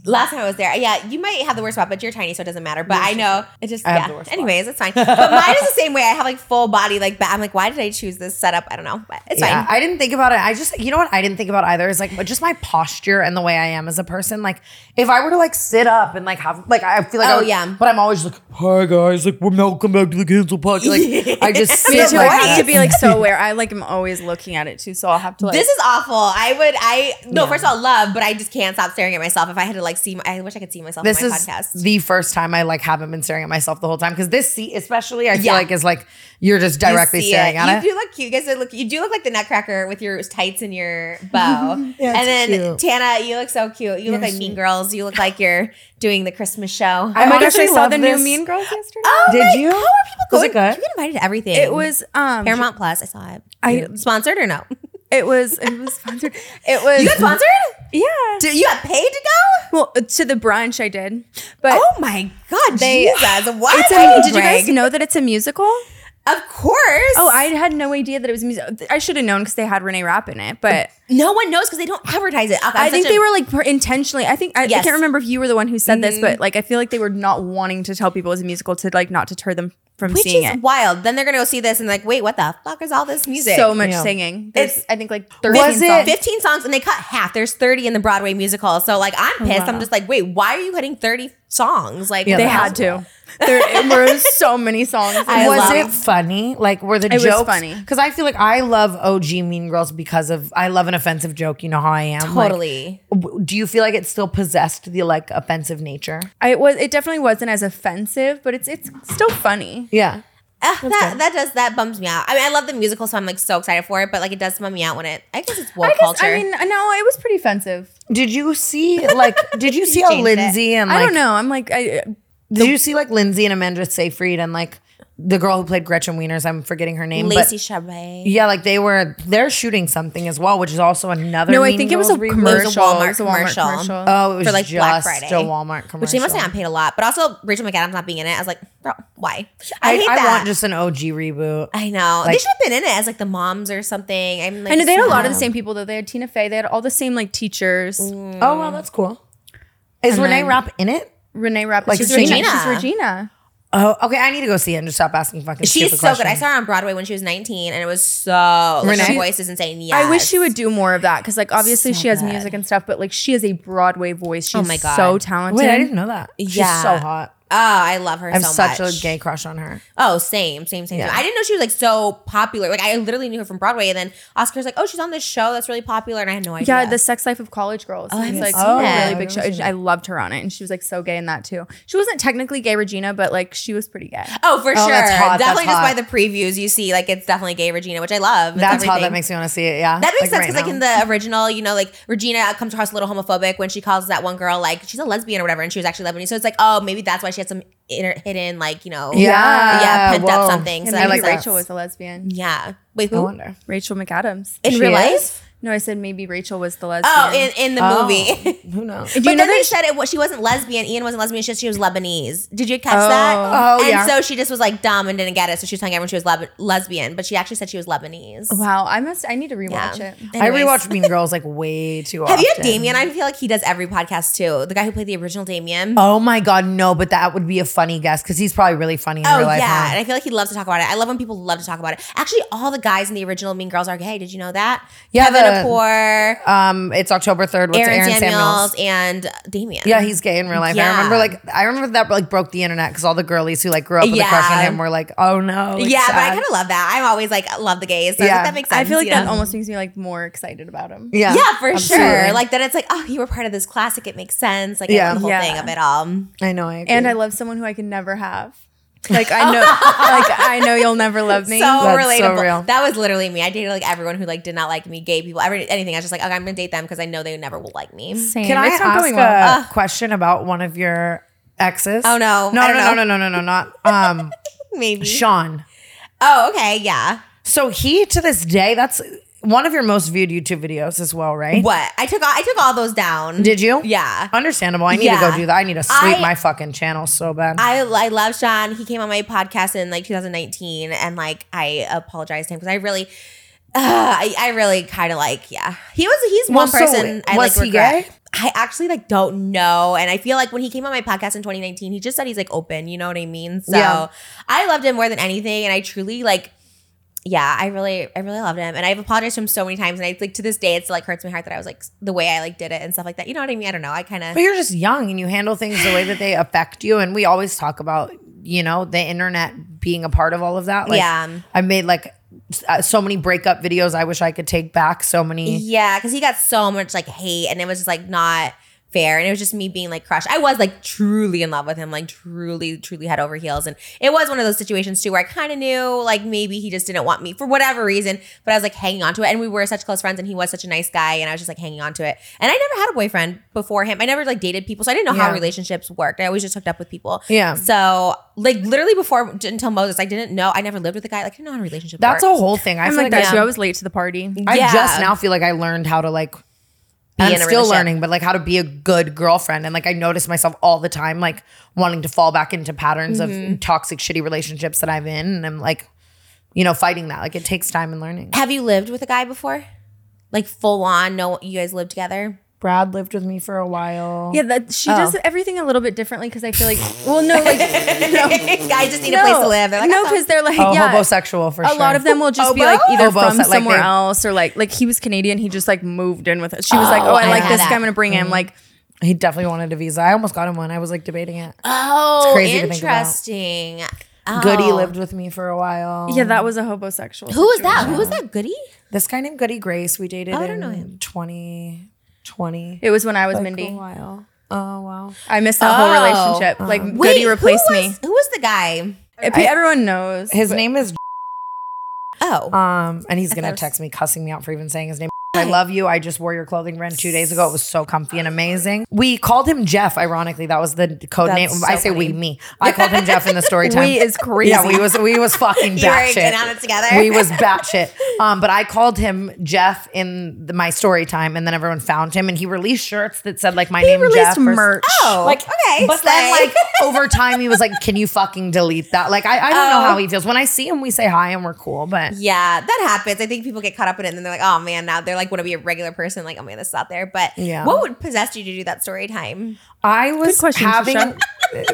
[SPEAKER 3] last time I was there, yeah, you might have the worst spot, but you're tiny, so it doesn't matter. But I know it just,
[SPEAKER 1] I
[SPEAKER 3] yeah.
[SPEAKER 1] have the worst spot.
[SPEAKER 3] Anyways, it's fine. But mine is the same way. I have like full body, like ba- I'm like, why did I choose this setup? I don't know, but it's
[SPEAKER 1] Yeah,
[SPEAKER 3] fine.
[SPEAKER 1] I didn't think about it. I just, you know what I didn't think about either is like just my posture and the way I am as a person. Like if I were to like sit up and like have, like I feel like, I
[SPEAKER 3] Oh,
[SPEAKER 1] would-
[SPEAKER 3] yeah.
[SPEAKER 1] But I'm always like, hi guys, like we're welcome back to the cancel podcast. Like I just
[SPEAKER 2] Me
[SPEAKER 1] sit
[SPEAKER 2] too.
[SPEAKER 1] like
[SPEAKER 2] I have
[SPEAKER 1] that.
[SPEAKER 2] to be like so aware. I like am always looking at it too, so I'll have to like.
[SPEAKER 3] This is awful. I would, I no. First of all, love, but I just can't stop staring at myself. If I had to like see, my, I wish I could see myself
[SPEAKER 1] This
[SPEAKER 3] on
[SPEAKER 1] is
[SPEAKER 3] my podcast.
[SPEAKER 1] the first time I like haven't been staring at myself the whole time because this seat, especially, I feel
[SPEAKER 3] Yeah.
[SPEAKER 1] like is like you're just
[SPEAKER 3] You
[SPEAKER 1] directly
[SPEAKER 3] see
[SPEAKER 1] staring
[SPEAKER 3] it.
[SPEAKER 1] at it.
[SPEAKER 3] You do look cute. You guys look. You do look like the Nutcracker with your tights and your bow.
[SPEAKER 1] Yeah,
[SPEAKER 3] and then
[SPEAKER 1] it's cute.
[SPEAKER 3] Tana, you look so cute. You look like Mean Girls. You look like you're doing the Christmas show.
[SPEAKER 1] I
[SPEAKER 2] I
[SPEAKER 1] might
[SPEAKER 2] actually
[SPEAKER 1] actually
[SPEAKER 2] saw
[SPEAKER 1] love
[SPEAKER 2] the
[SPEAKER 1] this.
[SPEAKER 2] new Mean Girls yesterday.
[SPEAKER 3] oh
[SPEAKER 1] Did
[SPEAKER 3] my-
[SPEAKER 1] you?
[SPEAKER 3] How are people
[SPEAKER 1] Was
[SPEAKER 3] going?
[SPEAKER 1] it good?
[SPEAKER 3] You get invited to everything.
[SPEAKER 2] it was um
[SPEAKER 3] Paramount Plus. I saw it.
[SPEAKER 2] I-
[SPEAKER 3] sponsored or no?
[SPEAKER 2] It was it was sponsored. It was
[SPEAKER 3] You got sponsored?
[SPEAKER 2] Yeah.
[SPEAKER 3] Did you got paid to go?
[SPEAKER 2] well, to the brunch I did, but
[SPEAKER 3] Oh my god,
[SPEAKER 2] They-
[SPEAKER 3] Jesus! What?
[SPEAKER 2] it's a, did you guys know that it's a musical?
[SPEAKER 3] Of course.
[SPEAKER 2] Oh, I had no idea that it was a musical. I should have known because they had Renee Rapp in it, but
[SPEAKER 3] No one knows because they don't advertise it. I'm
[SPEAKER 2] I
[SPEAKER 3] such
[SPEAKER 2] think
[SPEAKER 3] a-
[SPEAKER 2] they were like per- intentionally. I think I, I
[SPEAKER 3] Yes. Mm.
[SPEAKER 2] can't remember if you were the one who said this, but like I feel like they were not wanting to tell people it was a musical to like not deter them from
[SPEAKER 3] Which
[SPEAKER 2] seeing
[SPEAKER 3] is
[SPEAKER 2] it.
[SPEAKER 3] wild. Then they're gonna go see this and like, wait, what the fuck is all this music?
[SPEAKER 2] So much
[SPEAKER 1] Yeah.
[SPEAKER 2] singing. There's,
[SPEAKER 3] It's-
[SPEAKER 2] I think like 13
[SPEAKER 1] Was it-
[SPEAKER 2] songs.
[SPEAKER 3] 15 songs and they cut half. There's 30 in the Broadway musical. So like I'm pissed. I'm
[SPEAKER 2] wow.
[SPEAKER 3] just like, wait, why are you cutting 30 songs? Like
[SPEAKER 1] Yeah,
[SPEAKER 2] They
[SPEAKER 1] that
[SPEAKER 2] had
[SPEAKER 1] was
[SPEAKER 2] to. There were so many songs.
[SPEAKER 3] I
[SPEAKER 1] was
[SPEAKER 3] love-
[SPEAKER 1] it funny? Like were the
[SPEAKER 2] was
[SPEAKER 1] jokes
[SPEAKER 2] funny.
[SPEAKER 1] Because I feel like I love OG Mean Girls because of I love an offensive joke. You know how I am. Like,
[SPEAKER 3] Totally.
[SPEAKER 1] w- do you feel like it still possessed the like offensive nature?
[SPEAKER 2] I- it was. It definitely wasn't as offensive, but it's it's still funny.
[SPEAKER 1] Yeah.
[SPEAKER 3] Ah, that, that does that bums me out. I mean, I love the musical, so I'm like so excited for it, but like it does bum me out when it I guess it's woke
[SPEAKER 2] I guess.
[SPEAKER 3] culture.
[SPEAKER 2] I mean, uh, no, it was pretty offensive.
[SPEAKER 1] Did you see like did you see how
[SPEAKER 3] changed it.
[SPEAKER 1] Lindsay and like
[SPEAKER 2] I don't know. I'm like, I, uh,
[SPEAKER 1] Did you see like Lindsay and Amanda Seyfried and like the girl who played Gretchen Wieners? I'm forgetting her name.
[SPEAKER 3] Lacey
[SPEAKER 1] But
[SPEAKER 3] Chabet.
[SPEAKER 1] yeah, like they were they're shooting something as well, which is also another.
[SPEAKER 2] no, I
[SPEAKER 1] Mean
[SPEAKER 2] think it was a
[SPEAKER 1] Girls reboot.
[SPEAKER 2] commercial.
[SPEAKER 3] Walmart
[SPEAKER 2] It was a Walmart
[SPEAKER 3] commercial.
[SPEAKER 2] commercial.
[SPEAKER 1] Oh, it was
[SPEAKER 3] for, like,
[SPEAKER 1] just
[SPEAKER 3] Black Friday,
[SPEAKER 1] a Walmart commercial.
[SPEAKER 3] Which they must have not paid a lot. But also Rachel McAdams not being in it. I was like, bro, why? I,
[SPEAKER 1] I,
[SPEAKER 3] hate
[SPEAKER 1] I
[SPEAKER 3] that.
[SPEAKER 1] want just an OG reboot.
[SPEAKER 3] I know. they
[SPEAKER 1] like-
[SPEAKER 3] should have been in it as like the moms or something. I'm like
[SPEAKER 2] I know they had a lot of the
[SPEAKER 3] sad.
[SPEAKER 2] same people though. They had Tina Fey. They had all the same like teachers.
[SPEAKER 1] Oh well, that's cool. Is
[SPEAKER 2] And
[SPEAKER 1] Renee
[SPEAKER 2] then-
[SPEAKER 1] Rapp in it?
[SPEAKER 2] Renee Rapp.
[SPEAKER 1] Like
[SPEAKER 2] she's
[SPEAKER 1] Regina.
[SPEAKER 2] Regina. She's Regina.
[SPEAKER 1] Oh, okay. I need to go see it and just stop asking fucking.
[SPEAKER 3] She's so
[SPEAKER 1] stupid questions.
[SPEAKER 3] good. I saw her on Broadway when she was 19 and it was so like, her
[SPEAKER 1] Renee?
[SPEAKER 3] voice is insane. Yeah.
[SPEAKER 2] I wish she would do more of that because like obviously
[SPEAKER 3] So
[SPEAKER 2] she has
[SPEAKER 3] good.
[SPEAKER 2] music and stuff, but like she has a Broadway voice. She's
[SPEAKER 3] Oh my God.
[SPEAKER 2] so talented.
[SPEAKER 1] Wait, I didn't know that.
[SPEAKER 3] Yeah.
[SPEAKER 1] She's so hot.
[SPEAKER 3] Oh, I love her
[SPEAKER 1] I have
[SPEAKER 3] so
[SPEAKER 1] such
[SPEAKER 3] much.
[SPEAKER 1] a gay crush on her.
[SPEAKER 3] Oh, same, same, same,
[SPEAKER 1] Yeah.
[SPEAKER 3] same. I didn't know she was like so popular. Like I literally knew her from Broadway, and then Oscar's like, "Oh, she's on this show that's really popular," and I had no idea.
[SPEAKER 2] Yeah, the sex life of college girls. Oh,
[SPEAKER 3] haven't
[SPEAKER 2] it's like
[SPEAKER 3] seen Oh, that.
[SPEAKER 2] a
[SPEAKER 1] I've
[SPEAKER 2] really big
[SPEAKER 1] never
[SPEAKER 2] show.
[SPEAKER 1] seen
[SPEAKER 2] I loved her on it, and she was like so gay in that too. She wasn't technically gay, Regina, but like she was pretty gay.
[SPEAKER 3] oh for
[SPEAKER 1] Oh,
[SPEAKER 3] sure,
[SPEAKER 1] that's hot, that's
[SPEAKER 3] definitely
[SPEAKER 1] hot.
[SPEAKER 3] just by the previews you see, like it's definitely gay Regina, which I love. It's
[SPEAKER 1] That's how that
[SPEAKER 3] everything.
[SPEAKER 1] makes me want to see it. Yeah,
[SPEAKER 3] That makes sense because,
[SPEAKER 1] right
[SPEAKER 3] like, in
[SPEAKER 1] now.
[SPEAKER 3] the original, you know, like Regina comes across a little homophobic when she calls that one girl like she's a lesbian or whatever, and she was actually Lebanese. So it's like, oh, maybe that's why she had some inner hidden, like, you know,
[SPEAKER 1] yeah,
[SPEAKER 3] yeah, pent
[SPEAKER 1] whoa.
[SPEAKER 3] up something.
[SPEAKER 2] And
[SPEAKER 3] So
[SPEAKER 2] maybe
[SPEAKER 3] I like,
[SPEAKER 1] like that.
[SPEAKER 2] Rachel was a lesbian.
[SPEAKER 3] yeah. Wait,
[SPEAKER 1] I
[SPEAKER 3] who?
[SPEAKER 1] wonder.
[SPEAKER 2] Rachel McAdams.
[SPEAKER 3] In
[SPEAKER 1] She
[SPEAKER 3] real
[SPEAKER 1] is?
[SPEAKER 3] life?
[SPEAKER 2] No, I said maybe Rachel was the lesbian.
[SPEAKER 3] Oh, in in the
[SPEAKER 1] Oh,
[SPEAKER 3] movie.
[SPEAKER 1] Who knows?
[SPEAKER 2] Do
[SPEAKER 3] But
[SPEAKER 2] you know
[SPEAKER 3] then they
[SPEAKER 2] that?
[SPEAKER 3] said it. wa- She wasn't lesbian. Ian wasn't lesbian. She, just- she was Lebanese. Did you catch
[SPEAKER 2] Oh.
[SPEAKER 3] that?
[SPEAKER 1] Oh,
[SPEAKER 3] and
[SPEAKER 1] yeah.
[SPEAKER 3] so she just was like dumb and didn't get it. So she was telling everyone she was leb- lesbian, but she actually said she was Lebanese.
[SPEAKER 1] Oh,
[SPEAKER 2] Wow, I must. I need to
[SPEAKER 3] Yeah.
[SPEAKER 2] rewatch it.
[SPEAKER 1] I
[SPEAKER 3] Anyways.
[SPEAKER 1] rewatch Mean Girls like way too often.
[SPEAKER 3] Have you had Damien? I feel like he does every podcast too. The guy who played the original Damien.
[SPEAKER 1] Oh my god, no! But that would be a funny guess because he's probably really funny in
[SPEAKER 3] Oh,
[SPEAKER 1] real life.
[SPEAKER 3] yeah,
[SPEAKER 1] huh?
[SPEAKER 3] and I feel like he loves to talk about it. I love when people love to talk about it. Actually, all the guys in the original Mean Girls are gay. Did you know that?
[SPEAKER 1] Yeah,
[SPEAKER 3] Kevin
[SPEAKER 1] the-
[SPEAKER 3] Kapoor,
[SPEAKER 1] um, it's October third. What's
[SPEAKER 3] Aaron,
[SPEAKER 1] Aaron,
[SPEAKER 3] Samuels,
[SPEAKER 1] Samuels?
[SPEAKER 3] and Damien.
[SPEAKER 1] Yeah, he's gay in real life. I
[SPEAKER 3] Yeah.
[SPEAKER 1] remember like I remember that like broke the internet because all the girlies who like grew up with a crush on
[SPEAKER 3] Yeah.
[SPEAKER 1] him were like, oh no. it's
[SPEAKER 3] yeah, but I
[SPEAKER 1] sad.
[SPEAKER 3] kind of love that. I'm always like love the gays. So I was
[SPEAKER 1] Yeah.
[SPEAKER 3] like, that makes sense.
[SPEAKER 2] I feel like
[SPEAKER 3] you
[SPEAKER 2] that
[SPEAKER 3] know?
[SPEAKER 2] almost makes me like more excited about him.
[SPEAKER 1] yeah,
[SPEAKER 3] Yeah, for
[SPEAKER 1] absolutely.
[SPEAKER 3] sure. Like then it's like, oh, you were part of this classic. It makes sense. Like
[SPEAKER 1] Yeah.
[SPEAKER 3] yeah. the whole
[SPEAKER 2] Yeah.
[SPEAKER 3] thing of it all.
[SPEAKER 1] I know. I agree.
[SPEAKER 2] And I love someone who I can never have. Like I know, like I know you'll never love
[SPEAKER 3] So
[SPEAKER 2] me.
[SPEAKER 1] That's
[SPEAKER 3] relatable.
[SPEAKER 1] so real.
[SPEAKER 3] That was literally me. I dated like everyone who like did not like me, gay people, every, anything. I was just like, okay, I'm gonna date them because I know they never will like me.
[SPEAKER 2] Same.
[SPEAKER 1] Can I
[SPEAKER 2] It's not
[SPEAKER 1] ask
[SPEAKER 2] going
[SPEAKER 1] a
[SPEAKER 2] well.
[SPEAKER 1] question about one of your exes?
[SPEAKER 3] Oh, no.
[SPEAKER 1] No
[SPEAKER 3] I
[SPEAKER 1] no
[SPEAKER 3] don't
[SPEAKER 1] no no
[SPEAKER 3] know.
[SPEAKER 1] no no no not um
[SPEAKER 3] Maybe.
[SPEAKER 1] Sean.
[SPEAKER 3] Oh, okay, yeah.
[SPEAKER 1] So he to this day that's one of your most viewed YouTube videos as well, right?
[SPEAKER 3] What? I took all, I took all those down.
[SPEAKER 1] Did you?
[SPEAKER 3] Yeah.
[SPEAKER 1] Understandable. I need to
[SPEAKER 3] Yeah.
[SPEAKER 1] go do that. I need to sweep
[SPEAKER 3] I-
[SPEAKER 1] my fucking channel so bad.
[SPEAKER 3] I, I love Sean. He came on my podcast in like 2019, and like I apologized to him because I really, uh, I, I really kind of like yeah. He was he's
[SPEAKER 1] Well,
[SPEAKER 3] one
[SPEAKER 1] so
[SPEAKER 3] person I
[SPEAKER 1] was
[SPEAKER 3] like
[SPEAKER 1] he
[SPEAKER 3] regret.
[SPEAKER 1] gay?
[SPEAKER 3] I actually like don't know, and I feel like when he came on my podcast in 2019, he just said he's like open. You know what I mean? So
[SPEAKER 1] Yeah.
[SPEAKER 3] I loved him more than anything, and I truly like. Yeah, I really, I really loved him, and I've apologized to him so many times, and I like to this day, it's like hurts my heart that I was like the way I like did it and stuff like that. You know what I mean? I don't know. I kind of
[SPEAKER 1] but you're just young and you handle things the way that they affect you. And we always talk about, you know, the internet being a part of all of that. Like,
[SPEAKER 3] Yeah.
[SPEAKER 1] I made like s- uh, so many breakup videos I wish I could take back. So many.
[SPEAKER 3] Yeah, because he got so much like hate, and it was just like not fair. And it was just me being like crushed. I was like truly in love with him, like truly, truly head over heels. And it was one of those situations too where I kind of knew like maybe he just didn't want me for whatever reason, but I was like hanging on to it. And we were such close friends, and he was such a nice guy, and I was just like hanging on to it. And I never had a boyfriend before him. I never like dated people, so I didn't know
[SPEAKER 1] Yeah.
[SPEAKER 3] how relationships worked. I always just hooked up with people.
[SPEAKER 1] Yeah.
[SPEAKER 3] So like literally before until Moses, I didn't know. I never lived with a guy. Like I didn't know how a relationship.
[SPEAKER 1] That's a
[SPEAKER 3] worked.
[SPEAKER 1] whole thing. I
[SPEAKER 2] I'm
[SPEAKER 1] feel
[SPEAKER 2] like that
[SPEAKER 1] I-
[SPEAKER 2] too. I was late to the party.
[SPEAKER 1] I
[SPEAKER 3] Yeah.
[SPEAKER 1] just now feel like I learned how to like. I'm
[SPEAKER 3] in a
[SPEAKER 1] still
[SPEAKER 3] relationship.
[SPEAKER 1] learning, but like how to be a good girlfriend, and like I notice myself all the time, like wanting to fall back into patterns of toxic, shitty relationships that I'm in, and I'm like, you know, fighting that. Like it takes time and learning.
[SPEAKER 3] Have you lived with a guy before? Like full on, no you guys lived together?
[SPEAKER 1] Brad lived with me for a while.
[SPEAKER 2] Yeah, that she does
[SPEAKER 1] Oh.
[SPEAKER 2] everything a little bit differently because I feel like, well, no, like
[SPEAKER 3] Guys just need a place to live. They're like,
[SPEAKER 2] no,
[SPEAKER 3] "Oh."
[SPEAKER 2] because they're like,
[SPEAKER 1] Oh,
[SPEAKER 2] yeah,
[SPEAKER 1] homosexual for
[SPEAKER 2] a
[SPEAKER 1] sure.
[SPEAKER 2] lot of them will just be
[SPEAKER 1] Oboe?
[SPEAKER 2] like either
[SPEAKER 3] Oh,
[SPEAKER 1] Oboe,
[SPEAKER 2] from
[SPEAKER 1] so, like,
[SPEAKER 2] somewhere
[SPEAKER 1] they-
[SPEAKER 2] else or like like he was Canadian. He just like moved in with us. She was like,
[SPEAKER 3] Oh,
[SPEAKER 2] oh, I
[SPEAKER 3] I
[SPEAKER 2] like
[SPEAKER 3] had
[SPEAKER 2] this
[SPEAKER 3] that. Mm.
[SPEAKER 2] guy. I'm gonna bring him. Like,
[SPEAKER 1] He definitely wanted a visa. I almost got him one. I was like debating it.
[SPEAKER 3] oh,
[SPEAKER 1] crazy to think about.
[SPEAKER 3] interesting. Oh.
[SPEAKER 1] Goody lived with me for a while.
[SPEAKER 2] yeah, that was a homosexual.
[SPEAKER 3] Who was that? Who was that? Goody?
[SPEAKER 1] This guy named Goody Grace. We dated.
[SPEAKER 3] Oh, I don't know
[SPEAKER 1] in
[SPEAKER 3] him.
[SPEAKER 1] 2020.
[SPEAKER 2] It was when I was
[SPEAKER 1] Like, A
[SPEAKER 2] Mindy.
[SPEAKER 1] while. Oh wow.
[SPEAKER 2] I missed that whole
[SPEAKER 3] Oh.
[SPEAKER 2] relationship. Like, Goody
[SPEAKER 3] who
[SPEAKER 2] replaced
[SPEAKER 3] was-
[SPEAKER 2] me.
[SPEAKER 3] Who was the guy?
[SPEAKER 2] If- Everyone knows.
[SPEAKER 1] His name is
[SPEAKER 3] Oh,
[SPEAKER 1] um, and he's gonna
[SPEAKER 3] was-
[SPEAKER 1] text me cussing me out for even saying his name. I love you. I just wore your clothing brand two days ago. It was so comfy and amazing. We called him Jeff. Ironically, that was the code
[SPEAKER 3] That's
[SPEAKER 1] name.
[SPEAKER 3] so
[SPEAKER 1] I say
[SPEAKER 3] funny.
[SPEAKER 1] we, me. I called him Jeff in the story time.
[SPEAKER 2] We is crazy.
[SPEAKER 1] Yeah, we was we was fucking
[SPEAKER 3] You were
[SPEAKER 1] batshit.
[SPEAKER 3] in on it together?
[SPEAKER 1] We was batshit. Um, but I called him Jeff in the, my story time, and then everyone found him, and he released shirts that said like my name
[SPEAKER 2] released
[SPEAKER 1] Jeff or-
[SPEAKER 2] merch.
[SPEAKER 3] Oh,
[SPEAKER 1] like
[SPEAKER 3] okay,
[SPEAKER 1] But then
[SPEAKER 3] slay.
[SPEAKER 1] like over time, he was like, "Can you fucking delete that?" Like I, I don't know
[SPEAKER 2] Oh.
[SPEAKER 1] how he feels. When I see him, we say hi and we're cool, but
[SPEAKER 3] yeah, that happens. I think people get caught up in it, and then they're like, "Oh man," now they're like, "Want to be a regular person?" Like, "Oh man, this is out there." But
[SPEAKER 1] Yeah.
[SPEAKER 3] what would possess you to do that story time?
[SPEAKER 1] I was
[SPEAKER 2] question,
[SPEAKER 1] having
[SPEAKER 2] Trisha.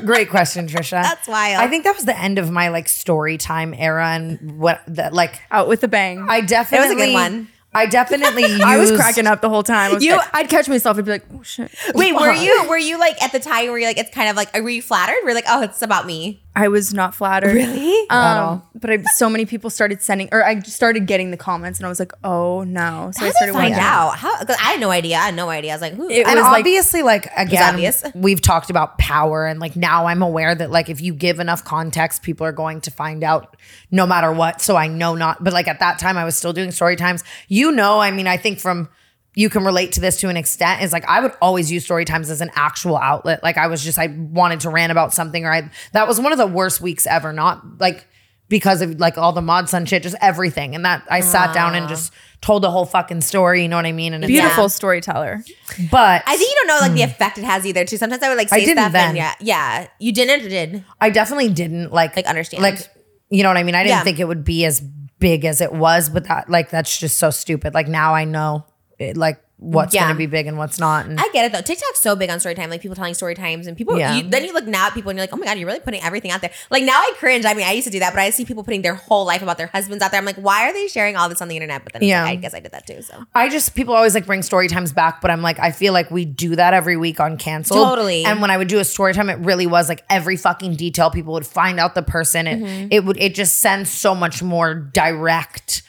[SPEAKER 1] great question, Trisha.
[SPEAKER 3] That's wild.
[SPEAKER 1] I think that was the end of my like story time era and what that like
[SPEAKER 2] out with a bang.
[SPEAKER 1] I definitely
[SPEAKER 3] one.
[SPEAKER 1] I definitely used
[SPEAKER 2] I was cracking up the whole time. I was
[SPEAKER 3] You-
[SPEAKER 2] like- I'd catch myself and be like, oh shit.
[SPEAKER 3] Wait, were you were you like at the time where you're like, it's kind of like, were you flattered? We're like, "Oh, it's about me."
[SPEAKER 2] I was not flattered.
[SPEAKER 3] Really?
[SPEAKER 1] At
[SPEAKER 2] Um,
[SPEAKER 1] all.
[SPEAKER 2] but I, so many people started sending, or I started getting the comments, and I was like, "Oh no!" So
[SPEAKER 3] How
[SPEAKER 2] I
[SPEAKER 3] did I
[SPEAKER 2] started
[SPEAKER 3] find
[SPEAKER 2] watching.
[SPEAKER 3] out? How? Because I had no idea. I had no idea. I was like, "Who?"
[SPEAKER 2] It
[SPEAKER 3] I
[SPEAKER 1] and
[SPEAKER 2] was like-
[SPEAKER 1] obviously like, again
[SPEAKER 3] obvious.
[SPEAKER 1] we've talked about power and like now i'm aware that like if you give enough context people are going to find out no matter what so i know not but like at that time i was still doing story times you know i mean i think from you can relate to this to an extent is like i would always use story times as an actual outlet like i was just i wanted to rant about something or i that was one of the worst weeks ever not like because of like all the mod sun shit just everything and that i sat down and just told the whole fucking story you know what i mean and it's-
[SPEAKER 2] Beautiful
[SPEAKER 3] Yeah.
[SPEAKER 2] storyteller.
[SPEAKER 1] but
[SPEAKER 3] I think you don't know like the effect it has either. Too sometimes I would like say
[SPEAKER 1] Hmm. I didn't
[SPEAKER 3] stuff
[SPEAKER 1] then.
[SPEAKER 3] and yeah, yeah, you didn't or did.
[SPEAKER 1] I definitely didn't like
[SPEAKER 3] Like, understand.
[SPEAKER 1] Like you know what I mean? I didn't
[SPEAKER 3] Yeah.
[SPEAKER 1] think it would be as big as it was, but that like that's just so stupid. Like now I know it, like what's
[SPEAKER 3] Yeah.
[SPEAKER 1] gonna be big and what's not. And
[SPEAKER 3] I get it though. TikTok's so big on story time, like people telling story times and people.
[SPEAKER 1] Yeah.
[SPEAKER 3] You, then you look now at people and you're like, oh my god, you're really putting everything out there. Like now I cringe. I mean, I used to do that, but I see people putting their whole life about their husbands out there. I'm like, why are they sharing all this on the internet? But then it's
[SPEAKER 1] Yeah.
[SPEAKER 3] like, I guess I did that too. So
[SPEAKER 1] I just people always like bring story times back, but I'm like I feel like we do that every week on cancel.
[SPEAKER 3] Totally.
[SPEAKER 1] And when I would do a story time, it really was like every fucking detail. People would find out the person. It
[SPEAKER 3] Mm-hmm.
[SPEAKER 1] it would it just sends so much more direct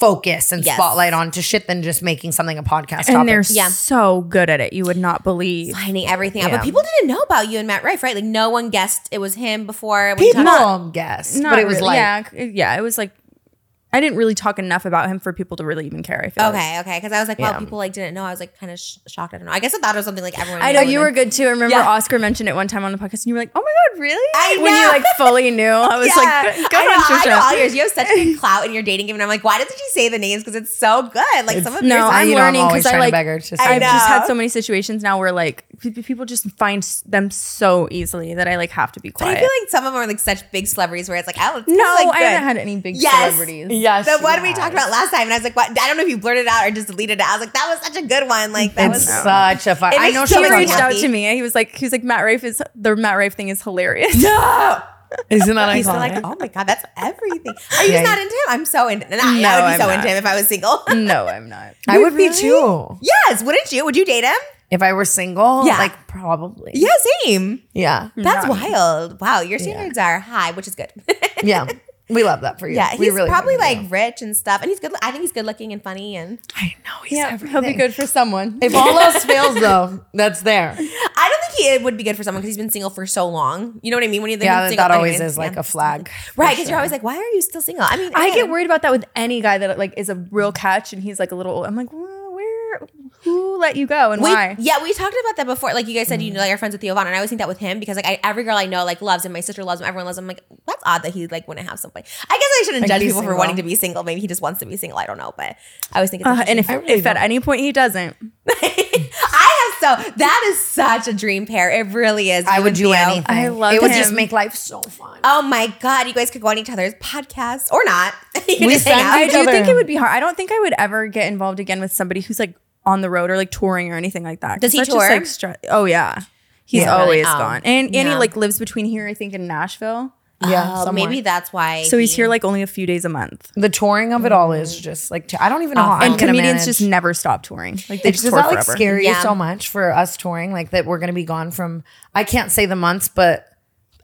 [SPEAKER 1] focus and
[SPEAKER 3] Yes.
[SPEAKER 1] spotlight onto shit than just making something a podcast.
[SPEAKER 2] And
[SPEAKER 1] topic.
[SPEAKER 2] they're
[SPEAKER 3] Yeah.
[SPEAKER 2] so good at it. You would not believe.
[SPEAKER 3] finding everything out,
[SPEAKER 1] Yeah.
[SPEAKER 3] but people didn't know about you and Matt Rife, right? Like no one guessed it was him before. when you
[SPEAKER 1] people
[SPEAKER 3] talked-
[SPEAKER 1] guess,
[SPEAKER 2] Not
[SPEAKER 1] but it was
[SPEAKER 2] really-
[SPEAKER 1] like
[SPEAKER 2] yeah, c- yeah. It was like I didn't really talk enough about him for people to really even care. I feel like.
[SPEAKER 3] Okay, okay, because I was like, wow,
[SPEAKER 1] Yeah.
[SPEAKER 3] people like didn't know. I was like kind of sh- shocked. I don't know. I guess I thought it was something like everyone.
[SPEAKER 2] I know
[SPEAKER 3] knew
[SPEAKER 2] you were
[SPEAKER 3] and-
[SPEAKER 2] good too. I remember
[SPEAKER 3] Yeah.
[SPEAKER 2] Oscar mentioned it one time on the podcast, and you were like, "Oh my god, really?"
[SPEAKER 3] I
[SPEAKER 2] when you
[SPEAKER 3] know.
[SPEAKER 2] like fully knew, I was like, "Good, good
[SPEAKER 3] I know,
[SPEAKER 2] on
[SPEAKER 3] I know
[SPEAKER 2] Trisha."
[SPEAKER 3] all yours. You have such good clout in your dating game, and I'm like, why didn't you say the names? Because it's so good. Like some of
[SPEAKER 2] no,
[SPEAKER 3] yours.
[SPEAKER 1] I-
[SPEAKER 2] I'm
[SPEAKER 1] you know, I'm
[SPEAKER 2] learning
[SPEAKER 1] always
[SPEAKER 2] because I
[SPEAKER 1] trying to
[SPEAKER 2] like.
[SPEAKER 1] beg her to say
[SPEAKER 2] I've
[SPEAKER 3] that.
[SPEAKER 2] just had
[SPEAKER 3] know.
[SPEAKER 2] so many situations now where like p- p- people just find s- them so easily that I like have to be
[SPEAKER 3] But
[SPEAKER 2] quiet.
[SPEAKER 3] I feel like some of them are like such big celebrities where it's like, oh, it's
[SPEAKER 2] no,
[SPEAKER 3] like
[SPEAKER 2] I
[SPEAKER 3] good.
[SPEAKER 2] haven't had any big
[SPEAKER 3] Yes.
[SPEAKER 2] celebrities.
[SPEAKER 1] Yes.
[SPEAKER 3] The one we talked about last time, and I was like, what? I don't know if you blurted it out or just deleted it. I was like, that was such a good one. Like that
[SPEAKER 1] It's
[SPEAKER 3] was.
[SPEAKER 1] such a fun.
[SPEAKER 3] It
[SPEAKER 1] I
[SPEAKER 3] is
[SPEAKER 1] know she's
[SPEAKER 3] so
[SPEAKER 2] He
[SPEAKER 3] very
[SPEAKER 1] on
[SPEAKER 2] reached
[SPEAKER 1] it.
[SPEAKER 3] happy.
[SPEAKER 2] out to me. and He was like, he was like, Matt Rafe is the Matt Rafe thing is hilarious.
[SPEAKER 3] No.
[SPEAKER 1] Isn't that
[SPEAKER 3] He's still
[SPEAKER 1] iconic?
[SPEAKER 3] like, oh my god, that's everything. Are you
[SPEAKER 1] Yeah.
[SPEAKER 3] not into him? I'm so into. And I, I
[SPEAKER 2] No,
[SPEAKER 3] would be
[SPEAKER 2] I'm
[SPEAKER 3] so
[SPEAKER 2] not.
[SPEAKER 3] into him if I was single.
[SPEAKER 2] no, I'm not.
[SPEAKER 1] I would be too
[SPEAKER 3] yes, wouldn't you? Would you date him?
[SPEAKER 1] if I were single.
[SPEAKER 3] Yeah.
[SPEAKER 1] like probably.
[SPEAKER 3] Yeah, same.
[SPEAKER 1] yeah,
[SPEAKER 3] That's
[SPEAKER 2] No.
[SPEAKER 3] wild. Wow, your standards are high, which is good.
[SPEAKER 1] yeah. We love that for you.
[SPEAKER 3] yeah,
[SPEAKER 1] We
[SPEAKER 3] he's
[SPEAKER 1] really
[SPEAKER 3] probably
[SPEAKER 1] do.
[SPEAKER 3] like rich and stuff, and he's good. I think he's good looking and funny, and
[SPEAKER 1] I know he's
[SPEAKER 2] Yeah,
[SPEAKER 1] everything.
[SPEAKER 2] he'll be good for someone.
[SPEAKER 1] If all else fails, though, that's there.
[SPEAKER 3] I don't think he would be good for someone because he's been single for so long. You know what I mean? When you think
[SPEAKER 1] Yeah,
[SPEAKER 3] of
[SPEAKER 1] that,
[SPEAKER 3] single,
[SPEAKER 1] that always
[SPEAKER 3] anyways,
[SPEAKER 1] is like
[SPEAKER 3] yeah.
[SPEAKER 1] a flag,
[SPEAKER 3] right? Because you're always like, why are you still single? I mean,
[SPEAKER 2] I
[SPEAKER 3] hey.
[SPEAKER 2] get worried about that with any guy that like is a real catch and he's like a little. old. I'm like, well, where? Who let you go and
[SPEAKER 3] We,
[SPEAKER 2] why?
[SPEAKER 3] yeah, we talked about that before. Like you guys said,
[SPEAKER 1] Mm-hmm.
[SPEAKER 3] you know, like you're friends with Theo Vaughn, and I always think that with him because like I, every girl I know like loves him. My sister loves him. Everyone loves him. I'm like, that's odd that he like wouldn't have somebody. I guess I shouldn't
[SPEAKER 1] Like,
[SPEAKER 3] judge
[SPEAKER 1] be
[SPEAKER 3] people for
[SPEAKER 1] single.
[SPEAKER 3] wanting to be single. Maybe he just wants to be single. I don't know, but I always think. It's
[SPEAKER 2] Uh, and if,
[SPEAKER 1] I really
[SPEAKER 2] if at
[SPEAKER 1] don't.
[SPEAKER 2] any point he doesn't,
[SPEAKER 3] I have so that is such a dream pair. It really is.
[SPEAKER 1] I
[SPEAKER 3] You
[SPEAKER 1] would
[SPEAKER 3] and
[SPEAKER 1] do
[SPEAKER 3] Theo.
[SPEAKER 1] anything.
[SPEAKER 2] I love
[SPEAKER 1] it. Would
[SPEAKER 2] him.
[SPEAKER 1] just make life so fun.
[SPEAKER 3] Oh my god, you guys could go on each other's podcasts or not. You
[SPEAKER 1] We
[SPEAKER 3] just hang
[SPEAKER 1] send
[SPEAKER 3] out.
[SPEAKER 2] I
[SPEAKER 1] each
[SPEAKER 2] do
[SPEAKER 1] other.
[SPEAKER 2] think it would be hard. I don't think I would ever get involved again with somebody who's like on the road or like touring or anything like that.
[SPEAKER 3] Does
[SPEAKER 2] 'Cause
[SPEAKER 3] he
[SPEAKER 2] that's
[SPEAKER 3] tour?
[SPEAKER 2] Just, like, stre- oh yeah, he's
[SPEAKER 1] Yeah.
[SPEAKER 2] always
[SPEAKER 3] Really? Oh.
[SPEAKER 2] gone, and and he
[SPEAKER 3] Yeah.
[SPEAKER 2] like lives between here, I think, in Nashville.
[SPEAKER 1] Yeah,
[SPEAKER 3] Oh,
[SPEAKER 1] somewhere.
[SPEAKER 3] maybe that's why.
[SPEAKER 2] So he's
[SPEAKER 3] he-
[SPEAKER 2] here like only a few days a month.
[SPEAKER 1] the touring of it all is just like t- I don't even know. How
[SPEAKER 2] and
[SPEAKER 1] I'm gonna
[SPEAKER 2] comedians
[SPEAKER 1] manage.
[SPEAKER 2] just never stop touring. Like they
[SPEAKER 1] It's
[SPEAKER 2] just
[SPEAKER 1] does
[SPEAKER 2] tour
[SPEAKER 1] that like
[SPEAKER 2] forever.
[SPEAKER 1] scare you
[SPEAKER 3] Yeah.
[SPEAKER 1] so much for us touring? Like that we're gonna be gone from I can't say the months, but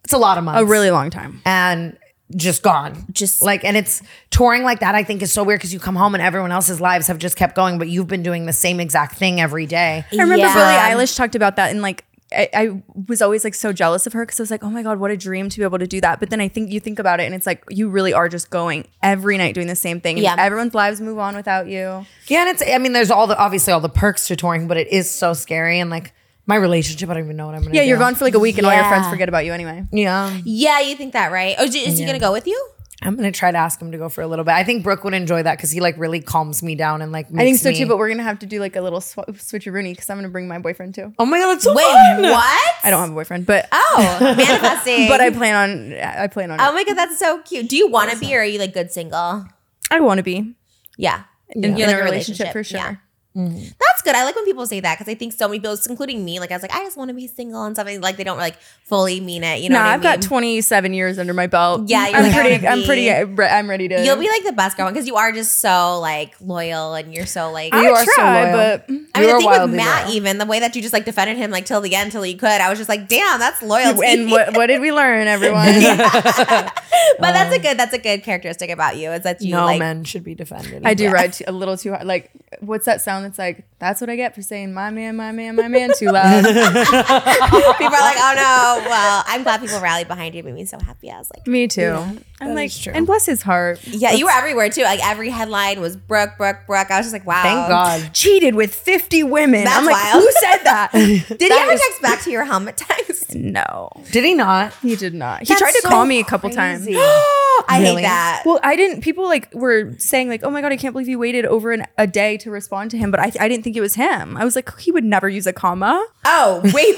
[SPEAKER 1] it's a lot of months.
[SPEAKER 2] A Oh, really long time.
[SPEAKER 1] and just gone.
[SPEAKER 3] Just-
[SPEAKER 1] like and it's touring like that I think is so weird because you come home and everyone else's lives have just kept going, but you've been doing the same exact thing every day.
[SPEAKER 2] I remember
[SPEAKER 3] Yeah.
[SPEAKER 2] Billie Eilish talked about that and like I, I was always like so jealous of her because I was like, oh my God, what a dream to be able to do that. But then I think you think about it and it's like you really are just going every night doing the same thing. And
[SPEAKER 3] Yeah.
[SPEAKER 2] Everyone's lives move on without you.
[SPEAKER 1] Yeah, and it's I mean, there's all the obviously all the perks to touring, but it is so scary and like my relationship, I don't even know what I'm gonna
[SPEAKER 2] Yeah,
[SPEAKER 1] do.
[SPEAKER 2] you're gone for like a week and all your friends
[SPEAKER 3] Yeah.
[SPEAKER 2] forget about you anyway.
[SPEAKER 1] Yeah.
[SPEAKER 3] Yeah, you think that, right? Oh, is, is he gonna go with you?
[SPEAKER 1] I'm gonna try to ask him to go for a little bit. I think Brooke would enjoy that because he like really calms me down and like makes
[SPEAKER 2] I think so
[SPEAKER 1] me-
[SPEAKER 2] too, but we're going to have to do like a little sw- switcheroonie because I'm going to bring my boyfriend too.
[SPEAKER 1] oh my god, it's so
[SPEAKER 3] Wait,
[SPEAKER 1] fun!
[SPEAKER 3] what?
[SPEAKER 2] I don't have a boyfriend, but
[SPEAKER 3] Oh, manifesting.
[SPEAKER 2] but I plan on I plan on
[SPEAKER 3] Oh
[SPEAKER 2] it.
[SPEAKER 3] my god, that's so cute. Do you want to be, or are you like good single?
[SPEAKER 2] I want to be
[SPEAKER 3] Yeah.
[SPEAKER 2] in,
[SPEAKER 3] You're
[SPEAKER 2] in
[SPEAKER 3] like
[SPEAKER 2] a relationship, for sure.
[SPEAKER 3] yeah. That's good. I like when people say that because I think so many people, including me, like I was like, I just want to be single and something like they don't like fully mean it. You know,
[SPEAKER 2] no,
[SPEAKER 3] what I
[SPEAKER 2] I've got
[SPEAKER 3] mean?
[SPEAKER 2] 27 years under my belt.
[SPEAKER 3] Yeah, you're
[SPEAKER 2] I'm
[SPEAKER 3] like, I
[SPEAKER 2] pretty.
[SPEAKER 3] wanna
[SPEAKER 2] I'm
[SPEAKER 3] be-
[SPEAKER 2] pretty. I'm re- I'm ready to.
[SPEAKER 3] You'll be like the best girl because you are just so like loyal and you're so like.
[SPEAKER 2] I
[SPEAKER 1] You
[SPEAKER 2] would
[SPEAKER 1] are so
[SPEAKER 2] try,
[SPEAKER 1] loyal.
[SPEAKER 2] but
[SPEAKER 3] I mean,
[SPEAKER 1] You
[SPEAKER 3] the
[SPEAKER 1] are
[SPEAKER 3] thing with
[SPEAKER 1] wildly
[SPEAKER 3] Matt,
[SPEAKER 1] loyal.
[SPEAKER 3] even the way that you just like defended him like till the end, till you could, I was just like, damn, that's loyalty.
[SPEAKER 2] and what what did we learn, everyone?
[SPEAKER 3] but that's a good, that's a good characteristic about you is that you
[SPEAKER 1] um, No
[SPEAKER 3] like.
[SPEAKER 1] men should be defended.
[SPEAKER 2] I do ride too, a little too hard. Like, what's that sound? That's like that's what I get for saying my man, my man, my man too loud.
[SPEAKER 3] People are like, oh no. Well, I'm glad people rallied behind you. It made me so happy. I was like,
[SPEAKER 2] Me too. I'm like,
[SPEAKER 1] is true.
[SPEAKER 2] and bless his heart.
[SPEAKER 3] yeah, you were everywhere too. Like every headline was Brooke, Brooke, Brooke. I was just like, wow.
[SPEAKER 1] Thank God.
[SPEAKER 2] Cheated with 50 women.
[SPEAKER 3] That's
[SPEAKER 2] I'm like,
[SPEAKER 3] wild.
[SPEAKER 2] who said that?
[SPEAKER 3] Did
[SPEAKER 1] That
[SPEAKER 3] he ever
[SPEAKER 1] is-
[SPEAKER 3] text back to your helmet text?
[SPEAKER 2] no,
[SPEAKER 1] Did he not?
[SPEAKER 2] he did not. He
[SPEAKER 3] That's
[SPEAKER 2] tried to
[SPEAKER 3] so
[SPEAKER 2] call me a couple times.
[SPEAKER 1] Crazy.
[SPEAKER 3] I
[SPEAKER 1] Really?
[SPEAKER 3] hate that.
[SPEAKER 2] Well, I didn't. People like were saying like, "Oh my god, I can't believe you waited over an, a day to respond to him." But I, I didn't think it was him. I was like, he would never use a comma.
[SPEAKER 3] Oh, wait.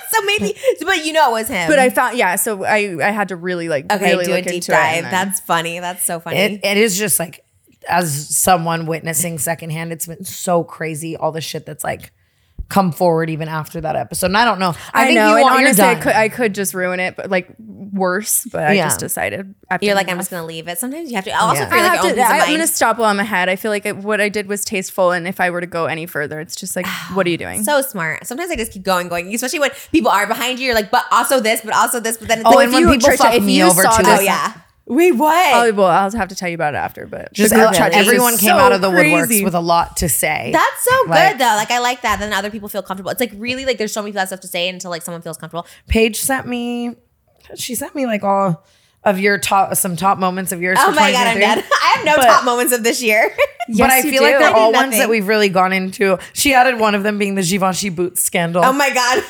[SPEAKER 3] so maybe, but you know it was him.
[SPEAKER 2] But I found yeah, so I I had to really like
[SPEAKER 3] okay,
[SPEAKER 2] really
[SPEAKER 3] do a
[SPEAKER 2] look
[SPEAKER 3] deep
[SPEAKER 2] into it and
[SPEAKER 3] dive.
[SPEAKER 2] then-
[SPEAKER 3] That's funny. That's so funny.
[SPEAKER 1] It, it is just like, as someone witnessing secondhand, it's been so crazy all the shit that's like come forward even after that episode. And I don't know.
[SPEAKER 2] I,
[SPEAKER 1] think
[SPEAKER 2] know.
[SPEAKER 1] you
[SPEAKER 2] and
[SPEAKER 1] want- you're
[SPEAKER 2] honestly, I
[SPEAKER 1] done.
[SPEAKER 2] could I could just ruin it, but like worse. But I
[SPEAKER 1] Yeah.
[SPEAKER 2] just decided after
[SPEAKER 3] You're like,
[SPEAKER 2] that.
[SPEAKER 3] I'm just gonna leave it. Sometimes you have to. I also
[SPEAKER 1] Yeah.
[SPEAKER 3] feel
[SPEAKER 2] I
[SPEAKER 3] like
[SPEAKER 2] have
[SPEAKER 3] your own
[SPEAKER 2] to,
[SPEAKER 3] peace of
[SPEAKER 2] I, am
[SPEAKER 3] mind.
[SPEAKER 2] gonna stop while I'm ahead. I feel like it, what I did was tasteful, and if I were to go any further, it's just like, what are you doing?
[SPEAKER 3] so smart. Sometimes I just keep going, going, especially when people are behind you. You're like, but also this, but also this, but then it's
[SPEAKER 1] Oh,
[SPEAKER 3] like,
[SPEAKER 1] and
[SPEAKER 3] if
[SPEAKER 1] when
[SPEAKER 3] you-
[SPEAKER 1] people
[SPEAKER 2] Trisha,
[SPEAKER 1] fuck
[SPEAKER 2] if
[SPEAKER 1] me
[SPEAKER 2] you
[SPEAKER 1] over
[SPEAKER 2] saw
[SPEAKER 1] too,
[SPEAKER 2] this-
[SPEAKER 3] oh
[SPEAKER 1] it's-
[SPEAKER 3] yeah, wait, what?
[SPEAKER 2] Oh, well, I'll have to tell you about it after, but
[SPEAKER 1] just
[SPEAKER 2] The group
[SPEAKER 1] ev-
[SPEAKER 2] chat is
[SPEAKER 1] everyone
[SPEAKER 2] just
[SPEAKER 1] came
[SPEAKER 2] so
[SPEAKER 1] out of the woodworks
[SPEAKER 2] crazy.
[SPEAKER 1] with a lot to say.
[SPEAKER 3] That's so
[SPEAKER 1] Like-
[SPEAKER 3] good though. Like I like that. Then other people feel comfortable. It's like really like there's so many people that have stuff to say until like someone feels comfortable.
[SPEAKER 1] Paige sent me. She sent me like all of your top, some top moments of yours.
[SPEAKER 3] Oh
[SPEAKER 1] for
[SPEAKER 3] my god, I'm
[SPEAKER 1] 2023.
[SPEAKER 3] dead. I have no
[SPEAKER 1] But-
[SPEAKER 3] top moments of this year.
[SPEAKER 1] but I
[SPEAKER 2] Yes, you
[SPEAKER 1] feel like
[SPEAKER 2] do.
[SPEAKER 1] they're
[SPEAKER 2] I
[SPEAKER 3] did
[SPEAKER 1] all ones
[SPEAKER 3] nothing.
[SPEAKER 1] that we've really gone into. She added one of them being the Givenchy boot scandal.
[SPEAKER 3] oh my god,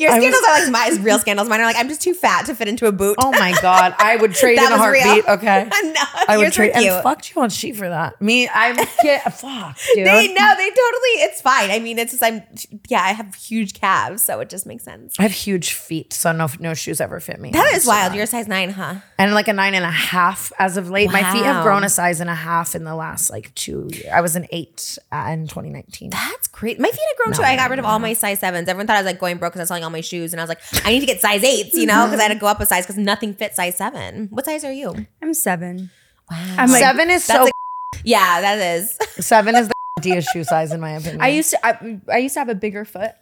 [SPEAKER 3] your
[SPEAKER 1] I was-
[SPEAKER 3] scandals are like my real scandals. Mine are like I'm just too fat to fit into a boot.
[SPEAKER 1] Oh my god, I would trade
[SPEAKER 3] That
[SPEAKER 1] in a
[SPEAKER 3] was real.
[SPEAKER 1] heartbeat. Okay,
[SPEAKER 3] no,
[SPEAKER 1] I would
[SPEAKER 3] yours were
[SPEAKER 1] trade.
[SPEAKER 3] cute.
[SPEAKER 1] And fuck Givenchy for that. Me, I'm kid. fuck, dude.
[SPEAKER 3] They no, they totally. It's fine. I mean, it's just I'm. Yeah, I have huge calves, so it just makes sense.
[SPEAKER 1] I have huge feet, so no no shoes ever fit me.
[SPEAKER 3] That is wild. You're a size nine, huh?
[SPEAKER 1] and like a nine and a half as of late. My feet
[SPEAKER 3] Wow.
[SPEAKER 1] have grown a size and a half in the last like two. years. I was an eight uh, in 2019.
[SPEAKER 3] That's great. My feet had grown too. I got rid of all my size sevens. Everyone thought I was like going broke because I was selling all my shoes, and I was like, I need to get size eights, you know, because I had to go up a size because nothing fit size seven. What size are you?
[SPEAKER 2] I'm seven. Wow. I'm like,
[SPEAKER 1] seven is so.
[SPEAKER 3] Yeah, that is.
[SPEAKER 1] seven is the idea shoe size in my opinion.
[SPEAKER 2] I used to. I, I used to have a bigger foot.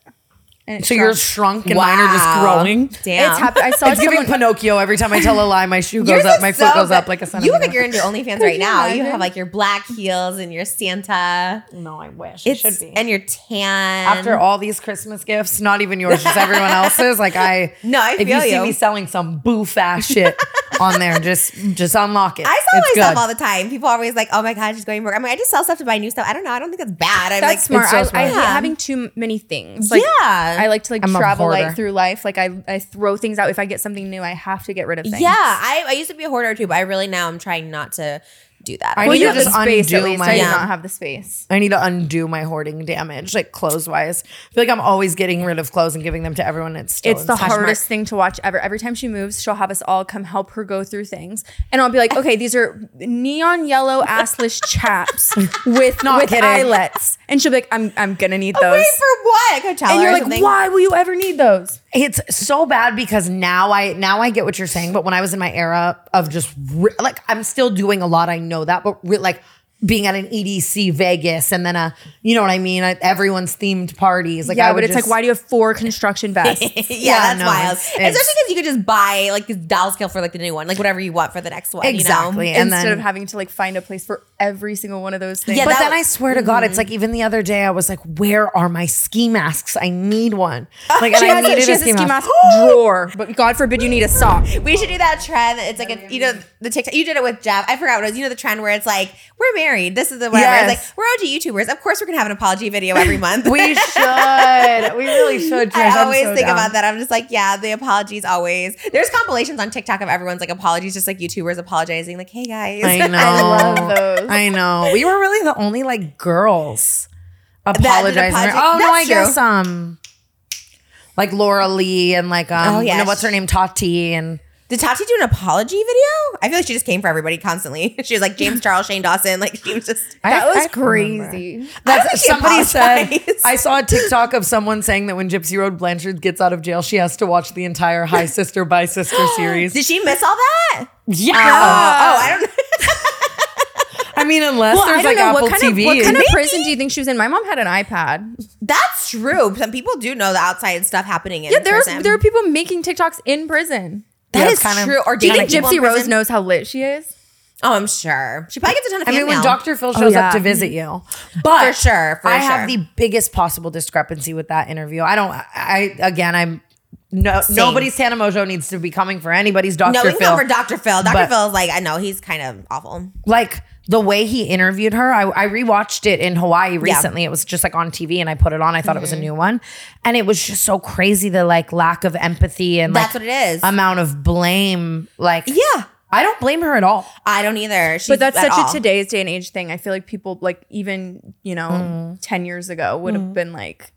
[SPEAKER 2] And it
[SPEAKER 1] so
[SPEAKER 2] shrunk.
[SPEAKER 1] you're shrunk and mine are just
[SPEAKER 3] Wow.
[SPEAKER 1] growing.
[SPEAKER 3] Damn.
[SPEAKER 2] It's happened. I saw
[SPEAKER 1] It's giving
[SPEAKER 2] someone.
[SPEAKER 1] Pinocchio every time I tell a lie. My shoe goes
[SPEAKER 3] Yours
[SPEAKER 1] up,
[SPEAKER 3] is
[SPEAKER 1] my
[SPEAKER 3] so
[SPEAKER 1] foot goes
[SPEAKER 3] bad.
[SPEAKER 1] up like a
[SPEAKER 3] You look
[SPEAKER 1] centimeter.
[SPEAKER 3] like you're into your OnlyFans right now. You
[SPEAKER 2] imagine?
[SPEAKER 3] have like your black heels and your Santa.
[SPEAKER 1] No, I wish
[SPEAKER 3] It's
[SPEAKER 1] it should be.
[SPEAKER 3] and your tan.
[SPEAKER 1] after all these Christmas gifts, not even yours, just everyone else's. Like I,
[SPEAKER 3] No, I
[SPEAKER 1] if
[SPEAKER 3] feel
[SPEAKER 1] you see
[SPEAKER 3] you.
[SPEAKER 1] me selling some boof ass shit on there, just just unlock it.
[SPEAKER 3] I sell
[SPEAKER 1] It's
[SPEAKER 3] myself
[SPEAKER 1] good.
[SPEAKER 3] all the time. People are always like, "Oh my god, she's going broke." I'm like, I just sell stuff to buy new stuff. I don't know. I don't think that's bad. I'm
[SPEAKER 2] That's
[SPEAKER 3] like,
[SPEAKER 2] smart.
[SPEAKER 1] so
[SPEAKER 2] I, I
[SPEAKER 1] smart.
[SPEAKER 2] hate
[SPEAKER 3] Yeah.
[SPEAKER 2] having too many things. Like,
[SPEAKER 3] yeah,
[SPEAKER 2] I like to like
[SPEAKER 1] I'm a
[SPEAKER 2] travel
[SPEAKER 1] hoarder.
[SPEAKER 2] like through life. Like I, I throw things out. If I get something new, I have to get rid of things.
[SPEAKER 3] Yeah, I, I used to be a hoarder too, but I really now I'm trying not to do that.
[SPEAKER 1] I
[SPEAKER 2] Well,
[SPEAKER 1] need to
[SPEAKER 2] you have the
[SPEAKER 1] just
[SPEAKER 2] space at
[SPEAKER 1] undo
[SPEAKER 2] least.
[SPEAKER 1] my-
[SPEAKER 2] I do
[SPEAKER 3] Yeah.
[SPEAKER 2] not have the space.
[SPEAKER 1] I need to undo my hoarding damage, like clothes wise. I feel like I'm always getting rid of clothes and giving them to everyone. It's still
[SPEAKER 2] It's the
[SPEAKER 1] inside.
[SPEAKER 2] hardest thing to watch ever. Every time she moves, she'll have us all come help her go through things, and I'll be like, "Okay, these are neon yellow assless chaps with with
[SPEAKER 1] kidding.
[SPEAKER 2] eyelets." and she'll be like, "I'm I'm gonna need
[SPEAKER 3] Wait
[SPEAKER 2] those."
[SPEAKER 3] for what? Coachella
[SPEAKER 2] and
[SPEAKER 3] or
[SPEAKER 2] you're like,
[SPEAKER 3] something?
[SPEAKER 2] "Why will you ever need those?"
[SPEAKER 1] It's so bad because now I now I get what you're saying, but when I was in my era of just re- like I'm still doing a lot, I know that, but re- like being at an EDC Vegas and then a you know what I mean, at everyone's themed parties. Like
[SPEAKER 2] yeah,
[SPEAKER 1] I would
[SPEAKER 2] but it's
[SPEAKER 1] just,
[SPEAKER 2] like, why do you have four construction vests?
[SPEAKER 3] yeah,
[SPEAKER 1] Yeah,
[SPEAKER 3] that's
[SPEAKER 1] no,
[SPEAKER 3] wild.
[SPEAKER 1] it's-
[SPEAKER 3] Especially
[SPEAKER 1] it's-
[SPEAKER 3] because you could just buy like this doll scale for like the new one, like whatever you want for the next one.
[SPEAKER 1] exactly?
[SPEAKER 3] You know?
[SPEAKER 1] and
[SPEAKER 2] instead
[SPEAKER 1] then,
[SPEAKER 2] of having to like find a place for every single one of those things.
[SPEAKER 3] Yeah,
[SPEAKER 1] but
[SPEAKER 3] that-
[SPEAKER 1] then I swear to God,
[SPEAKER 2] Mm-hmm.
[SPEAKER 1] it's like even the other day I was like, where are my ski masks? I need one. Like and
[SPEAKER 2] she
[SPEAKER 1] I
[SPEAKER 2] has, a,
[SPEAKER 1] needed
[SPEAKER 2] she has a ski mask drawer, but God forbid you need a sock.
[SPEAKER 3] We should do that trend. It's like a, you know the TikTok. You did it with Jeff. I forgot what it was. You know the trend where it's like we're married. This is the whatever.
[SPEAKER 1] Yes.
[SPEAKER 3] It's like we're OG YouTubers. Of course we're gonna have an apology video every month.
[SPEAKER 1] We should. We really should. Trish.
[SPEAKER 3] I
[SPEAKER 1] I'm
[SPEAKER 3] always
[SPEAKER 1] so
[SPEAKER 3] think
[SPEAKER 1] down.
[SPEAKER 3] about that. I'm just like, yeah, the apologies always. There's compilations on TikTok of everyone's like apologies, just like YouTubers apologizing, like, hey guys.
[SPEAKER 1] I know.
[SPEAKER 2] love those.
[SPEAKER 1] I know. We were really the only like girls apologizing.
[SPEAKER 3] apologi-
[SPEAKER 1] oh no,
[SPEAKER 3] That's
[SPEAKER 1] I
[SPEAKER 3] true.
[SPEAKER 1] guess um, like Laura Lee and like um,
[SPEAKER 3] Oh,
[SPEAKER 1] you know,
[SPEAKER 3] yes.
[SPEAKER 1] what's her name, Tati, and
[SPEAKER 3] Did Tati do an apology video? I feel like she just came for everybody constantly. She was like James Charles, Shane Dawson. Like she was just.
[SPEAKER 1] I-
[SPEAKER 2] That was
[SPEAKER 1] I
[SPEAKER 2] crazy.
[SPEAKER 1] remember.
[SPEAKER 3] I think
[SPEAKER 1] That's
[SPEAKER 3] she
[SPEAKER 1] somebody said.
[SPEAKER 3] apologized.
[SPEAKER 1] I saw a TikTok of someone saying that when Gypsy Road Blanchard gets out of jail, she has to watch the entire High Sister by Sister series.
[SPEAKER 3] Did she miss all that?
[SPEAKER 1] Yeah,
[SPEAKER 3] oh, I don't know.
[SPEAKER 1] I mean, unless
[SPEAKER 2] Well,
[SPEAKER 1] there's
[SPEAKER 2] I don't
[SPEAKER 1] like
[SPEAKER 2] know
[SPEAKER 1] Apple
[SPEAKER 2] what kind
[SPEAKER 1] TV.
[SPEAKER 2] of what kind of
[SPEAKER 3] Maybe.
[SPEAKER 2] prison do you think she was in? My mom had an iPad.
[SPEAKER 3] That's true. Some people do know the outside stuff happening in
[SPEAKER 2] Yeah, there
[SPEAKER 3] prison.
[SPEAKER 2] are, there are people making TikToks in prison.
[SPEAKER 3] That
[SPEAKER 1] Yeah,
[SPEAKER 3] is
[SPEAKER 1] kind of-
[SPEAKER 3] true. Or
[SPEAKER 2] Do you
[SPEAKER 3] dating
[SPEAKER 2] think
[SPEAKER 3] people
[SPEAKER 2] Gypsy
[SPEAKER 3] in
[SPEAKER 2] Rose
[SPEAKER 3] prison.
[SPEAKER 2] knows how lit she is?
[SPEAKER 3] Oh, I'm sure. She probably gets a ton of.
[SPEAKER 1] I mean,
[SPEAKER 3] fan
[SPEAKER 1] when
[SPEAKER 3] mail.
[SPEAKER 1] Dr. Phil shows
[SPEAKER 2] Oh, yeah.
[SPEAKER 1] up to visit you, but
[SPEAKER 3] For sure, for
[SPEAKER 1] I
[SPEAKER 3] sure.
[SPEAKER 1] have the biggest possible discrepancy with that interview. I don't. I again, I'm no nobody's Tana Mojo needs to be coming for anybody's Dr.
[SPEAKER 3] No, we can
[SPEAKER 1] Phil.
[SPEAKER 3] go for Dr. Phil. Dr.
[SPEAKER 1] But-
[SPEAKER 3] Phil is like, I know he's kind of awful.
[SPEAKER 1] like the way he interviewed her, I, I rewatched it in Hawaii recently. It was just like on TV, and I put it on. I thought it
[SPEAKER 3] Mm-hmm.
[SPEAKER 1] was a new one, and it was just so crazy the like lack of empathy and
[SPEAKER 3] That's
[SPEAKER 1] like
[SPEAKER 3] what it is.
[SPEAKER 1] amount of blame. Like,
[SPEAKER 3] Yeah.
[SPEAKER 1] I don't blame her at all.
[SPEAKER 3] I don't either. She's
[SPEAKER 2] But that's
[SPEAKER 3] at
[SPEAKER 2] such
[SPEAKER 3] all.
[SPEAKER 2] a today's day and age thing. I feel like people like even, you know, 10 years ago would have been like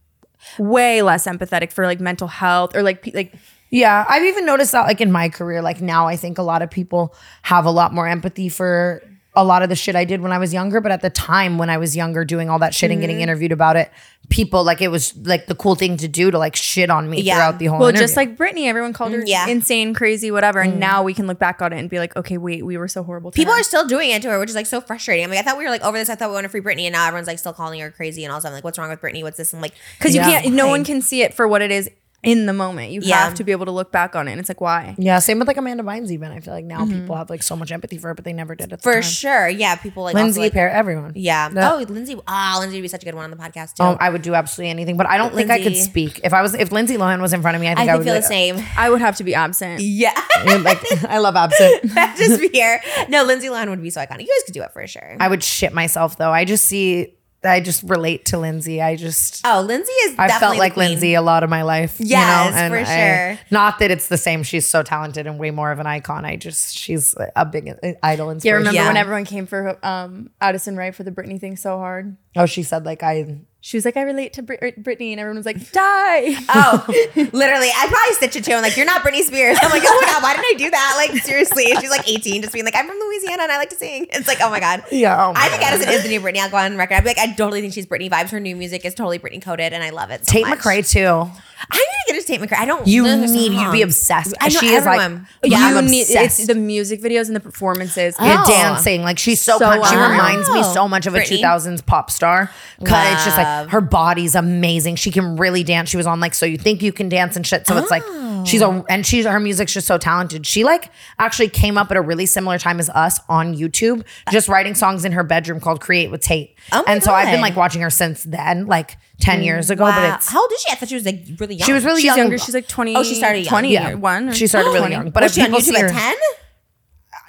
[SPEAKER 2] way less empathetic for like mental health or like pe- like
[SPEAKER 1] Yeah, I've even noticed that like in my career, like now I think a lot of people have a lot more empathy for a lot of the shit I did when I was younger, but at the time when I was younger doing all that shit and
[SPEAKER 3] Mm-hmm.
[SPEAKER 1] getting interviewed about it, people like it was like the cool thing to do to like shit on me
[SPEAKER 3] Yeah.
[SPEAKER 1] throughout the whole
[SPEAKER 2] well
[SPEAKER 1] interview. Mm.
[SPEAKER 2] just like Britney, everyone called her
[SPEAKER 3] Mm. yeah.
[SPEAKER 2] insane, crazy, whatever. And now we can look back on it and be like, okay, wait, we were so horrible. To
[SPEAKER 3] People
[SPEAKER 2] her.
[SPEAKER 3] are still doing it to her, which is like so frustrating. I'm like, I thought we were like over this. I thought we wanted to free Britney, and now everyone's like still calling her crazy and all stuff. I'm like, what's wrong with Britney? What's this? I'm like,
[SPEAKER 2] because you
[SPEAKER 1] Yeah.
[SPEAKER 2] can't no one can see it for what it is in the moment. You
[SPEAKER 3] Yeah.
[SPEAKER 2] have to be able to look back on it. And it's like why?
[SPEAKER 1] yeah, same with like Amanda Bynes even. I feel like now people have like so much empathy for her, but they never did at the
[SPEAKER 3] Mm-hmm. for
[SPEAKER 1] time.
[SPEAKER 3] sure. Yeah, people like also,
[SPEAKER 1] Lindsay
[SPEAKER 3] like-
[SPEAKER 1] Pear, everyone.
[SPEAKER 3] Yeah.
[SPEAKER 1] The-
[SPEAKER 3] oh, Lindsay. Ah, Lindsay would be such a good one on the podcast too.
[SPEAKER 1] Um, I would do absolutely anything, but I don't think I could
[SPEAKER 3] Lindsay.
[SPEAKER 1] speak. If I was, if Lindsay Lohan was in front of me, I
[SPEAKER 3] I
[SPEAKER 1] think I,
[SPEAKER 3] think
[SPEAKER 1] would
[SPEAKER 3] feel
[SPEAKER 1] be
[SPEAKER 3] the same.
[SPEAKER 2] I would have to be absent.
[SPEAKER 3] Yeah,
[SPEAKER 1] Like, I love absent.
[SPEAKER 3] just be here. No, Lindsay Lohan would be so iconic. You guys could do it for sure.
[SPEAKER 1] I would shit myself though. I just see, I just relate to Lindsay. I just,
[SPEAKER 3] oh, Lindsay is.
[SPEAKER 1] I
[SPEAKER 3] definitely
[SPEAKER 1] felt
[SPEAKER 3] the
[SPEAKER 1] like
[SPEAKER 3] queen.
[SPEAKER 1] Lindsay a lot of my life. you know,
[SPEAKER 3] Yes,
[SPEAKER 1] and
[SPEAKER 3] for
[SPEAKER 1] I-
[SPEAKER 3] sure.
[SPEAKER 1] Not that it's the same. She's so talented and way more of an icon. I just, she's a big i- idol
[SPEAKER 2] Yeah,
[SPEAKER 1] inspiration.
[SPEAKER 2] remember
[SPEAKER 3] Yeah.
[SPEAKER 2] when everyone came for um Addison Wright for the Britney thing so hard?
[SPEAKER 1] Oh, she said like I.
[SPEAKER 2] She was like, I relate to Brit- Britney, and everyone was like, die.
[SPEAKER 3] Oh, literally, I probably stitch it too. I'm like, you're not Britney Spears. I'm like, oh my god, why did I do that? Like seriously, she's like 18, just being like, I'm from Louisiana and I like to sing. It's like, oh my god.
[SPEAKER 1] Yeah, oh my
[SPEAKER 3] I think Addison is the new Britney. I'll go on record. I'd be like, I totally think she's Britney vibes. Her new music is totally Britney coded, and I love it. So
[SPEAKER 1] Tate
[SPEAKER 3] much.
[SPEAKER 1] McRae too.
[SPEAKER 3] I need to get into Tate McRae. I don't.
[SPEAKER 1] You
[SPEAKER 3] know her
[SPEAKER 1] need. You'd be
[SPEAKER 3] song.
[SPEAKER 1] obsessed.
[SPEAKER 3] I know
[SPEAKER 1] she is
[SPEAKER 3] everyone.
[SPEAKER 1] like.
[SPEAKER 2] you
[SPEAKER 1] Yeah, I'm
[SPEAKER 2] need
[SPEAKER 1] obsessed.
[SPEAKER 2] it's the music videos and the performances.
[SPEAKER 1] the
[SPEAKER 3] Oh.
[SPEAKER 1] dancing. Like she's so,
[SPEAKER 2] So
[SPEAKER 1] pun- she
[SPEAKER 2] wow.
[SPEAKER 1] reminds me so much of a
[SPEAKER 3] Britney?
[SPEAKER 1] 2000s pop star. Cause it's just like her body's amazing. She can really dance. She was on like So You Think You Can Dance and shit. So it's like she's a and she's her music's just so talented. She like actually came up at a really similar time as us on YouTube, just writing songs in her bedroom called Create with Tate.
[SPEAKER 3] Oh my
[SPEAKER 1] and so I've been
[SPEAKER 3] God.
[SPEAKER 1] like watching her since then, like 10 years ago. But
[SPEAKER 3] Wow.
[SPEAKER 1] it's
[SPEAKER 3] How old is she? I thought she was like really young.
[SPEAKER 1] she was really
[SPEAKER 2] she's
[SPEAKER 1] young.
[SPEAKER 2] younger. She's like 20.
[SPEAKER 3] Oh, she started young.
[SPEAKER 2] 20
[SPEAKER 1] yeah,
[SPEAKER 2] or one. or-
[SPEAKER 1] She started really young. But
[SPEAKER 3] was
[SPEAKER 1] if
[SPEAKER 3] she on
[SPEAKER 1] people see
[SPEAKER 3] YouTube
[SPEAKER 1] her,
[SPEAKER 3] at 10?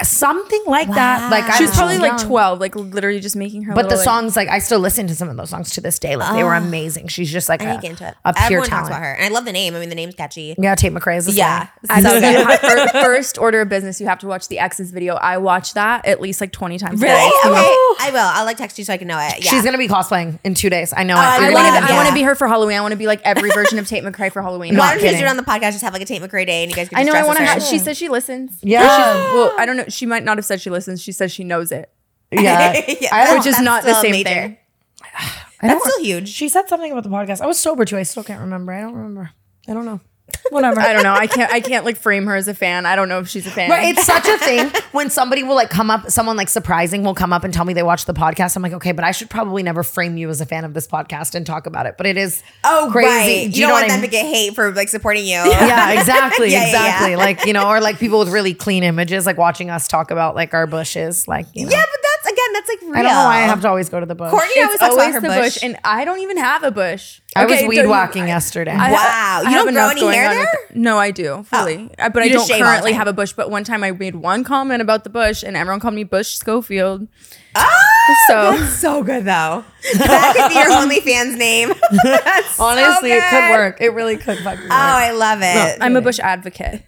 [SPEAKER 1] something like that. Like I
[SPEAKER 2] She was
[SPEAKER 1] don't
[SPEAKER 2] probably
[SPEAKER 1] know.
[SPEAKER 2] like
[SPEAKER 1] Young.
[SPEAKER 2] 12, like literally just making her.
[SPEAKER 1] But the
[SPEAKER 2] little, like-
[SPEAKER 1] songs, like, I still listen to some of those songs to this day. Like, they were amazing. She's just like
[SPEAKER 3] Ah. I need to
[SPEAKER 1] a,
[SPEAKER 3] get into it.
[SPEAKER 1] a pure
[SPEAKER 3] Everyone
[SPEAKER 1] talent.
[SPEAKER 3] talks about her, and I love the name. I mean, the name's catchy.
[SPEAKER 1] Yeah, Tate McRae is the
[SPEAKER 3] Yeah,
[SPEAKER 1] same.
[SPEAKER 3] so
[SPEAKER 2] So
[SPEAKER 3] good.
[SPEAKER 2] you have- fir- first order of business, you have to watch the X's video. I watch that at least like 20 times. a
[SPEAKER 3] Really?
[SPEAKER 2] day.
[SPEAKER 3] Okay. I will. I'll like text you so I can know it. Yeah. Uh,
[SPEAKER 1] She's gonna be cosplaying in two days. I know.
[SPEAKER 3] I
[SPEAKER 2] I
[SPEAKER 1] figured
[SPEAKER 2] want
[SPEAKER 1] it
[SPEAKER 2] to.
[SPEAKER 1] out.
[SPEAKER 3] Yeah.
[SPEAKER 2] I want to be her for Halloween. I want to be like every version of Tate McRae for Halloween.
[SPEAKER 3] Why
[SPEAKER 1] Not
[SPEAKER 3] don't you guys do
[SPEAKER 1] kidding.
[SPEAKER 3] it on the podcast? Just have like a Tate McRae day, and you guys. Can
[SPEAKER 2] I know. I
[SPEAKER 3] want to.
[SPEAKER 2] have. She says she listens.
[SPEAKER 1] Yeah.
[SPEAKER 2] Or she's- well, I don't know. She might not have said she listens. She says she knows it,
[SPEAKER 1] Yeah,
[SPEAKER 3] Yeah,
[SPEAKER 1] I
[SPEAKER 3] that's-
[SPEAKER 1] don't,
[SPEAKER 2] which is
[SPEAKER 3] that's
[SPEAKER 2] not the
[SPEAKER 3] still
[SPEAKER 2] same
[SPEAKER 3] major.
[SPEAKER 2] thing.
[SPEAKER 1] I don't
[SPEAKER 3] That's still huge.
[SPEAKER 1] She said something about the podcast. I was sober too. I still can't remember. I don't remember. I don't know. Whatever.
[SPEAKER 2] I don't know. I can't. I can't like frame her as a fan. I don't know if she's a fan.
[SPEAKER 1] Right, it's such a thing when somebody will like come up, someone like surprising will come up and tell me they watch the podcast. I'm like, okay, but I should probably never frame you as a fan of this podcast and talk about it. But it is
[SPEAKER 3] Oh.
[SPEAKER 1] crazy.
[SPEAKER 3] right. You,
[SPEAKER 1] Do
[SPEAKER 3] don't
[SPEAKER 1] know
[SPEAKER 3] want
[SPEAKER 1] what I
[SPEAKER 3] them to
[SPEAKER 1] mean?
[SPEAKER 3] get hate for like supporting you.
[SPEAKER 1] yeah, exactly,
[SPEAKER 3] Yeah, yeah,
[SPEAKER 1] exactly.
[SPEAKER 3] yeah.
[SPEAKER 1] Like you know, or like people with really clean images, like watching us talk about like our bushes. Like you know,
[SPEAKER 3] Yeah, but that's again, that's like real.
[SPEAKER 1] I don't know why I have to always go to the bush.
[SPEAKER 3] Courtney
[SPEAKER 2] It's
[SPEAKER 3] always talks about
[SPEAKER 2] always
[SPEAKER 3] her
[SPEAKER 2] the
[SPEAKER 3] bush.
[SPEAKER 2] bush. and I don't even have a bush.
[SPEAKER 1] I was
[SPEAKER 2] Okay,
[SPEAKER 1] weed
[SPEAKER 2] don't you-
[SPEAKER 1] whacking yesterday.
[SPEAKER 2] I-
[SPEAKER 3] Wow. You
[SPEAKER 2] have
[SPEAKER 3] don't grow
[SPEAKER 2] enough
[SPEAKER 3] any
[SPEAKER 2] going
[SPEAKER 3] hair
[SPEAKER 2] on with
[SPEAKER 3] there?
[SPEAKER 2] it. no, I do fully, I- but I
[SPEAKER 3] You just
[SPEAKER 2] don't
[SPEAKER 3] shave all the
[SPEAKER 2] currently
[SPEAKER 3] time.
[SPEAKER 2] have a bush. But one time I made one comment about the bush, and everyone called me Bush Schofield.
[SPEAKER 3] Oh,
[SPEAKER 2] So-
[SPEAKER 3] that's so good though. That could be your OnlyFans name. That's so
[SPEAKER 1] Honestly, it could
[SPEAKER 3] good.
[SPEAKER 1] work. It really could fucking work.
[SPEAKER 3] Oh, I love it.
[SPEAKER 2] I'm a bush advocate.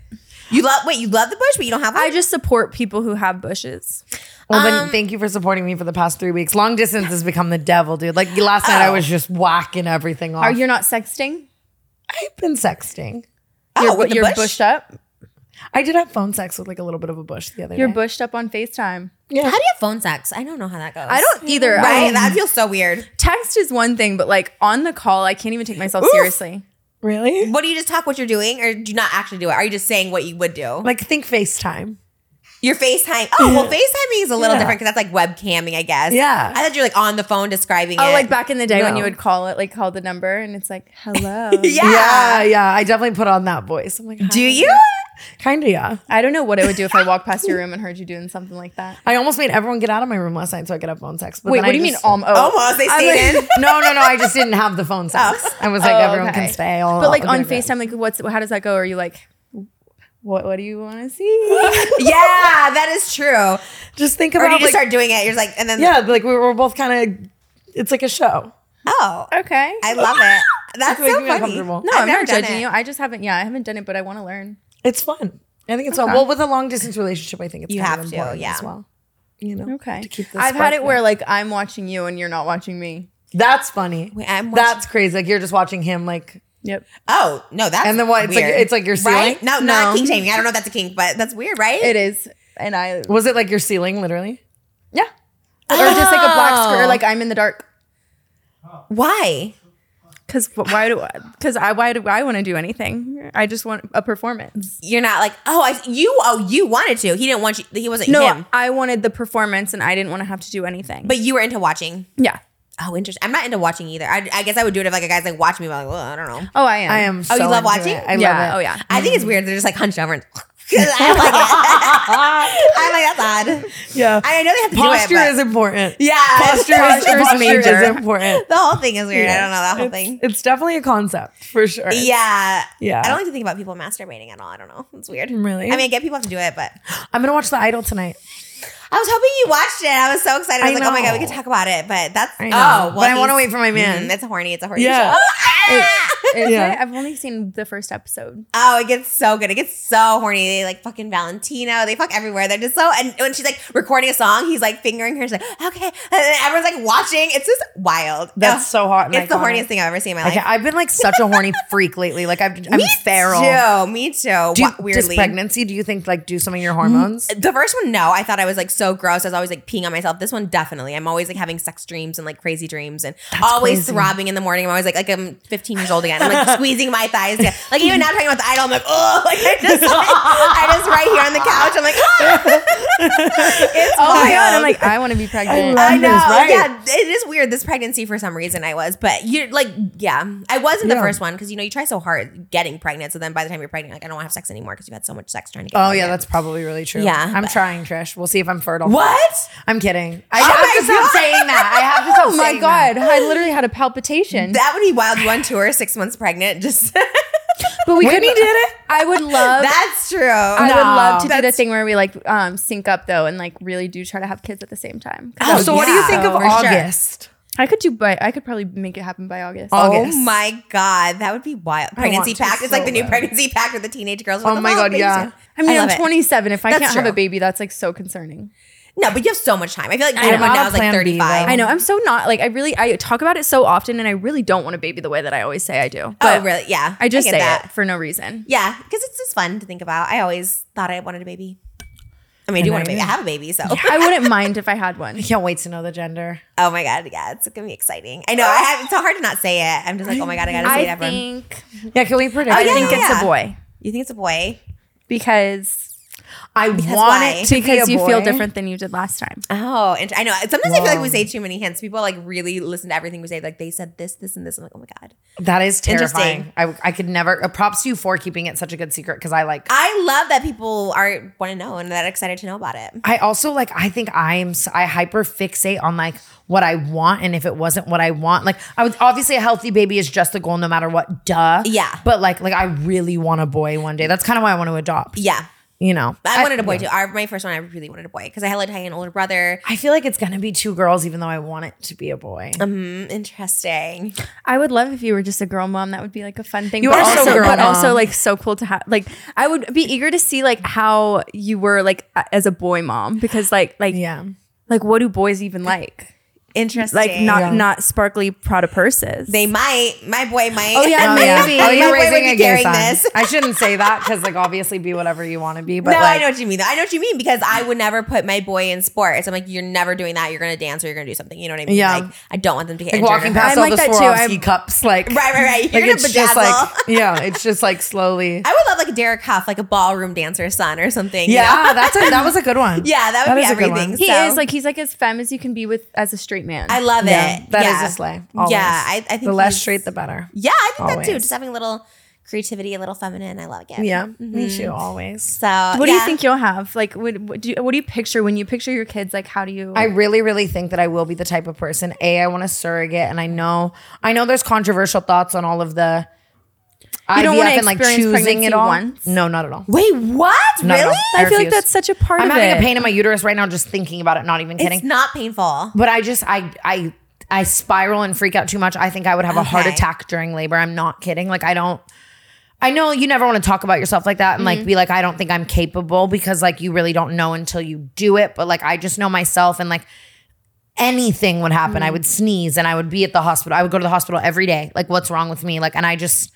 [SPEAKER 3] you love wait, you love the bush, but you don't have one?
[SPEAKER 2] I just support people who have bushes.
[SPEAKER 1] Well,
[SPEAKER 2] um,
[SPEAKER 1] then thank you for supporting me for the past three weeks. Long distance has become the devil, dude. Like last night, I was just whacking everything off.
[SPEAKER 2] Oh. Are you not sexting?
[SPEAKER 1] I've been sexting.
[SPEAKER 3] oh,
[SPEAKER 2] you're
[SPEAKER 3] with the
[SPEAKER 2] you're
[SPEAKER 3] bush?
[SPEAKER 2] bushed up.
[SPEAKER 1] I did have phone sex with like a little bit of a bush the other
[SPEAKER 2] You're
[SPEAKER 1] day.
[SPEAKER 2] bushed up on Facetime.
[SPEAKER 3] How do you have phone sex? I don't know how that goes.
[SPEAKER 2] I don't either.
[SPEAKER 3] Right?
[SPEAKER 2] I-
[SPEAKER 3] that feels so weird.
[SPEAKER 2] text is one thing, but like on the call, I can't even take myself seriously.
[SPEAKER 1] really?
[SPEAKER 3] What do you just talk what you're doing, or do you not actually do it? Are you just saying what you would do?
[SPEAKER 1] Like think FaceTime.
[SPEAKER 3] Your FaceTime. Oh well, FaceTiming is a little
[SPEAKER 1] Yeah.
[SPEAKER 3] different because that's like webcamming, I guess.
[SPEAKER 1] Yeah.
[SPEAKER 3] I thought you're like on the phone describing.
[SPEAKER 2] Oh,
[SPEAKER 3] it.
[SPEAKER 2] like back in the day when you
[SPEAKER 1] No.
[SPEAKER 2] would call it, like call the number, and it's like, hello.
[SPEAKER 3] Yeah.
[SPEAKER 1] Yeah, yeah. I definitely put on that voice. I'm like,
[SPEAKER 3] Do
[SPEAKER 1] "Hi."
[SPEAKER 3] you?
[SPEAKER 1] Kinda, yeah.
[SPEAKER 2] I don't know what I would do if I walked past your room and heard you doing something like that.
[SPEAKER 1] I almost made everyone get out of my room last night so I could have phone sex. But
[SPEAKER 2] Wait,
[SPEAKER 1] then
[SPEAKER 2] what
[SPEAKER 1] I
[SPEAKER 2] do you mean? um,
[SPEAKER 1] just-
[SPEAKER 2] oh? Almost.
[SPEAKER 3] Almost. They stayed in.
[SPEAKER 1] no, no, no. I just didn't have the phone sex. I was like,
[SPEAKER 2] Oh,
[SPEAKER 1] everyone
[SPEAKER 2] okay.
[SPEAKER 1] can stay. I'll-
[SPEAKER 2] But like
[SPEAKER 1] I'll
[SPEAKER 2] on
[SPEAKER 1] get it.
[SPEAKER 2] FaceTime, like what's how does that go? Are you like, what what do you want to see?
[SPEAKER 3] yeah, that is true. Or
[SPEAKER 1] Just think
[SPEAKER 3] do you
[SPEAKER 1] about like,
[SPEAKER 3] just start doing it? You're just like, and then
[SPEAKER 1] yeah, like we were both kind of. It's like a show.
[SPEAKER 3] oh,
[SPEAKER 2] okay.
[SPEAKER 3] I love it.
[SPEAKER 1] It's
[SPEAKER 3] That's
[SPEAKER 1] making
[SPEAKER 3] so
[SPEAKER 1] me
[SPEAKER 3] funny.
[SPEAKER 1] uncomfortable.
[SPEAKER 2] no,
[SPEAKER 3] I've
[SPEAKER 2] I'm
[SPEAKER 3] never
[SPEAKER 2] not
[SPEAKER 3] done
[SPEAKER 2] judging
[SPEAKER 3] it.
[SPEAKER 2] you. I just haven't. Yeah, I haven't done it, but I want to learn.
[SPEAKER 1] It's fun. I think it's fun. Well, with a long distance relationship, I think it's
[SPEAKER 3] You
[SPEAKER 1] kind
[SPEAKER 3] have
[SPEAKER 1] of
[SPEAKER 3] to,
[SPEAKER 1] important
[SPEAKER 3] yeah.
[SPEAKER 1] as well. You know,
[SPEAKER 2] Okay.
[SPEAKER 1] To keep the
[SPEAKER 2] I've
[SPEAKER 1] spark
[SPEAKER 2] had it
[SPEAKER 1] there.
[SPEAKER 2] where like I'm watching you and you're not watching me.
[SPEAKER 1] that's funny.
[SPEAKER 3] Wait, I'm watching-
[SPEAKER 1] that's crazy. Like you're just watching him. Like
[SPEAKER 2] Yep.
[SPEAKER 3] Oh no, that's
[SPEAKER 1] And then what? It's like-
[SPEAKER 3] weird.
[SPEAKER 1] it's like your ceiling?
[SPEAKER 3] right? No, not
[SPEAKER 2] No.
[SPEAKER 3] kink shaming. I don't know if that's a kink, but that's weird, right?
[SPEAKER 2] It is, and I
[SPEAKER 1] was it like your ceiling literally?
[SPEAKER 2] yeah, or just like a black
[SPEAKER 3] Oh.
[SPEAKER 2] square. Like I'm in the dark.
[SPEAKER 3] Why?
[SPEAKER 2] Cause wh- why do I? Cause I why do I want to do anything? I just want a performance.
[SPEAKER 3] You're not like oh I you oh you wanted to. He didn't want you. He wasn't
[SPEAKER 2] No,
[SPEAKER 3] him.
[SPEAKER 2] I wanted the performance, and I didn't want to have to do anything.
[SPEAKER 3] But you were into watching.
[SPEAKER 2] yeah,
[SPEAKER 3] Oh, interesting. I'm not into watching either. I, I guess I would do it if like a guy's like watch me. But I'm like, well, I don't know.
[SPEAKER 2] oh, I am.
[SPEAKER 1] I am. so
[SPEAKER 3] you
[SPEAKER 1] into
[SPEAKER 3] love watching?
[SPEAKER 1] it. I
[SPEAKER 2] yeah.
[SPEAKER 1] love it.
[SPEAKER 2] Oh yeah.
[SPEAKER 3] I think it's weird. They're just like hunched over. And I like it. I like that's odd.
[SPEAKER 1] yeah.
[SPEAKER 3] I know they have to
[SPEAKER 1] Posture
[SPEAKER 3] do it. but-
[SPEAKER 1] is important.
[SPEAKER 3] yeah.
[SPEAKER 1] Posture,
[SPEAKER 2] Posture
[SPEAKER 1] is,
[SPEAKER 2] is
[SPEAKER 1] posture is
[SPEAKER 2] major.
[SPEAKER 1] important.
[SPEAKER 3] the whole thing is weird. I don't know that whole
[SPEAKER 1] It's-
[SPEAKER 3] thing.
[SPEAKER 1] It's definitely a concept for sure.
[SPEAKER 3] Yeah.
[SPEAKER 1] Yeah.
[SPEAKER 3] I don't like to think about people masturbating at all. I don't know. It's weird.
[SPEAKER 1] Really?
[SPEAKER 3] I mean, I get people have to do it, but
[SPEAKER 1] I'm gonna watch The Idol tonight.
[SPEAKER 3] I was hoping you watched it. I was so excited. I was
[SPEAKER 1] I
[SPEAKER 3] like, oh my God, we
[SPEAKER 1] know.
[SPEAKER 3] could talk about it. But that's,
[SPEAKER 1] I know.
[SPEAKER 3] oh, well.
[SPEAKER 1] But I wanna
[SPEAKER 3] he's-
[SPEAKER 1] wait for my man.
[SPEAKER 3] Mhm, it's a horny. It's a horny
[SPEAKER 1] Yeah.
[SPEAKER 3] show.
[SPEAKER 2] Is
[SPEAKER 1] Yeah.
[SPEAKER 2] it? I've only seen the first episode.
[SPEAKER 3] Oh, it gets so good. It gets so horny. They like fucking Valentino. They fuck everywhere. They're just so. And when she's like recording a song, he's like fingering her. She's like, okay. And then everyone's like watching. It's just wild.
[SPEAKER 1] That's
[SPEAKER 3] Ugh.
[SPEAKER 1] so hot. and
[SPEAKER 3] It's the
[SPEAKER 1] iconic.
[SPEAKER 3] horniest thing I've ever seen in my life.
[SPEAKER 1] Okay, I've been like such a horny freak lately. Like I've, I'm feral.
[SPEAKER 3] Too. Me too.
[SPEAKER 1] Do you,
[SPEAKER 3] Wa-
[SPEAKER 1] does
[SPEAKER 3] weirdly.
[SPEAKER 1] pregnancy? Do you think like do some of your hormones?
[SPEAKER 3] The first one, no. I thought I was like so gross. I was always like peeing on myself. This one, definitely. I'm always like having sex dreams and like crazy dreams and always
[SPEAKER 1] crazy.
[SPEAKER 3] throbbing in the morning. I'm always like, like I'm 15 years old again. I'm like squeezing my thighs. Down. Like even now talking about the idol, I'm like, oh, like I just, like, I just right here on the couch. I'm like, ah! it's
[SPEAKER 2] Oh my god!
[SPEAKER 3] wild.
[SPEAKER 2] I'm like, I want to be pregnant.
[SPEAKER 1] love-
[SPEAKER 3] I know.
[SPEAKER 1] Goodness, right.
[SPEAKER 3] Yeah, it is weird. This pregnancy, for some reason, I was, but you're like, yeah, I wasn't the
[SPEAKER 1] Yeah.
[SPEAKER 3] first one because you know you try so hard getting pregnant. So then by the time you're pregnant, like I don't want to have sex anymore because you've had so much sex trying to get.
[SPEAKER 1] Oh yeah,
[SPEAKER 3] pregnant.
[SPEAKER 1] that's probably really true.
[SPEAKER 3] Yeah.
[SPEAKER 1] I'm trying, Trish. We'll see if I'm fertile.
[SPEAKER 3] what.
[SPEAKER 1] I'm kidding. I
[SPEAKER 3] Oh
[SPEAKER 1] have
[SPEAKER 3] my
[SPEAKER 1] to stop
[SPEAKER 3] God.
[SPEAKER 1] saying that. I have to stop.
[SPEAKER 2] oh my
[SPEAKER 1] saying that.
[SPEAKER 2] god! I literally had a palpitation.
[SPEAKER 3] That would be wild. You on tour, six months pregnant. Just
[SPEAKER 2] but we
[SPEAKER 1] Whitney
[SPEAKER 2] could-
[SPEAKER 1] did it?
[SPEAKER 2] I would love.
[SPEAKER 3] that's true.
[SPEAKER 2] I
[SPEAKER 1] No,
[SPEAKER 2] would love to do the
[SPEAKER 3] that's-
[SPEAKER 2] thing where we like um, sync up though, and like really do try to have kids at the same time. 'Cause
[SPEAKER 3] Oh,
[SPEAKER 1] so what do you
[SPEAKER 3] yeah.
[SPEAKER 1] think of
[SPEAKER 2] For sure.
[SPEAKER 1] August?
[SPEAKER 2] I could do, but I could probably make it happen by August.
[SPEAKER 1] August.
[SPEAKER 3] Oh my god, that would be wild. Pregnancy
[SPEAKER 1] want to
[SPEAKER 3] pact. it's like
[SPEAKER 1] so
[SPEAKER 3] the new
[SPEAKER 1] bad.
[SPEAKER 3] pregnancy pact with the teenage girls.
[SPEAKER 1] Oh my God,
[SPEAKER 3] baby
[SPEAKER 1] yeah.
[SPEAKER 3] soon.
[SPEAKER 2] I mean, I
[SPEAKER 3] love
[SPEAKER 2] am
[SPEAKER 3] it.
[SPEAKER 2] 27. If I
[SPEAKER 3] That's
[SPEAKER 2] can't have
[SPEAKER 3] true.
[SPEAKER 2] a baby, that's like so concerning.
[SPEAKER 3] No, but you have so much time. I feel like
[SPEAKER 1] know.
[SPEAKER 3] everyone
[SPEAKER 1] Not a
[SPEAKER 3] now is like
[SPEAKER 1] plan B,
[SPEAKER 3] 35.
[SPEAKER 1] though.
[SPEAKER 2] I know. I'm so not like I really I talk about it so often, and I really don't want a baby the way that I always say I do. But
[SPEAKER 3] oh really? Yeah.
[SPEAKER 2] I just
[SPEAKER 3] get
[SPEAKER 2] say
[SPEAKER 3] that.
[SPEAKER 2] it for no reason.
[SPEAKER 3] Yeah, because it's just fun to think about. I always thought I wanted a baby. I mean, I do
[SPEAKER 1] know
[SPEAKER 3] want
[SPEAKER 1] what
[SPEAKER 3] to
[SPEAKER 1] you
[SPEAKER 3] baby. I
[SPEAKER 1] mean.
[SPEAKER 3] have a baby, so
[SPEAKER 2] I wouldn't mind if I had one.
[SPEAKER 1] I can't wait to know the gender.
[SPEAKER 3] oh my god, yeah, it's gonna be exciting. I know. I have. It's so hard to not say it. I'm just like, oh my god, I gotta say it.
[SPEAKER 2] I
[SPEAKER 3] Everyone.
[SPEAKER 2] think
[SPEAKER 1] Yeah, can we predict?
[SPEAKER 3] Oh,
[SPEAKER 2] I
[SPEAKER 3] yeah,
[SPEAKER 2] think
[SPEAKER 3] yeah,
[SPEAKER 2] it's
[SPEAKER 3] yeah.
[SPEAKER 2] a boy
[SPEAKER 3] you think it's a boy?
[SPEAKER 2] because
[SPEAKER 1] I want
[SPEAKER 3] why?
[SPEAKER 1] it to
[SPEAKER 2] because
[SPEAKER 1] be a
[SPEAKER 2] you feel
[SPEAKER 1] boy.
[SPEAKER 2] different than you did last time.
[SPEAKER 3] Oh, and I know. Sometimes I feel like we
[SPEAKER 1] Whoa.
[SPEAKER 3] say too many hints. People like really listen to everything we say. Like they said this, this, and this. I'm like, oh my god.
[SPEAKER 1] That is terrifying.
[SPEAKER 3] Interesting.
[SPEAKER 1] I, I could never. Uh, props to you for keeping it such a good secret because I like.
[SPEAKER 3] I love that people are want to know and that excited to know about it.
[SPEAKER 1] I also like. I think I'm. s- I hyper fixate on like what I want, and if it wasn't what I want, like I was obviously a healthy baby is just the goal, no matter what. Duh.
[SPEAKER 3] Yeah.
[SPEAKER 1] But like, like I really want a boy one day. That's kind of why I want to adopt.
[SPEAKER 3] Yeah,
[SPEAKER 1] You know.
[SPEAKER 3] I, wanted a boy too. Our, my first one, I really wanted a boy because I had like I had an older brother.
[SPEAKER 1] I feel like it's gonna be two girls, even though I want it to be a boy.
[SPEAKER 3] Mm, interesting.
[SPEAKER 2] I would love if you were just a girl mom. That would be like a fun thing.
[SPEAKER 1] You
[SPEAKER 2] but
[SPEAKER 1] are so
[SPEAKER 2] also,
[SPEAKER 1] girl
[SPEAKER 2] but also
[SPEAKER 1] mom.
[SPEAKER 2] like so cool to have. Like I would be eager to see like how you were like a- as a boy mom because like like
[SPEAKER 1] yeah.
[SPEAKER 2] like what do boys even like?
[SPEAKER 3] Interesting.
[SPEAKER 2] Like not
[SPEAKER 1] Yeah.
[SPEAKER 2] not sparkly Prada purses.
[SPEAKER 3] they might. My boy might.
[SPEAKER 2] Oh, yeah.
[SPEAKER 1] Oh,
[SPEAKER 2] Maybe.
[SPEAKER 1] yeah. Oh,
[SPEAKER 3] My boy
[SPEAKER 1] you're
[SPEAKER 3] would
[SPEAKER 1] raising
[SPEAKER 3] be
[SPEAKER 1] a gay
[SPEAKER 3] carrying
[SPEAKER 1] son.
[SPEAKER 3] this.
[SPEAKER 1] I shouldn't say that because, like, obviously, be whatever you want to be. But
[SPEAKER 3] no,
[SPEAKER 1] like,
[SPEAKER 3] I know what you mean. though. I know what you mean because I would never put my boy in sports. I'm like, you're never doing that. You're gonna dance or you're gonna do something. You know what I mean?
[SPEAKER 1] Yeah.
[SPEAKER 3] Like, I don't want them to get
[SPEAKER 1] like
[SPEAKER 3] injured.
[SPEAKER 1] walking past
[SPEAKER 2] I'm
[SPEAKER 1] all
[SPEAKER 2] like
[SPEAKER 1] the
[SPEAKER 2] that
[SPEAKER 1] Swarovski
[SPEAKER 2] too. I'm-
[SPEAKER 1] cups, like
[SPEAKER 3] Right, right, right.
[SPEAKER 1] like
[SPEAKER 3] You're gonna
[SPEAKER 1] it's just like
[SPEAKER 3] bedazzle.
[SPEAKER 1] yeah, it's just like slowly.
[SPEAKER 3] I would love like Derek Huff, like a ballroom dancer's son or something. you know?
[SPEAKER 1] Yeah, that's a, that was a good one.
[SPEAKER 3] Yeah, that would be
[SPEAKER 1] is a good one.
[SPEAKER 3] everything.
[SPEAKER 2] He
[SPEAKER 3] So-
[SPEAKER 2] is like he's like as femme as you can be with as a straight man.
[SPEAKER 3] I love
[SPEAKER 1] Yeah,
[SPEAKER 3] it.
[SPEAKER 1] that is
[SPEAKER 3] yeah.
[SPEAKER 1] a slay. always.
[SPEAKER 3] Yeah, I, I think
[SPEAKER 1] the less
[SPEAKER 3] he's-
[SPEAKER 1] straight, the better.
[SPEAKER 3] Yeah, I think that too.
[SPEAKER 1] Always.
[SPEAKER 3] Just having a little creativity, a little feminine. I love it.
[SPEAKER 1] Yeah, me too. Always.
[SPEAKER 3] So
[SPEAKER 2] what do
[SPEAKER 3] yeah.
[SPEAKER 2] you think you'll have? Like what, what do you, what do you picture when you picture your kids? Like how do you?
[SPEAKER 1] I really, really think that I will be the type of person. A, I want a surrogate, and I know, I know there's controversial thoughts on all of the.
[SPEAKER 2] You don't
[SPEAKER 1] IVF
[SPEAKER 2] wanna
[SPEAKER 1] and like
[SPEAKER 2] experience
[SPEAKER 1] choosing
[SPEAKER 2] pregnancy
[SPEAKER 1] it all.
[SPEAKER 2] once?
[SPEAKER 1] No, not at all.
[SPEAKER 3] Wait, what?
[SPEAKER 1] Not at
[SPEAKER 3] really?
[SPEAKER 1] all.
[SPEAKER 2] I feel like
[SPEAKER 1] refuse.
[SPEAKER 2] that's such a part
[SPEAKER 1] I'm
[SPEAKER 2] of it.
[SPEAKER 1] having a pain in my uterus right now just thinking about it. Not even kidding.
[SPEAKER 3] It's not painful.
[SPEAKER 1] but I just I I I spiral and freak out too much. I think I would have a heart
[SPEAKER 3] Okay.
[SPEAKER 1] attack during labor. I'm not kidding. Like I don't I know you never want to talk about yourself like that and
[SPEAKER 2] Mm-hmm.
[SPEAKER 1] like be like I don't think I'm capable because like you really don't know until you do it, but like I just know myself and like anything would happen.
[SPEAKER 2] Mm-hmm.
[SPEAKER 1] I would sneeze and I would be at the hospital. I would go to the hospital every day. Like what's wrong with me? Like and I just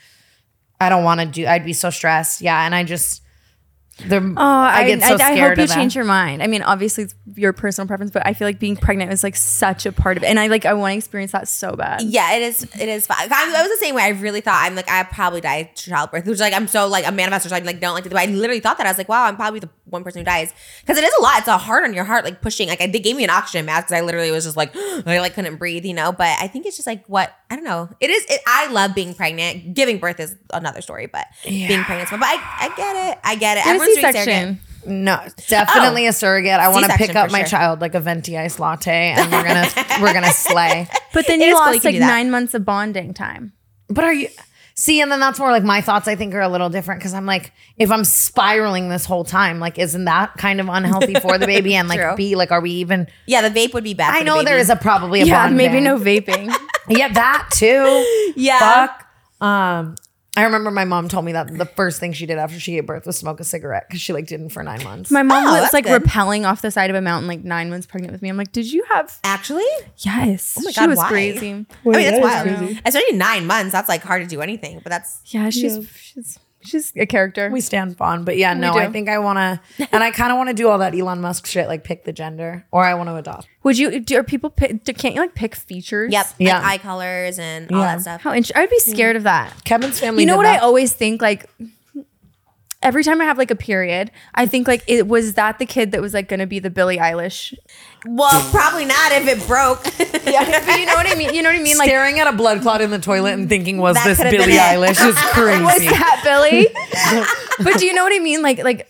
[SPEAKER 1] I don't want to do I'd be so stressed. Yeah, and I just the
[SPEAKER 2] Oh, I,
[SPEAKER 1] I get so
[SPEAKER 2] I, I
[SPEAKER 1] scared
[SPEAKER 2] hope you
[SPEAKER 1] of that.
[SPEAKER 2] change your mind. I mean, obviously it's your personal preference, but I feel like being pregnant is like such a part of it, and I like I want to experience that so bad.
[SPEAKER 3] Yeah, it is. It is. Fun. I, I was the same way. I really thought I'm like I probably die childbirth, which like I'm so like a manifestor, so I like don't like to. do it. I literally thought that I was like, wow, I'm probably the one person who dies because it is a lot. It's a hard on your heart, like pushing. Like I, they gave me an oxygen mask because I literally was just like I like couldn't breathe, you know. But I think it's just like what I don't know. It is. It, I love being pregnant. Giving birth is another story, but being pregnant. But I, I get it. I get it.
[SPEAKER 2] Do a
[SPEAKER 3] Everyone's doing surrogate.
[SPEAKER 2] C-section.
[SPEAKER 1] No, definitely a surrogate. I want to
[SPEAKER 3] C-section
[SPEAKER 1] pick up
[SPEAKER 3] for
[SPEAKER 1] my
[SPEAKER 3] sure.
[SPEAKER 1] child like a venti ice latte, and we're gonna we're gonna slay.
[SPEAKER 2] But then
[SPEAKER 3] It
[SPEAKER 2] you
[SPEAKER 3] is cool, you
[SPEAKER 2] lost
[SPEAKER 3] can
[SPEAKER 2] like
[SPEAKER 3] do that.
[SPEAKER 2] nine months of bonding time.
[SPEAKER 1] But are you? See, and then that's more like my thoughts. I think are a little different because I'm like, if I'm spiraling this whole time, like, isn't that kind of unhealthy for the baby? And
[SPEAKER 3] True.
[SPEAKER 1] like, B, like, are we even?
[SPEAKER 3] Yeah, the vape would be bad.
[SPEAKER 1] I
[SPEAKER 3] for the
[SPEAKER 1] know there
[SPEAKER 3] baby.
[SPEAKER 1] is a probably a
[SPEAKER 2] Yeah,
[SPEAKER 1] bond
[SPEAKER 2] maybe
[SPEAKER 1] there.
[SPEAKER 2] no vaping.
[SPEAKER 1] Yeah, that too.
[SPEAKER 3] Yeah.
[SPEAKER 1] Fuck. Um, I remember my mom told me that the first thing she did after she gave birth was smoke a cigarette because she like didn't for nine months.
[SPEAKER 2] My mom
[SPEAKER 3] Oh,
[SPEAKER 2] was
[SPEAKER 3] that's
[SPEAKER 2] like
[SPEAKER 3] good.
[SPEAKER 2] rappelling off the side of a mountain, like nine months pregnant with me. I'm like, did you have? Oh
[SPEAKER 3] actually.
[SPEAKER 2] Yes,
[SPEAKER 3] my
[SPEAKER 2] she
[SPEAKER 3] God,
[SPEAKER 2] was
[SPEAKER 3] why?
[SPEAKER 2] crazy.
[SPEAKER 3] I mean, that's
[SPEAKER 2] is
[SPEAKER 3] wild.
[SPEAKER 2] crazy.
[SPEAKER 3] It's only nine months. That's like hard to do anything, but that's
[SPEAKER 2] Yeah, she's she's she's a character.
[SPEAKER 1] We stand bond, but yeah, no,
[SPEAKER 2] do.
[SPEAKER 1] I think I want to, and I kind of want to do all that Elon Musk shit, like pick the gender, or I want to adopt.
[SPEAKER 2] Would you? Do, are people? Pick, do, can't you like pick features?
[SPEAKER 3] Yep.
[SPEAKER 1] Yeah.
[SPEAKER 3] Like eye colors and all that stuff.
[SPEAKER 2] How interesting. I'd be scared of that.
[SPEAKER 1] Kevin's family.
[SPEAKER 2] You know
[SPEAKER 1] did
[SPEAKER 2] what I
[SPEAKER 1] that.
[SPEAKER 2] always think like every time I have like a period, I think like it was that the kid that was like gonna be the Billie Eilish.
[SPEAKER 3] Well, probably not if it broke.
[SPEAKER 2] But you know what I mean? You know what I mean? Like
[SPEAKER 1] Staring at a blood clot in the toilet and thinking, was
[SPEAKER 3] That
[SPEAKER 1] this
[SPEAKER 3] could've been
[SPEAKER 1] Billie
[SPEAKER 3] it.
[SPEAKER 1] Eilish? Is
[SPEAKER 2] was
[SPEAKER 1] crazy.
[SPEAKER 2] that Billie? but do you know what I mean? Like like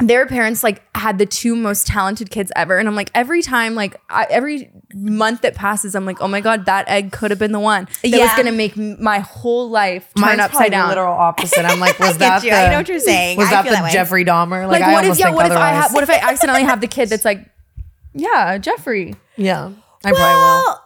[SPEAKER 2] their parents like had the two most talented kids ever and i'm like every time like I, every month that passes i'm like oh my god that egg could have been the one that was
[SPEAKER 3] Yeah.
[SPEAKER 2] gonna make m- my whole life turn
[SPEAKER 1] Mine's
[SPEAKER 2] upside
[SPEAKER 1] upside
[SPEAKER 2] down
[SPEAKER 1] literal opposite. I'm like, was that
[SPEAKER 3] you.
[SPEAKER 1] the?
[SPEAKER 3] I know what you're saying.
[SPEAKER 1] Was
[SPEAKER 3] I
[SPEAKER 1] that
[SPEAKER 3] feel
[SPEAKER 1] the
[SPEAKER 3] that way.
[SPEAKER 1] Jeffrey Dahmer? Like,
[SPEAKER 2] like
[SPEAKER 1] I
[SPEAKER 2] what if
[SPEAKER 1] almost
[SPEAKER 2] yeah
[SPEAKER 1] think
[SPEAKER 2] what if i
[SPEAKER 1] otherwise.
[SPEAKER 2] have what if i accidentally have the kid that's like yeah jeffrey
[SPEAKER 1] yeah, I probably will.
[SPEAKER 3] well,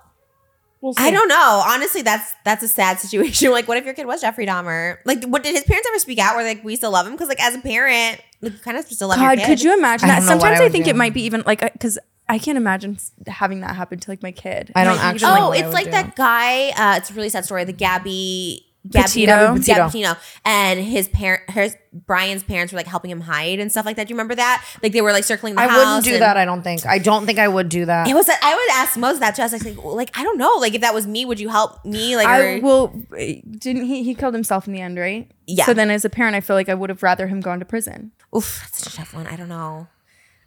[SPEAKER 3] I don't know. Honestly, that's that's a sad situation. Like, what if your kid was Jeffrey Dahmer? Like, what did his parents ever speak out? Where like we still love him because like as a parent, like, you kind of still love
[SPEAKER 2] God,
[SPEAKER 3] your kid.
[SPEAKER 2] could you imagine
[SPEAKER 1] I
[SPEAKER 2] that?
[SPEAKER 1] don't know what
[SPEAKER 2] Sometimes
[SPEAKER 1] I
[SPEAKER 2] I
[SPEAKER 1] would
[SPEAKER 2] think
[SPEAKER 1] do.
[SPEAKER 2] it might be even like because I can't imagine s- having that happen to like my kid.
[SPEAKER 1] I don't
[SPEAKER 2] Like, you just,
[SPEAKER 1] actually-
[SPEAKER 2] like,
[SPEAKER 3] Oh,
[SPEAKER 1] what I
[SPEAKER 3] it's
[SPEAKER 1] would
[SPEAKER 3] like
[SPEAKER 1] do.
[SPEAKER 3] that guy. Uh, it's a really sad story. The Gabby Gabino,
[SPEAKER 1] Petito? Gabby Petito.
[SPEAKER 3] and his parent, his Brian's parents were like helping him hide and stuff like that. Do you remember that? Like they were like circling the
[SPEAKER 1] I
[SPEAKER 3] house.
[SPEAKER 1] wouldn't do
[SPEAKER 3] and-
[SPEAKER 1] that. I don't think. I don't think I would do that.
[SPEAKER 3] It was. I would ask Mose that too. I was like, well, like I don't know. Like if that was me, would you help me? Like
[SPEAKER 2] I
[SPEAKER 3] or-
[SPEAKER 2] will. eh, Didn't he? He killed himself in the end, right?
[SPEAKER 3] Yeah.
[SPEAKER 2] So then, as a parent, I feel like I would have rather him gone to prison.
[SPEAKER 3] oof, that's such a tough one. I don't know.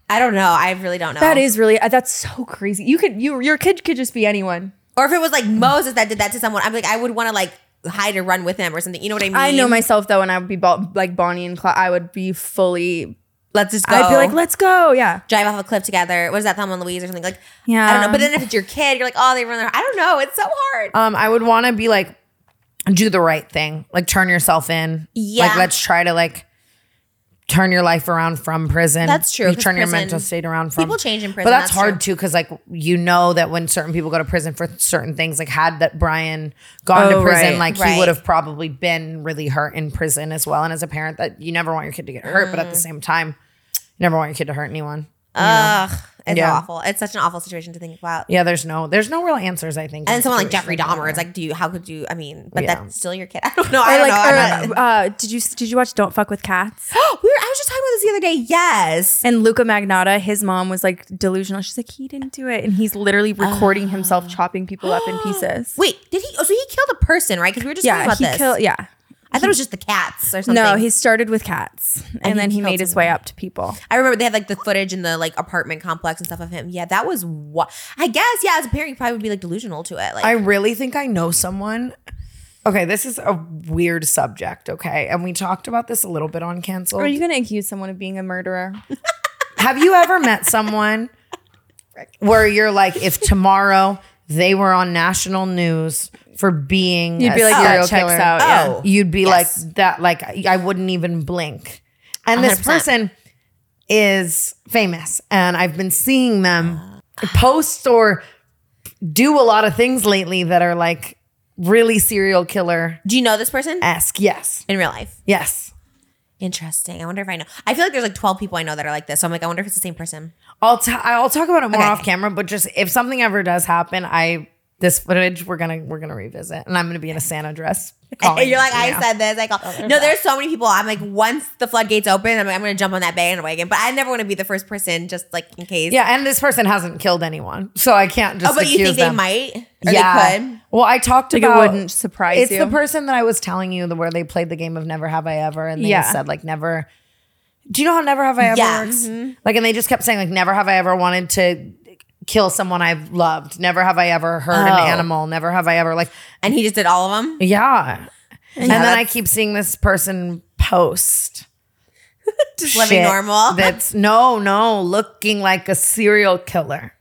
[SPEAKER 3] I don't know. I really don't know.
[SPEAKER 2] That is really. uh, That's so crazy. You could. You your kid could just be anyone.
[SPEAKER 3] Or if it was like Moses that did that to someone, I'm like, I would want to like hide or run with him or something. You know what I mean?
[SPEAKER 2] I know myself though, and I would be bo- like Bonnie and Clyde. I would be fully. Oh.
[SPEAKER 3] Let's just go.
[SPEAKER 2] I'd be like, let's go. Yeah.
[SPEAKER 3] drive off a cliff together. What is that, Thelma and Louise or something? Like,
[SPEAKER 2] Yeah. Oh,
[SPEAKER 3] I don't know. But then if it's your kid, you're like, oh, they run their. I don't know. It's so hard.
[SPEAKER 1] Um, I would want to be like, do the right thing, like turn yourself in.
[SPEAKER 3] Yeah.
[SPEAKER 1] Like let's try to like turn your life around from prison.
[SPEAKER 3] That's true,
[SPEAKER 1] You
[SPEAKER 3] 'cause
[SPEAKER 1] turn your
[SPEAKER 3] prison-
[SPEAKER 1] mental state around from
[SPEAKER 3] People change in prison,
[SPEAKER 1] But that's,
[SPEAKER 3] that's
[SPEAKER 1] hard too, because like you know that when certain people go to prison for certain things, like had that Brian gone
[SPEAKER 2] Oh,
[SPEAKER 1] to prison,
[SPEAKER 2] right.
[SPEAKER 1] like
[SPEAKER 3] Right.
[SPEAKER 1] he would have probably been really hurt in prison as well. And as a parent, that you never want your kid to get hurt, but at
[SPEAKER 3] Mm.
[SPEAKER 1] the same time, you never want your kid to hurt anyone.
[SPEAKER 3] Ugh, it's
[SPEAKER 1] Yeah.
[SPEAKER 3] awful. It's such an awful situation to think about.
[SPEAKER 1] Yeah, there's no there's no real answers, I think. in
[SPEAKER 3] And someone like Jeffrey
[SPEAKER 1] situations
[SPEAKER 3] Dahmer,
[SPEAKER 1] that.
[SPEAKER 3] it's like, do you? How could you? I mean, but
[SPEAKER 1] Yeah.
[SPEAKER 3] that's still your kid. I don't know. I
[SPEAKER 2] Or
[SPEAKER 3] don't
[SPEAKER 2] like,
[SPEAKER 3] know. I'm not-
[SPEAKER 2] or, uh, did you did you watch Don't Fuck with Cats?
[SPEAKER 3] we were, I was just talking about this the other day. Yes.
[SPEAKER 2] And Luca Magnotta, his mom was like delusional. She's like, he didn't do it, and he's literally recording himself chopping people up in pieces.
[SPEAKER 3] Wait, did he? Oh, so he killed a person, right? Because we were just talking
[SPEAKER 2] yeah,
[SPEAKER 3] about
[SPEAKER 2] he
[SPEAKER 3] this.
[SPEAKER 2] killed. Yeah,
[SPEAKER 3] I thought it was just the cats or something.
[SPEAKER 2] no, he started with cats, and,
[SPEAKER 3] he
[SPEAKER 2] then he
[SPEAKER 3] killed
[SPEAKER 2] made his way up to people.
[SPEAKER 3] I remember they had like the footage in the like apartment complex and stuff of him. Yeah, that was what I guess. Yeah, as a parent, you probably would be like delusional to it. Like,
[SPEAKER 1] I really think I know someone. Okay, this is a weird subject, okay? And we talked about this a little bit on cancel.
[SPEAKER 2] Are you gonna accuse someone of being a murderer?
[SPEAKER 1] Have you ever met someone where you're like, if tomorrow they were on national news for being
[SPEAKER 2] You'd
[SPEAKER 1] a
[SPEAKER 2] be like,
[SPEAKER 1] serial
[SPEAKER 2] "That checks
[SPEAKER 1] killer,
[SPEAKER 2] out, yeah."
[SPEAKER 3] Oh,
[SPEAKER 1] you'd be
[SPEAKER 3] yes.
[SPEAKER 1] like that, like I wouldn't even blink. And this
[SPEAKER 3] 100%.
[SPEAKER 1] person is famous, and I've been seeing them post or do a lot of things lately that are like really serial killer
[SPEAKER 3] do you know this person
[SPEAKER 1] esque. Yes,
[SPEAKER 3] in real life?
[SPEAKER 1] yes.
[SPEAKER 3] Interesting. I wonder if I know. I feel like there's like 12 people I know that are like this. So I'm like, I wonder if it's the same person.
[SPEAKER 1] I'll t- I'll talk about it more
[SPEAKER 3] Okay.
[SPEAKER 1] off camera, but just if something ever does happen, I this footage we're gonna we're gonna revisit, and I'm gonna be in a Santa dress. calling Oh,
[SPEAKER 3] And you're like,
[SPEAKER 1] you
[SPEAKER 3] I
[SPEAKER 1] now.
[SPEAKER 3] said this. I call. no, there's so many people. I'm like, once the floodgates open, I'm, like, I'm going to jump on that bandwagon. But I never want to be the first person, just like in case.
[SPEAKER 1] Yeah, and this person hasn't killed anyone, so I can't just.
[SPEAKER 3] Oh, but you
[SPEAKER 1] accuse
[SPEAKER 3] think they
[SPEAKER 1] them.
[SPEAKER 3] might? Or
[SPEAKER 1] yeah.
[SPEAKER 3] They could?
[SPEAKER 1] Well, I talked
[SPEAKER 2] Like, it
[SPEAKER 1] about.
[SPEAKER 2] wouldn't surprise
[SPEAKER 1] It's
[SPEAKER 2] you.
[SPEAKER 1] the person that I was telling you the where they played the game of Never Have I Ever, and they
[SPEAKER 2] Yeah.
[SPEAKER 1] said like never. Do you know how Never Have I Ever
[SPEAKER 3] Yeah. Mm-hmm.
[SPEAKER 1] works? Like, and they just kept saying like Never have I ever wanted to kill someone I've loved. Never have I ever hurt
[SPEAKER 3] Oh.
[SPEAKER 1] an animal. Never have I ever like
[SPEAKER 3] And he just did all of them.
[SPEAKER 1] Yeah. And then I
[SPEAKER 3] that's-
[SPEAKER 1] keep seeing this person post. Just
[SPEAKER 3] living normal?
[SPEAKER 1] That's no, no, looking like a serial killer,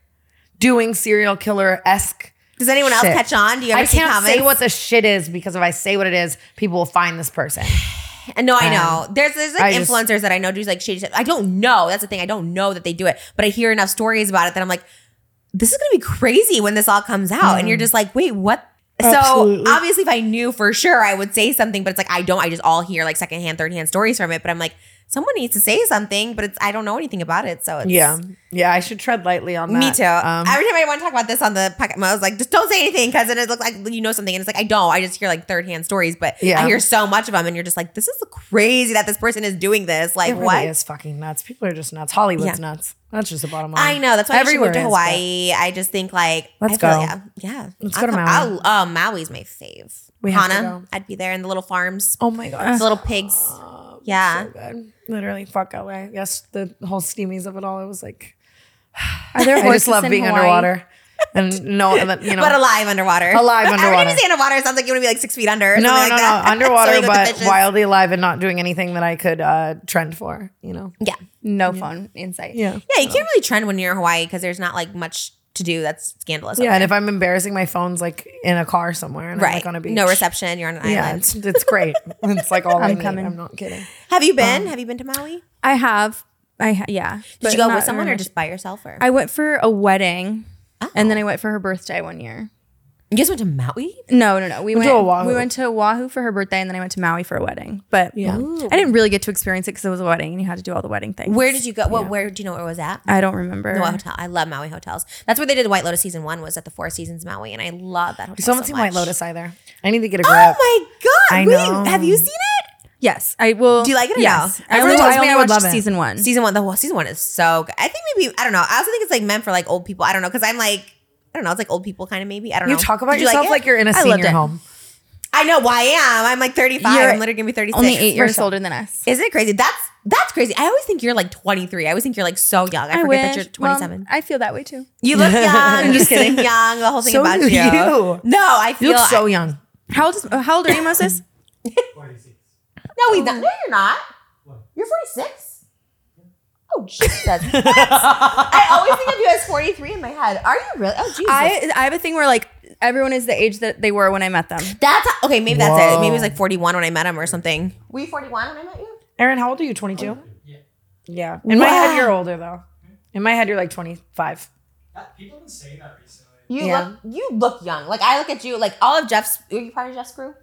[SPEAKER 1] doing serial killer esque.
[SPEAKER 3] Does anyone else
[SPEAKER 1] Shit.
[SPEAKER 3] catch on? Do you ever
[SPEAKER 1] I
[SPEAKER 3] see
[SPEAKER 1] can't
[SPEAKER 3] comments?
[SPEAKER 1] say what the shit is because if I say what it is, people will find this person.
[SPEAKER 3] And no, I know. There's there's like
[SPEAKER 1] I just-
[SPEAKER 3] influencers that I know do like shady stuff. I don't know. That's the thing. I don't know that they do it, but I hear enough stories about it that I'm like, this is gonna be crazy when this all comes out. And you're just like, wait, what?
[SPEAKER 1] Mm-hmm. Absolutely.
[SPEAKER 3] So obviously, if I knew for sure, I would say something. But it's like I don't. I just all hear like secondhand, thirdhand stories from it. But I'm like, someone needs to say something. But it's I don't know anything about it. So it's,
[SPEAKER 1] Yeah. Yeah. I should tread lightly on that.
[SPEAKER 3] Me too.
[SPEAKER 1] Um,
[SPEAKER 3] Every time I want to talk about this on the podcast, I was like, just don't say anything because it looks like you know something. And it's like, I don't. I just hear like third hand stories, but
[SPEAKER 1] Yeah.
[SPEAKER 3] I hear so much of them. And you're just like, this is crazy that this person is doing this. Like,
[SPEAKER 1] it really
[SPEAKER 3] what?
[SPEAKER 1] is fucking nuts. People are just nuts. Hollywood's
[SPEAKER 3] Yeah.
[SPEAKER 1] nuts. That's just the bottom line.
[SPEAKER 3] I know. That's why
[SPEAKER 1] Everywhere
[SPEAKER 3] I should move to
[SPEAKER 1] is,
[SPEAKER 3] Hawaii. I just think like,
[SPEAKER 1] Let's
[SPEAKER 3] I feel
[SPEAKER 1] go.
[SPEAKER 3] Yeah. yeah.
[SPEAKER 1] Let's
[SPEAKER 3] I'll
[SPEAKER 1] go to
[SPEAKER 3] come-
[SPEAKER 1] Maui.
[SPEAKER 3] I'll- oh, Maui's my fave.
[SPEAKER 1] We have to
[SPEAKER 3] Hana,
[SPEAKER 1] go.
[SPEAKER 3] I'd be there in the little farms,
[SPEAKER 1] but- oh my God.
[SPEAKER 3] the little pigs. Yeah.
[SPEAKER 1] So good. Literally, fuck away. Yes, the whole steamies of it all. It was like
[SPEAKER 2] Are there
[SPEAKER 1] I just
[SPEAKER 2] horses
[SPEAKER 1] love
[SPEAKER 2] in
[SPEAKER 1] being
[SPEAKER 2] Hawaii?
[SPEAKER 1] underwater and no, and then, you know,
[SPEAKER 3] But alive underwater.
[SPEAKER 1] Alive
[SPEAKER 3] Every time
[SPEAKER 1] underwater.
[SPEAKER 3] you say underwater, it sounds like you want to be like six feet under. or
[SPEAKER 1] no, no,
[SPEAKER 3] something like
[SPEAKER 1] no,
[SPEAKER 3] that.
[SPEAKER 1] underwater,
[SPEAKER 3] Swimming with the
[SPEAKER 1] but
[SPEAKER 3] fishes.
[SPEAKER 1] wildly alive and not doing anything that I could uh, trend for. You know,
[SPEAKER 3] Yeah.
[SPEAKER 2] No phone insight.
[SPEAKER 1] yeah,
[SPEAKER 3] Yeah, you can't really trend when you're in Hawaii because there's not like much to do. That's scandalous.
[SPEAKER 1] yeah.
[SPEAKER 3] over
[SPEAKER 1] And if I'm embarrassing, my phone's like in a car somewhere, and
[SPEAKER 3] there.
[SPEAKER 1] I'm
[SPEAKER 3] right,
[SPEAKER 1] like on a beach.
[SPEAKER 3] no reception. You're on an
[SPEAKER 1] Yeah,
[SPEAKER 3] island.
[SPEAKER 1] it's, it's great. It's like all I'm
[SPEAKER 2] I'm
[SPEAKER 1] I coming.
[SPEAKER 2] coming.
[SPEAKER 1] I'm not kidding.
[SPEAKER 3] Have you
[SPEAKER 1] Um,
[SPEAKER 3] been? Have you been to Maui?
[SPEAKER 2] I have. I ha- yeah.
[SPEAKER 3] Did you go with someone or just by yourself? Or
[SPEAKER 2] Oh. I went for a wedding, and then I went for her birthday one year.
[SPEAKER 3] You guys went to Maui?
[SPEAKER 2] No, no, no. We
[SPEAKER 1] Went
[SPEAKER 2] went,
[SPEAKER 1] to Oahu.
[SPEAKER 2] we went to Oahu for her birthday, and then I went to Maui for a wedding. But yeah,
[SPEAKER 3] Ooh.
[SPEAKER 2] I didn't really get to experience it because it was a wedding, and you had to do all the wedding things.
[SPEAKER 3] Where did you go? What? Where do you know where it was at?
[SPEAKER 2] I don't remember.
[SPEAKER 3] The White hotel. I love Maui hotels. That's where they did White Lotus season one. Was at the Four Seasons Maui, and I love that hotel.
[SPEAKER 1] Still haven't
[SPEAKER 3] so
[SPEAKER 1] seen White
[SPEAKER 3] much.
[SPEAKER 1] Lotus either. I need to get a grip.
[SPEAKER 3] Oh my god!
[SPEAKER 1] I know.
[SPEAKER 3] Wait, have you seen it?
[SPEAKER 2] Yes, I will.
[SPEAKER 3] Do you like it or
[SPEAKER 2] Yes,
[SPEAKER 3] no?
[SPEAKER 2] I only,
[SPEAKER 3] Everyone
[SPEAKER 2] I
[SPEAKER 3] tells
[SPEAKER 1] me
[SPEAKER 2] only
[SPEAKER 1] I would
[SPEAKER 2] watched
[SPEAKER 1] love it.
[SPEAKER 2] season one.
[SPEAKER 3] Season one. The whole season one is so. good. I think maybe I don't know. I also think it's like meant for like old people. I don't know because I'm like I don't know. It's like old people kind of maybe. I don't
[SPEAKER 1] You
[SPEAKER 3] know.
[SPEAKER 1] talk about
[SPEAKER 3] Did
[SPEAKER 1] yourself
[SPEAKER 3] it?
[SPEAKER 1] like, you're in a
[SPEAKER 2] I loved
[SPEAKER 1] senior
[SPEAKER 2] it.
[SPEAKER 1] home.
[SPEAKER 3] I know. Why I am. I'm like 35.
[SPEAKER 2] You're
[SPEAKER 3] I'm literally gonna be 36.
[SPEAKER 2] only eight years
[SPEAKER 1] Michelle.
[SPEAKER 2] older than us.
[SPEAKER 3] Isn't it crazy? That's that's crazy. I always think you're like 23. I always think you're like so young. I, forget that you're 27.
[SPEAKER 2] Well, I feel that way too.
[SPEAKER 3] you look young. I'm
[SPEAKER 1] just kidding.
[SPEAKER 3] Young. The whole thing
[SPEAKER 1] So
[SPEAKER 3] about
[SPEAKER 1] do
[SPEAKER 3] you.
[SPEAKER 1] you.
[SPEAKER 3] No, I
[SPEAKER 1] You
[SPEAKER 3] feel
[SPEAKER 1] look so young.
[SPEAKER 2] How old? Is, uh, how old are you, Moses?
[SPEAKER 4] 46.
[SPEAKER 3] No, he's not. No, you're not. You're 46? Oh, Jesus. I always think of you as 43 in my head. Are you really? Oh, Jesus.
[SPEAKER 2] I I have a thing where like everyone is the age that they were when I met them.
[SPEAKER 3] that's okay. Maybe that's it.
[SPEAKER 1] Whoa.
[SPEAKER 3] Maybe it was like 41 when I met him or something. Were you 41 when I met you?
[SPEAKER 1] Erin, how old are you? 22? Yeah. In my
[SPEAKER 3] Wow.
[SPEAKER 1] head, you're older though. In my head, you're like 25.
[SPEAKER 4] That, people have been saying that recently.
[SPEAKER 3] You
[SPEAKER 1] Yeah.
[SPEAKER 3] look you look young. Like I look at you. Like all of Jeff's. Were you part of Jeff's crew?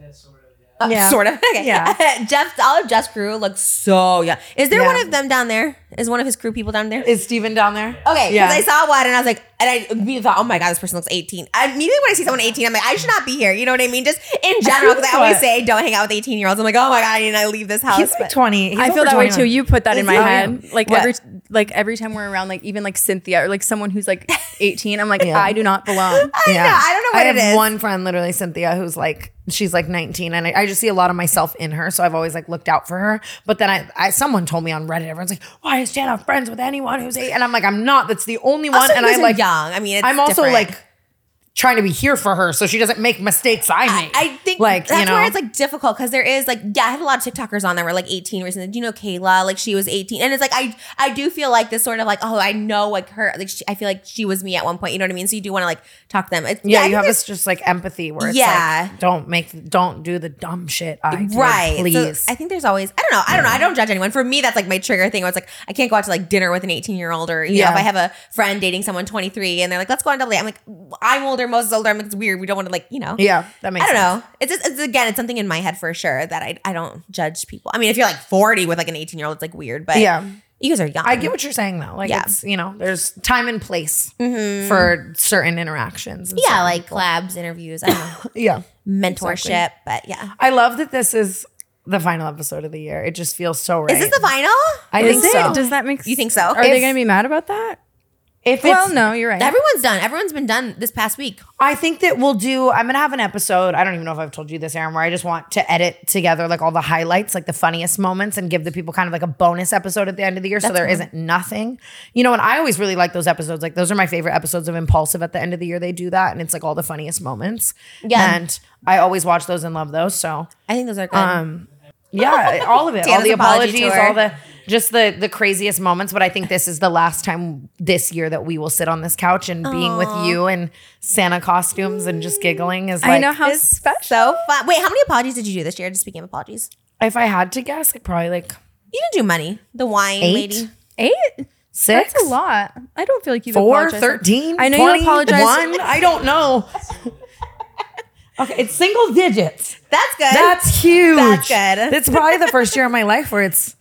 [SPEAKER 4] Yeah, sort of, yeah.
[SPEAKER 3] Uh,
[SPEAKER 1] Yeah.
[SPEAKER 3] Sort of. Okay.
[SPEAKER 1] Yeah.
[SPEAKER 3] Jeff's all of Jeff's crew looks so young. Is there
[SPEAKER 1] Yeah.
[SPEAKER 3] one of them down there? Is one of his crew people down there?
[SPEAKER 1] Is Steven down there?
[SPEAKER 3] Okay, because
[SPEAKER 1] Yeah.
[SPEAKER 3] I saw one and I was like, and I immediately thought, oh my god, this person looks 18. I immediately when I see someone 18, I'm like, I should not be here. You know what I mean? Just in general, because I always
[SPEAKER 1] What?
[SPEAKER 3] say don't hang out with 18 year olds. I'm like, oh my god, I need to leave this house.
[SPEAKER 1] He's like
[SPEAKER 3] but-
[SPEAKER 1] 20. He's
[SPEAKER 2] I feel
[SPEAKER 1] over
[SPEAKER 2] that way
[SPEAKER 1] 21.
[SPEAKER 2] too. You put that in my
[SPEAKER 1] Oh, yeah.
[SPEAKER 2] head. Like
[SPEAKER 3] What?
[SPEAKER 2] every like every time we're around, like even like Cynthia or like someone who's like 18, I'm like,
[SPEAKER 1] Yeah.
[SPEAKER 2] I do not belong.
[SPEAKER 3] I, know, I don't know what
[SPEAKER 1] I
[SPEAKER 3] it
[SPEAKER 1] have
[SPEAKER 3] is.
[SPEAKER 1] one friend, literally Cynthia, who's like she's like 19, and I, I just see a lot of myself in her. So I've always like looked out for her. But then I, I someone told me on Reddit, everyone's like, "Why is Jana friends with anyone who's eight? And I'm like, "I'm not. That's the only one."
[SPEAKER 3] Also,
[SPEAKER 1] and
[SPEAKER 3] you
[SPEAKER 1] I
[SPEAKER 3] guys are
[SPEAKER 1] like,
[SPEAKER 3] young. I mean, it's
[SPEAKER 1] I'm also
[SPEAKER 3] different.
[SPEAKER 1] like trying to be here for her, so she doesn't make mistakes I
[SPEAKER 3] I,
[SPEAKER 1] make.
[SPEAKER 3] I think
[SPEAKER 1] like
[SPEAKER 3] that's
[SPEAKER 1] you know,
[SPEAKER 3] where it's like difficult because there is like yeah I had a lot of TikTokers on that were like 18 recently. Do you know Kayla? Like she was 18, and it's like I I do feel like this sort of like oh I know like her like she, I feel like she was me at one point. You know what I mean? So you do want to like talk to them. It's,
[SPEAKER 1] yeah,
[SPEAKER 3] I
[SPEAKER 1] you
[SPEAKER 3] think
[SPEAKER 1] have
[SPEAKER 3] there's-
[SPEAKER 1] this just like empathy where it's
[SPEAKER 3] Yeah.
[SPEAKER 1] like, don't make, don't do the dumb shit. I did,
[SPEAKER 3] right So
[SPEAKER 1] please.
[SPEAKER 3] i think there's always i don't know i don't know i don't judge anyone for me that's like my trigger thing where it's like i can't go out to like dinner with an 18 year old or you
[SPEAKER 1] Yeah.
[SPEAKER 3] know if i have a friend dating someone 23 and they're like let's go on double date i'm like i'm older moses is older i'm like it's weird we don't want to like you know
[SPEAKER 1] yeah, that makes.
[SPEAKER 3] I don't
[SPEAKER 1] sense.
[SPEAKER 3] know. It's just, it's again, it's something in my head for sure that I, I don't judge people. I mean, if you're like 40 with like an 18 year old, it's like weird, but
[SPEAKER 1] Yeah.
[SPEAKER 3] you guys are young.
[SPEAKER 1] I get what you're saying though. Like
[SPEAKER 3] Yeah. Mm-hmm.
[SPEAKER 1] it's you know, there's time and place for certain interactions. and
[SPEAKER 3] yeah,
[SPEAKER 1] certain-
[SPEAKER 3] like collabs, interviews, I don't know,
[SPEAKER 1] yeah.
[SPEAKER 3] mentorship, but yeah.
[SPEAKER 1] I love that this is the final episode of the year. It just feels so right.
[SPEAKER 3] Is this the final?
[SPEAKER 1] I think
[SPEAKER 2] Is it?
[SPEAKER 1] so.
[SPEAKER 2] Does that make
[SPEAKER 3] You think so?
[SPEAKER 2] Are they
[SPEAKER 1] If-
[SPEAKER 2] gonna be mad about that?
[SPEAKER 1] if
[SPEAKER 2] Well,
[SPEAKER 1] it's-
[SPEAKER 2] no, you're right.
[SPEAKER 3] Everyone's done. Everyone's been done this past week.
[SPEAKER 1] I think that we'll do. I'm gonna have an episode. I don't even know if I've told you this, Aaron, where I just want to edit together like all the highlights, like the funniest moments, and give the people kind of like a bonus episode at the end of the year, so there not nothing. You know, and I always really like those episodes. Like those are my favorite episodes of Impulsive. At the end of the year, they do that, and it's like all the funniest moments.
[SPEAKER 3] Yeah.
[SPEAKER 1] and I always watch those and love those. So
[SPEAKER 3] I think those are good.
[SPEAKER 1] Um, yeah, all of it, all
[SPEAKER 3] Tana's
[SPEAKER 1] the
[SPEAKER 3] apology
[SPEAKER 1] apologies,
[SPEAKER 3] tour.
[SPEAKER 1] all the just the the craziest moments. But I think this is the last time this year that we will sit on this couch and being with you in Santa costumes and just giggling is like.
[SPEAKER 2] I know how special.
[SPEAKER 3] so fun. Wait, how many apologies did you do this year? Just speaking of apologies.
[SPEAKER 1] if I had to guess, like probably like
[SPEAKER 3] You didn't do money. The wine
[SPEAKER 1] eight,
[SPEAKER 3] lady.
[SPEAKER 2] Eight?
[SPEAKER 1] six,
[SPEAKER 2] That's a lot. I don't feel like you've
[SPEAKER 1] four,
[SPEAKER 2] apologized.
[SPEAKER 1] 13,
[SPEAKER 2] I know
[SPEAKER 1] 20,
[SPEAKER 2] you apologize.
[SPEAKER 1] One, I don't know. okay, it's single digits.
[SPEAKER 3] That's good.
[SPEAKER 1] That's huge.
[SPEAKER 3] That's good.
[SPEAKER 1] It's probably the first year of my life where it's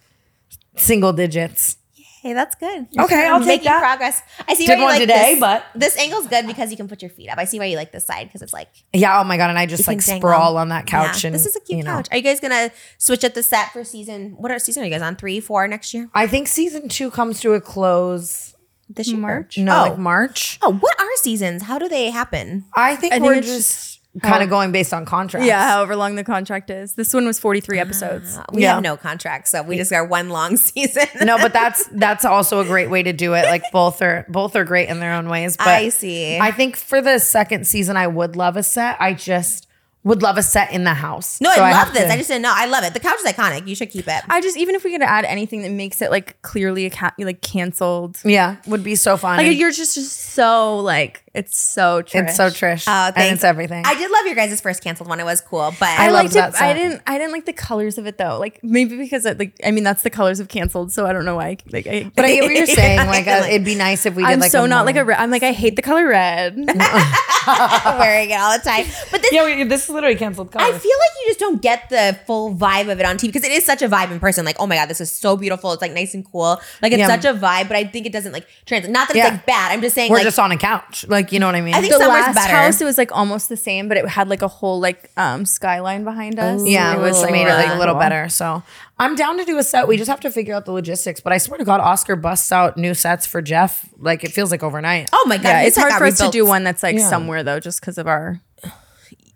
[SPEAKER 1] single digits.
[SPEAKER 3] hey, that's good.
[SPEAKER 1] Okay, I'll take
[SPEAKER 3] Making
[SPEAKER 1] that.
[SPEAKER 3] progress. I see
[SPEAKER 1] Did
[SPEAKER 3] why you
[SPEAKER 1] one
[SPEAKER 3] like
[SPEAKER 1] today,
[SPEAKER 3] this.
[SPEAKER 1] but-
[SPEAKER 3] this angle's good because you can put your feet up. I see why you like this side because it's like
[SPEAKER 1] Yeah. Oh my god. And I just
[SPEAKER 3] you
[SPEAKER 1] like
[SPEAKER 3] can
[SPEAKER 1] sprawl
[SPEAKER 3] dangle.
[SPEAKER 1] on that couch.
[SPEAKER 3] Yeah,
[SPEAKER 1] And
[SPEAKER 3] this is a cute
[SPEAKER 1] you know.
[SPEAKER 3] couch. Are you guys gonna switch up the set for season? What are season are you guys on? Three, four next year?
[SPEAKER 1] I think season two comes to a close.
[SPEAKER 3] This year?
[SPEAKER 2] March?
[SPEAKER 1] No,
[SPEAKER 3] Oh.
[SPEAKER 1] like March.
[SPEAKER 3] Oh, what are seasons? How do they happen?
[SPEAKER 1] I think
[SPEAKER 2] I think
[SPEAKER 1] we're
[SPEAKER 2] it's
[SPEAKER 1] just kind of going based on contracts.
[SPEAKER 2] Yeah, however long the contract is. This one was
[SPEAKER 1] Ah,
[SPEAKER 2] 43 episodes.
[SPEAKER 3] Uh, we
[SPEAKER 1] Yeah.
[SPEAKER 3] have no contract, so we just got one long season.
[SPEAKER 1] No, but that's that's also a great way to do it. Like both are both are great in their own ways. But
[SPEAKER 3] I see.
[SPEAKER 1] I think for the second season, I would love a set. I just would love a set in the house.
[SPEAKER 3] No,
[SPEAKER 1] So
[SPEAKER 3] I love
[SPEAKER 1] have
[SPEAKER 3] this.
[SPEAKER 1] to-
[SPEAKER 3] I just didn't know. I love it. The couch is iconic. You should keep it.
[SPEAKER 2] I just even if we could add anything that makes it like clearly acca- like canceled, Mm-hmm.
[SPEAKER 1] yeah, would be so fun.
[SPEAKER 2] like
[SPEAKER 1] And
[SPEAKER 2] you're just just so like it's so Trish.
[SPEAKER 1] it's so Trish.
[SPEAKER 3] Uh,
[SPEAKER 1] and
[SPEAKER 3] thank-
[SPEAKER 1] it's everything.
[SPEAKER 3] I did love your guys' first canceled one. It was cool, but
[SPEAKER 2] I,
[SPEAKER 1] I loved
[SPEAKER 2] liked it.
[SPEAKER 1] that
[SPEAKER 2] I
[SPEAKER 1] song.
[SPEAKER 2] didn't. I didn't like the colors of it though. Like maybe because it, like I mean that's the colors of canceled, so I don't know why. I- Like I,
[SPEAKER 1] but I get what you're saying. Like, uh,
[SPEAKER 3] Like-
[SPEAKER 1] it'd be nice if we did
[SPEAKER 2] I'm
[SPEAKER 1] like
[SPEAKER 2] so
[SPEAKER 1] a
[SPEAKER 2] not like a.
[SPEAKER 1] more-
[SPEAKER 2] Re- I'm like I hate the color red.
[SPEAKER 3] I'm wearing it all the time. But this,
[SPEAKER 1] Yeah, we- this is literally canceled
[SPEAKER 3] I
[SPEAKER 1] colors.
[SPEAKER 3] feel like you just don't get the full vibe of it on TV because it is such a vibe in person. Like, oh my god, this is so beautiful. It's like nice and cool. Like it's
[SPEAKER 1] Yeah.
[SPEAKER 3] such a vibe. But I think it doesn't like translate. Not that
[SPEAKER 1] Yeah.
[SPEAKER 3] it's like bad. I'm just saying
[SPEAKER 1] We're
[SPEAKER 3] like
[SPEAKER 1] just on a couch. Like, you know what I mean?
[SPEAKER 3] I think
[SPEAKER 2] the last
[SPEAKER 3] summer's better.
[SPEAKER 2] house it was like almost the same, but it had like a whole like um skyline behind us.
[SPEAKER 1] yeah, it was
[SPEAKER 2] like,
[SPEAKER 1] made it
[SPEAKER 2] really
[SPEAKER 1] like a little
[SPEAKER 2] cool.
[SPEAKER 1] better. So I'm down to do a set. We just have to figure out the logistics. But I swear to God, Oscar busts out new sets for Jeff. Like it feels like overnight.
[SPEAKER 3] oh my god,
[SPEAKER 2] Yeah,
[SPEAKER 3] this
[SPEAKER 2] it's
[SPEAKER 3] set
[SPEAKER 2] hard
[SPEAKER 3] got
[SPEAKER 2] for us to
[SPEAKER 3] rebuilt.
[SPEAKER 2] do one that's like
[SPEAKER 1] Yeah.
[SPEAKER 2] somewhere though, just because of our,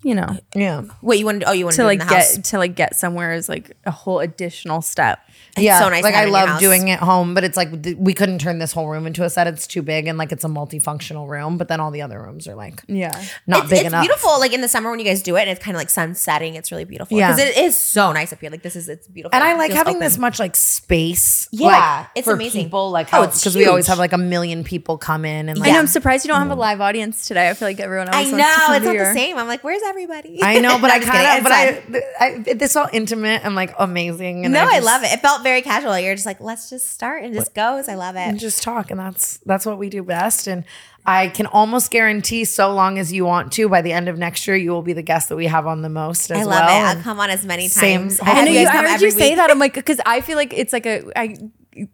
[SPEAKER 2] you know,
[SPEAKER 1] yeah,
[SPEAKER 3] Wait, you want to? Oh, you want
[SPEAKER 2] to
[SPEAKER 3] to
[SPEAKER 2] like
[SPEAKER 3] in the house.
[SPEAKER 2] get to like get somewhere is like a whole additional step.
[SPEAKER 1] yeah.
[SPEAKER 3] so nice
[SPEAKER 1] like
[SPEAKER 3] to
[SPEAKER 1] I
[SPEAKER 3] have in your
[SPEAKER 1] love
[SPEAKER 3] house.
[SPEAKER 1] doing it home, but it's like th- we couldn't turn this whole room into a set. It's too big, and like it's a multifunctional room. But then all the other rooms are like
[SPEAKER 2] Yeah,
[SPEAKER 1] not
[SPEAKER 3] it's,
[SPEAKER 1] big
[SPEAKER 3] it's
[SPEAKER 1] enough.
[SPEAKER 3] beautiful like in the summer when you guys do it and it's kind of like sun setting it's really beautiful
[SPEAKER 1] Yeah.
[SPEAKER 3] because it is so nice up here like this is it's beautiful
[SPEAKER 1] And I
[SPEAKER 3] It
[SPEAKER 1] like
[SPEAKER 3] feels
[SPEAKER 1] having
[SPEAKER 3] open.
[SPEAKER 1] this much like space.
[SPEAKER 3] Yeah,
[SPEAKER 1] like,
[SPEAKER 3] it's
[SPEAKER 1] for
[SPEAKER 3] amazing.
[SPEAKER 1] People like
[SPEAKER 3] Oh,
[SPEAKER 1] how
[SPEAKER 3] it's
[SPEAKER 1] because we always
[SPEAKER 3] huge.
[SPEAKER 1] have like a million people come in and like
[SPEAKER 2] I know. I'm surprised you don't have a live audience today. I feel like everyone else.
[SPEAKER 3] I
[SPEAKER 2] wants
[SPEAKER 3] know
[SPEAKER 2] to come
[SPEAKER 3] it's
[SPEAKER 2] to
[SPEAKER 3] not
[SPEAKER 2] your-
[SPEAKER 3] the same. I'm like, where's everybody?
[SPEAKER 1] I know, but I
[SPEAKER 3] I'm just kidding.
[SPEAKER 1] kind of,
[SPEAKER 3] It's
[SPEAKER 1] but
[SPEAKER 3] fine.
[SPEAKER 1] I, I, it- this felt intimate and like amazing. And
[SPEAKER 3] no, I
[SPEAKER 1] just-
[SPEAKER 3] love it. It felt very casual. You're just like, let's just start and just goes. I love
[SPEAKER 1] and
[SPEAKER 3] it.
[SPEAKER 1] just talk and that's that's what we do best and i can almost guarantee so long as you want to by the end of next year you will be the guest that we have on the most as
[SPEAKER 3] I love
[SPEAKER 1] well
[SPEAKER 3] it. I'll
[SPEAKER 1] And
[SPEAKER 3] come on as many
[SPEAKER 1] same.
[SPEAKER 3] times.
[SPEAKER 1] I
[SPEAKER 3] have
[SPEAKER 2] I know
[SPEAKER 1] You
[SPEAKER 2] you.
[SPEAKER 1] guys
[SPEAKER 2] I
[SPEAKER 3] come
[SPEAKER 2] heard
[SPEAKER 3] every
[SPEAKER 2] you say
[SPEAKER 3] week.
[SPEAKER 2] that. I'm like, because I feel like it's like a. I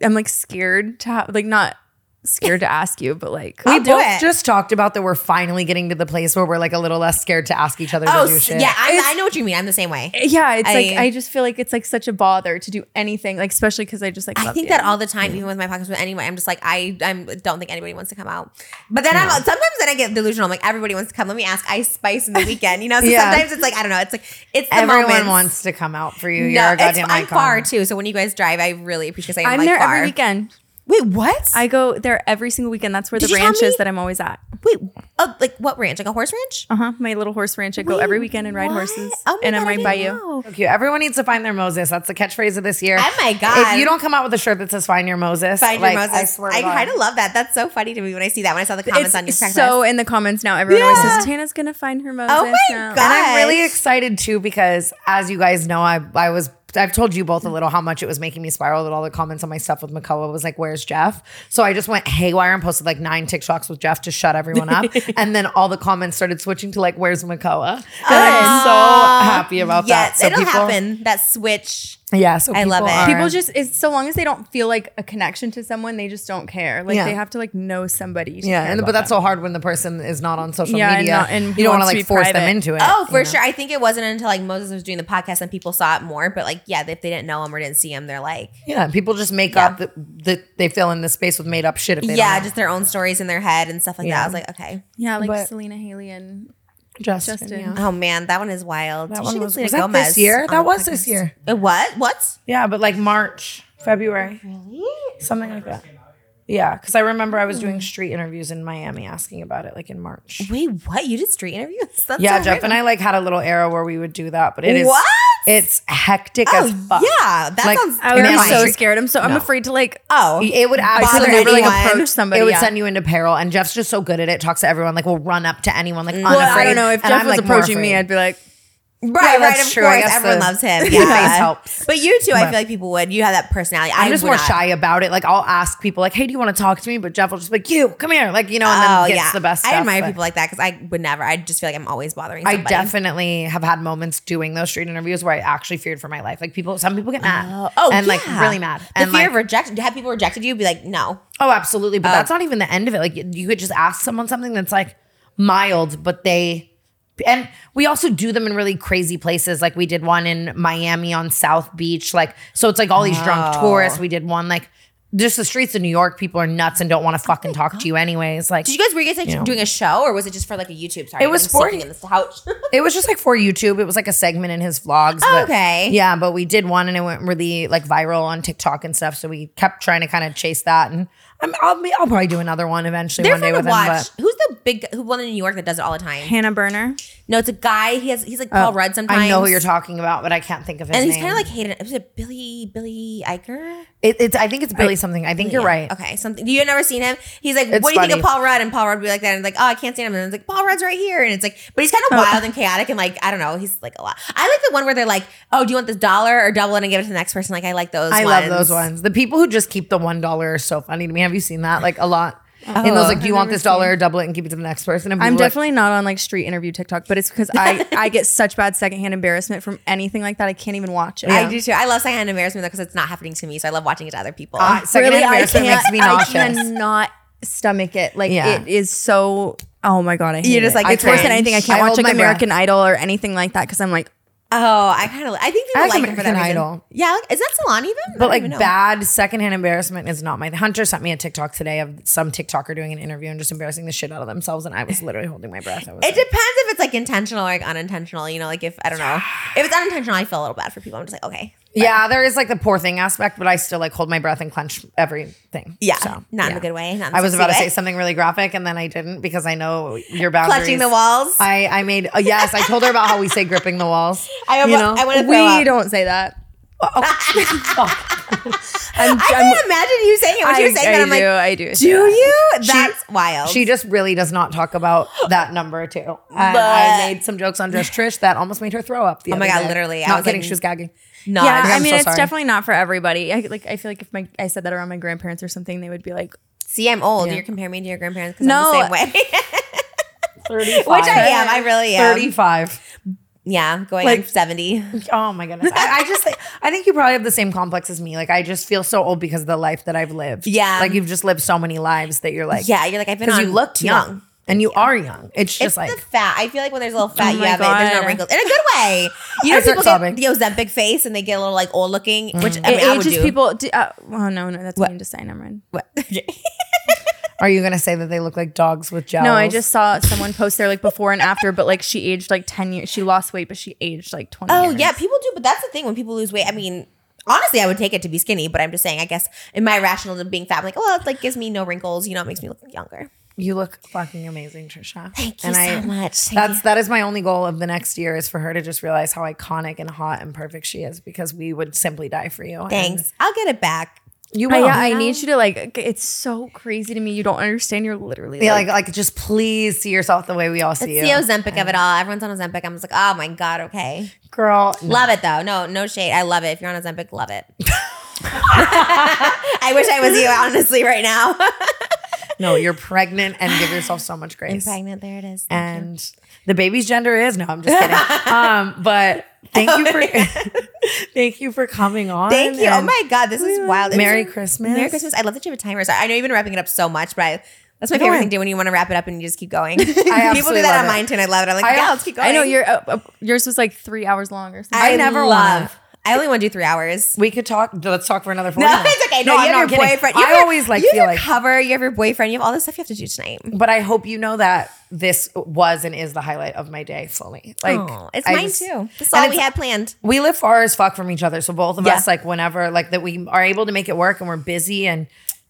[SPEAKER 2] I'm like scared to have like not scared to ask you, but like
[SPEAKER 3] We
[SPEAKER 1] we
[SPEAKER 3] I'll do
[SPEAKER 1] both
[SPEAKER 3] it.
[SPEAKER 1] just talked about that we're finally getting to the place where we're like a little less scared to ask each other
[SPEAKER 3] Oh,
[SPEAKER 1] to do
[SPEAKER 3] s-
[SPEAKER 1] shit
[SPEAKER 3] yeah. I'm, I know what you mean. I'm the same way.
[SPEAKER 2] yeah, it's like
[SPEAKER 3] I-
[SPEAKER 2] I just feel like it's like such a bother to do anything, like especially because I just like
[SPEAKER 3] I
[SPEAKER 2] love
[SPEAKER 3] think
[SPEAKER 2] you.
[SPEAKER 3] that all the time, even with my podcast with anyone, I'm just like, I I'm, don't think anybody wants to come out. But then I'm sometimes then I get delusional. I'm like, everybody wants to come. Let me ask Ice Spice in the weekend. You know, so
[SPEAKER 1] Yeah.
[SPEAKER 3] sometimes it's like, I don't know. It's like, it's the
[SPEAKER 1] everyone
[SPEAKER 3] moments.
[SPEAKER 1] wants to come out for you
[SPEAKER 3] No,
[SPEAKER 1] you're a
[SPEAKER 3] it's-
[SPEAKER 1] goddamn
[SPEAKER 3] I'm
[SPEAKER 1] icon
[SPEAKER 3] far too. So when you guys drive, I really appreciate because I
[SPEAKER 2] I'm
[SPEAKER 3] am like
[SPEAKER 2] there
[SPEAKER 3] far.
[SPEAKER 2] every weekend.
[SPEAKER 3] Wait, what?
[SPEAKER 2] I go there every single weekend. That's where
[SPEAKER 3] Did
[SPEAKER 2] the
[SPEAKER 3] you tell
[SPEAKER 2] ranch
[SPEAKER 3] me?
[SPEAKER 2] is that I'm always at.
[SPEAKER 3] wait, oh, like what ranch? Like a horse ranch?
[SPEAKER 2] Uh huh. My little horse ranch. I go
[SPEAKER 3] Wait,
[SPEAKER 2] every weekend and ride
[SPEAKER 3] what?
[SPEAKER 2] horses,
[SPEAKER 3] Oh my
[SPEAKER 2] and
[SPEAKER 3] God,
[SPEAKER 2] I'm
[SPEAKER 3] I
[SPEAKER 2] right by
[SPEAKER 3] didn't
[SPEAKER 2] you.
[SPEAKER 3] know.
[SPEAKER 1] So cute. Everyone needs to find their Moses. That's the catchphrase of this year.
[SPEAKER 3] Oh my God.
[SPEAKER 1] If you don't come out with a shirt that says "Find Your Moses,"
[SPEAKER 3] Find
[SPEAKER 1] like,
[SPEAKER 3] your
[SPEAKER 1] I
[SPEAKER 3] Moses.
[SPEAKER 1] swear to
[SPEAKER 3] I,
[SPEAKER 1] God.
[SPEAKER 3] kind of love that. That's so funny to me when I see that. When I saw the comments on your
[SPEAKER 2] It's
[SPEAKER 3] text
[SPEAKER 2] so
[SPEAKER 3] message.
[SPEAKER 2] in the comments now. Everyone
[SPEAKER 3] Yeah.
[SPEAKER 2] always says Tana's gonna find her Moses.
[SPEAKER 3] Oh my
[SPEAKER 2] now.
[SPEAKER 3] God.
[SPEAKER 1] And I'm really excited too because, as you guys know, I I was I've told you both a little how much it was making me spiral that all the comments on my stuff with McCullough was like, "Where's Jeff?" So I just went haywire and posted like nine TikToks with Jeff to shut everyone up, and then all the comments started switching to like, "Where's McCullough?" And I'm so happy about
[SPEAKER 3] yes,
[SPEAKER 1] that. So
[SPEAKER 3] it'll
[SPEAKER 1] people,
[SPEAKER 3] happen. That switch.
[SPEAKER 1] Yeah, so
[SPEAKER 3] I
[SPEAKER 1] people
[SPEAKER 3] love it.
[SPEAKER 1] Are,
[SPEAKER 2] People just it's so long as they don't feel like a connection to someone, they just don't care. Like
[SPEAKER 1] Yeah.
[SPEAKER 2] they have to like know somebody. To
[SPEAKER 1] yeah,
[SPEAKER 2] care
[SPEAKER 1] and
[SPEAKER 2] about
[SPEAKER 1] but that's
[SPEAKER 2] them.
[SPEAKER 1] so hard when the person is not on social
[SPEAKER 2] Yeah, and
[SPEAKER 1] media,
[SPEAKER 2] not- and
[SPEAKER 1] you don't want to
[SPEAKER 2] wants to
[SPEAKER 1] like
[SPEAKER 2] be
[SPEAKER 1] force them
[SPEAKER 2] private.
[SPEAKER 1] into it.
[SPEAKER 3] Oh, for
[SPEAKER 1] you know?
[SPEAKER 3] sure. I think it wasn't until like Moses was doing the podcast and people saw it more. But like, yeah, if they didn't know him or didn't see him, they're like,
[SPEAKER 1] Yeah, people just make
[SPEAKER 3] Yeah.
[SPEAKER 1] up that the, they fill in the space with made up shit. If they
[SPEAKER 3] yeah,
[SPEAKER 1] don't know.
[SPEAKER 3] just their own stories in their head and stuff like that.
[SPEAKER 1] Yeah.
[SPEAKER 3] I was like, okay.
[SPEAKER 2] yeah, like
[SPEAKER 1] but-
[SPEAKER 2] Selena Haley and
[SPEAKER 1] Justin.
[SPEAKER 2] Justin.
[SPEAKER 1] yeah.
[SPEAKER 3] Oh man, that one is wild.
[SPEAKER 1] That
[SPEAKER 3] You
[SPEAKER 1] one
[SPEAKER 3] should
[SPEAKER 1] was-
[SPEAKER 3] get
[SPEAKER 1] was
[SPEAKER 3] Selena
[SPEAKER 1] that this
[SPEAKER 3] Gomez
[SPEAKER 1] year?
[SPEAKER 3] on
[SPEAKER 1] That
[SPEAKER 3] a
[SPEAKER 1] was this
[SPEAKER 3] podcast.
[SPEAKER 1] year.
[SPEAKER 3] It what? What?
[SPEAKER 1] Yeah, but like March, February. Really? Something like that. Yeah, because I remember I was doing street interviews in Miami asking about it like in March.
[SPEAKER 3] Wait, what? You did street interviews? That's
[SPEAKER 1] yeah,
[SPEAKER 3] so
[SPEAKER 1] Jeff
[SPEAKER 3] weird.
[SPEAKER 1] and I like had a little era where we would do that, but it is
[SPEAKER 3] What?
[SPEAKER 1] it's hectic as
[SPEAKER 3] Oh
[SPEAKER 1] fuck.
[SPEAKER 3] yeah, that
[SPEAKER 1] Like,
[SPEAKER 3] sounds.
[SPEAKER 1] I
[SPEAKER 2] I
[SPEAKER 1] would
[SPEAKER 2] would
[SPEAKER 1] be
[SPEAKER 2] be
[SPEAKER 1] Terrifying.
[SPEAKER 2] so
[SPEAKER 1] so
[SPEAKER 2] scared. I'm so I'm afraid to like
[SPEAKER 3] Oh,
[SPEAKER 1] It would
[SPEAKER 2] I could
[SPEAKER 1] absolutely
[SPEAKER 2] never like
[SPEAKER 3] anyone.
[SPEAKER 2] approach somebody.
[SPEAKER 1] It would
[SPEAKER 2] yeah.
[SPEAKER 1] send you into peril, and Jeff's just so good at it. Talks to everyone, like will run up to anyone, like
[SPEAKER 2] well,
[SPEAKER 1] unafraid.
[SPEAKER 2] I don't know if
[SPEAKER 1] and
[SPEAKER 2] Jeff
[SPEAKER 1] I'm,
[SPEAKER 2] was
[SPEAKER 1] like, more
[SPEAKER 2] approaching me,
[SPEAKER 1] afraid.
[SPEAKER 2] I'd be like,
[SPEAKER 3] Right,
[SPEAKER 1] that's
[SPEAKER 3] right. Of
[SPEAKER 1] true. I
[SPEAKER 3] course,
[SPEAKER 1] guess
[SPEAKER 3] everyone
[SPEAKER 1] the-
[SPEAKER 3] loves him.
[SPEAKER 1] the
[SPEAKER 3] Yeah,
[SPEAKER 1] face helps.
[SPEAKER 3] But you too, I
[SPEAKER 1] But-
[SPEAKER 3] feel like people would. You have that personality.
[SPEAKER 1] I'm just
[SPEAKER 3] would
[SPEAKER 1] more
[SPEAKER 3] not.
[SPEAKER 1] shy about it. Like I'll ask people, like, "Hey, do you want to talk to me?" But Jeff will just be like, "You come here," like you know, and then
[SPEAKER 3] Oh
[SPEAKER 1] gets
[SPEAKER 3] yeah,
[SPEAKER 1] the best.
[SPEAKER 3] I
[SPEAKER 1] stuff,
[SPEAKER 3] admire
[SPEAKER 1] but-
[SPEAKER 3] people like that because I would never. I just feel like I'm always bothering.
[SPEAKER 1] I
[SPEAKER 3] Somebody.
[SPEAKER 1] definitely have had moments doing those street interviews where I actually feared for my life. Like people, some people get mad,
[SPEAKER 3] Oh, oh,
[SPEAKER 1] and like
[SPEAKER 3] yeah.
[SPEAKER 1] really mad,
[SPEAKER 3] The
[SPEAKER 1] and
[SPEAKER 3] fear
[SPEAKER 1] like,
[SPEAKER 3] of rejection. Have people rejected you? Be like, no.
[SPEAKER 1] oh, absolutely. But that's not even the end of it. Like you could just ask someone something that's like mild, but they, and we also do them in really crazy places. Like we did one in Miami on South Beach. Like so, it's like all these
[SPEAKER 3] Oh.
[SPEAKER 1] drunk tourists. We did one like just the streets of New York. People are nuts and don't want to fucking talk to you anyways. Like
[SPEAKER 3] Oh Did you guys were you guys like
[SPEAKER 1] know.
[SPEAKER 3] doing a show or was it just for like a YouTube? Sorry,
[SPEAKER 1] It was
[SPEAKER 3] I'm
[SPEAKER 1] for-
[SPEAKER 3] sinking in this couch.
[SPEAKER 1] It was just like for YouTube. It was like a segment in his vlogs.
[SPEAKER 3] Okay.
[SPEAKER 1] Yeah, but we did one and it went really like viral on TikTok and stuff. So we kept trying to kind of chase that. And I'm, I'll, be- I'll probably do another one eventually
[SPEAKER 3] They're
[SPEAKER 1] one day
[SPEAKER 3] fun
[SPEAKER 1] with
[SPEAKER 3] to
[SPEAKER 1] him.
[SPEAKER 3] watch.
[SPEAKER 1] But
[SPEAKER 3] Who's the big who one in New York that does it all the time?
[SPEAKER 2] Hannah Burner.
[SPEAKER 3] No, it's a guy. He has he's like Paul Rudd sometimes.
[SPEAKER 1] Oh, I know who you're talking about, but I can't think of his
[SPEAKER 3] And he's
[SPEAKER 1] name.
[SPEAKER 3] kind of like hated. Was it Billy Billy Eicher?
[SPEAKER 1] It- it's. I think it's Billy something. I think you're
[SPEAKER 3] Yeah.
[SPEAKER 1] right.
[SPEAKER 3] Okay, something you've never seen him. He's like,
[SPEAKER 1] It's
[SPEAKER 3] "What do you think
[SPEAKER 1] funny.
[SPEAKER 3] of Paul Rudd?" And Paul Rudd would be like that, and like, "Oh, I can't stand him." And it's like, "Paul Rudd's right here," and it's like, but he's kind of wild and chaotic, and like, I don't know, he's like a lot. I like the one where they're like, "Oh, do you want this dollar or double it and give it to the next person?" Like, I like those.
[SPEAKER 1] I
[SPEAKER 3] ones.
[SPEAKER 1] love those ones. The people who just keep the one dollar are so funny to me. Have you seen that? Like a lot.
[SPEAKER 3] Oh.
[SPEAKER 1] and those like, do you want this dollar or double it and give it to the next person? And
[SPEAKER 2] I'm
[SPEAKER 1] people are like,
[SPEAKER 2] definitely not on like street interview TikTok, but it's because I I get such bad secondhand embarrassment from anything like that. I can't even watch it.
[SPEAKER 3] I do too. I love secondhand embarrassment because it's not happening to me, so I love watching it to other people.
[SPEAKER 1] Ah, secondhand
[SPEAKER 2] really, I
[SPEAKER 1] embarrassment
[SPEAKER 2] can't-
[SPEAKER 1] makes me
[SPEAKER 2] I
[SPEAKER 1] nauseous.
[SPEAKER 2] cannot stomach it. Like
[SPEAKER 1] Yeah.
[SPEAKER 2] it is so. Oh my god, I hate
[SPEAKER 3] You're just
[SPEAKER 2] it.
[SPEAKER 3] like,
[SPEAKER 2] it's worse than
[SPEAKER 3] cringe.
[SPEAKER 2] anything. I can't
[SPEAKER 1] I
[SPEAKER 2] watch
[SPEAKER 1] hold
[SPEAKER 2] like
[SPEAKER 1] my breath.
[SPEAKER 2] American Idol or anything like that because I'm like,
[SPEAKER 3] oh, I kind of, I think people
[SPEAKER 1] I
[SPEAKER 3] like,
[SPEAKER 1] like
[SPEAKER 3] it for that
[SPEAKER 1] American
[SPEAKER 3] reason.
[SPEAKER 1] Idol.
[SPEAKER 3] Yeah, like, is that salon even? I
[SPEAKER 1] But
[SPEAKER 3] don't
[SPEAKER 1] like
[SPEAKER 3] even know.
[SPEAKER 1] bad secondhand embarrassment is not my. Hunter sent me a TikTok today of some TikToker doing an interview and just embarrassing the shit out of themselves, and I was literally holding my breath. I was
[SPEAKER 3] It
[SPEAKER 1] like,
[SPEAKER 3] depends if it's like intentional or like unintentional. You know, like if I don't know if it's unintentional, I feel a little bad for people. I'm just like, okay,
[SPEAKER 1] yeah, there is like the poor thing aspect, but I still like hold my breath and clench everything.
[SPEAKER 3] yeah,
[SPEAKER 1] so,
[SPEAKER 3] not in
[SPEAKER 1] yeah.
[SPEAKER 3] a good way. Not in a
[SPEAKER 1] I was
[SPEAKER 3] sexy
[SPEAKER 1] about to
[SPEAKER 3] way.
[SPEAKER 1] say something really graphic, and then I didn't because I know your boundaries.
[SPEAKER 3] clutching the walls. I,
[SPEAKER 1] I I made oh, yes. I told her about how we say gripping the walls.
[SPEAKER 3] I,
[SPEAKER 1] you know,
[SPEAKER 3] want to throw
[SPEAKER 2] we
[SPEAKER 3] up.
[SPEAKER 2] don't say that. I'm,
[SPEAKER 3] I
[SPEAKER 2] I'm-
[SPEAKER 3] can't imagine you saying it when she was saying that. I'm
[SPEAKER 2] do,
[SPEAKER 3] like,
[SPEAKER 2] I do.
[SPEAKER 3] do you?
[SPEAKER 1] She-
[SPEAKER 3] That's wild.
[SPEAKER 1] She just really does not talk about that number too. And I made some jokes on Just Trish that almost made her throw up. The
[SPEAKER 3] Oh my
[SPEAKER 1] other
[SPEAKER 3] God,
[SPEAKER 1] day.
[SPEAKER 3] literally. I
[SPEAKER 1] Not
[SPEAKER 3] was
[SPEAKER 1] kidding.
[SPEAKER 3] like-
[SPEAKER 1] she was gagging.
[SPEAKER 3] no,
[SPEAKER 2] yeah,
[SPEAKER 1] I'm
[SPEAKER 2] I mean,
[SPEAKER 1] so
[SPEAKER 2] it's
[SPEAKER 1] sorry.
[SPEAKER 2] definitely not for everybody. I like. I feel like if my I said that around my grandparents or something, they would be like,
[SPEAKER 3] see, I'm old.
[SPEAKER 1] Yeah.
[SPEAKER 3] You're comparing me to your grandparents because
[SPEAKER 2] No.
[SPEAKER 3] I'm the same way.
[SPEAKER 1] Thirty-five.
[SPEAKER 3] Which I am. I really am.
[SPEAKER 1] Thirty-five.
[SPEAKER 3] Yeah, going
[SPEAKER 1] Like-
[SPEAKER 3] like, 70.
[SPEAKER 1] Oh my goodness. I, I just I think you probably have the same complex as me. Like I just feel so old because of the life that I've lived.
[SPEAKER 3] Yeah.
[SPEAKER 1] Like you've just lived so many lives that you're like
[SPEAKER 3] Yeah, you're like, I've been
[SPEAKER 1] because
[SPEAKER 3] on
[SPEAKER 1] you looked young.
[SPEAKER 3] young.
[SPEAKER 1] And you are young. It's just
[SPEAKER 3] It's
[SPEAKER 1] like
[SPEAKER 3] the fat. I feel like when there's a little fat,
[SPEAKER 2] Oh
[SPEAKER 3] you
[SPEAKER 2] my
[SPEAKER 3] have it. There's
[SPEAKER 2] God.
[SPEAKER 3] no wrinkles in a good way. You
[SPEAKER 1] I
[SPEAKER 3] know,
[SPEAKER 1] start
[SPEAKER 3] people
[SPEAKER 1] sobbing.
[SPEAKER 3] get you know, that big face and they get a little like old looking, which I
[SPEAKER 2] Mm.
[SPEAKER 3] mean,
[SPEAKER 2] it
[SPEAKER 3] I would
[SPEAKER 2] ages
[SPEAKER 3] do.
[SPEAKER 2] people. Do, uh, oh no, no, that's mean to say. Never mind.
[SPEAKER 3] What?
[SPEAKER 1] are you gonna say that they look like dogs with jowls?
[SPEAKER 2] No, I just saw someone post their like before and after, but like she aged like ten years. She lost weight, but she aged like twenty.
[SPEAKER 3] oh
[SPEAKER 2] years.
[SPEAKER 3] yeah, people do. But that's the thing when people lose weight. I mean. Honestly, I would take it to be skinny, but I'm just saying. I guess in my rational of being fat, I'm like, well, it like gives me no wrinkles. You know, it makes me look younger.
[SPEAKER 1] You look fucking amazing, Trisha.
[SPEAKER 3] Thank you so much. Thank
[SPEAKER 1] That's
[SPEAKER 3] you.
[SPEAKER 1] that is my only goal of the next year is for her to just realize how iconic and hot and perfect she is because we would simply die for you.
[SPEAKER 3] Thanks. I'll get it back.
[SPEAKER 1] And you
[SPEAKER 2] I,
[SPEAKER 1] will.
[SPEAKER 2] yeah,
[SPEAKER 3] Oh,
[SPEAKER 2] I need you to like. It's so crazy to me. You don't understand. You're literally
[SPEAKER 1] Yeah,
[SPEAKER 2] like,
[SPEAKER 1] like like just please see yourself the way we all
[SPEAKER 3] It's
[SPEAKER 1] see
[SPEAKER 3] the
[SPEAKER 1] you,
[SPEAKER 3] Ozempic of it all. Everyone's on Ozempic. I'm just like, oh my god, okay.
[SPEAKER 1] girl.
[SPEAKER 3] Love it though. No, no shade. I love it. If you're on Ozempic, love it. I wish I was you, honestly, right now.
[SPEAKER 1] No, you're pregnant and give yourself so much grace.
[SPEAKER 3] Pregnant, there it is. Thank you.
[SPEAKER 1] and the baby's gender is no. I'm just kidding. um, but thank you for thank you for coming on.
[SPEAKER 3] Thank you. Oh
[SPEAKER 1] and
[SPEAKER 3] my God, this is wild. It
[SPEAKER 1] Merry
[SPEAKER 3] was-
[SPEAKER 1] Christmas.
[SPEAKER 3] Merry Christmas. I love that you have a timer. So I know you've been wrapping it up so much, but I, that's my
[SPEAKER 1] Go
[SPEAKER 3] favorite
[SPEAKER 1] on.
[SPEAKER 3] thing to do when you want to wrap it up and you just keep going. People
[SPEAKER 1] absolutely
[SPEAKER 3] do that
[SPEAKER 1] love
[SPEAKER 3] on
[SPEAKER 1] it.
[SPEAKER 3] mine too, and I oh, love it. I'm like,
[SPEAKER 1] I-
[SPEAKER 3] yeah, let's keep going.
[SPEAKER 2] I know your uh, uh, yours was like three hours long or something.
[SPEAKER 1] I never wanna-
[SPEAKER 3] I only want to do three hours.
[SPEAKER 1] We could talk. Let's talk for another. 40
[SPEAKER 3] No,
[SPEAKER 1] minutes.
[SPEAKER 3] it's okay. No, you
[SPEAKER 1] I'm
[SPEAKER 3] have
[SPEAKER 1] not
[SPEAKER 3] your
[SPEAKER 1] kidding.
[SPEAKER 3] boyfriend. You have
[SPEAKER 1] I
[SPEAKER 3] your-
[SPEAKER 1] always like
[SPEAKER 3] you have
[SPEAKER 1] feel
[SPEAKER 3] your
[SPEAKER 1] like
[SPEAKER 3] cover. You have your boyfriend. You have all this stuff you have to do tonight.
[SPEAKER 1] But I hope you know that this was and is the highlight of my day fully. Like
[SPEAKER 3] Aw, it's
[SPEAKER 1] I
[SPEAKER 3] mine
[SPEAKER 1] just-
[SPEAKER 3] too. This is
[SPEAKER 1] and
[SPEAKER 3] all we
[SPEAKER 1] it's-
[SPEAKER 3] had planned.
[SPEAKER 1] We live far as fuck from each other, so both of
[SPEAKER 3] Yeah.
[SPEAKER 1] us, like whenever, like that, we are able to make it work, and we're busy, and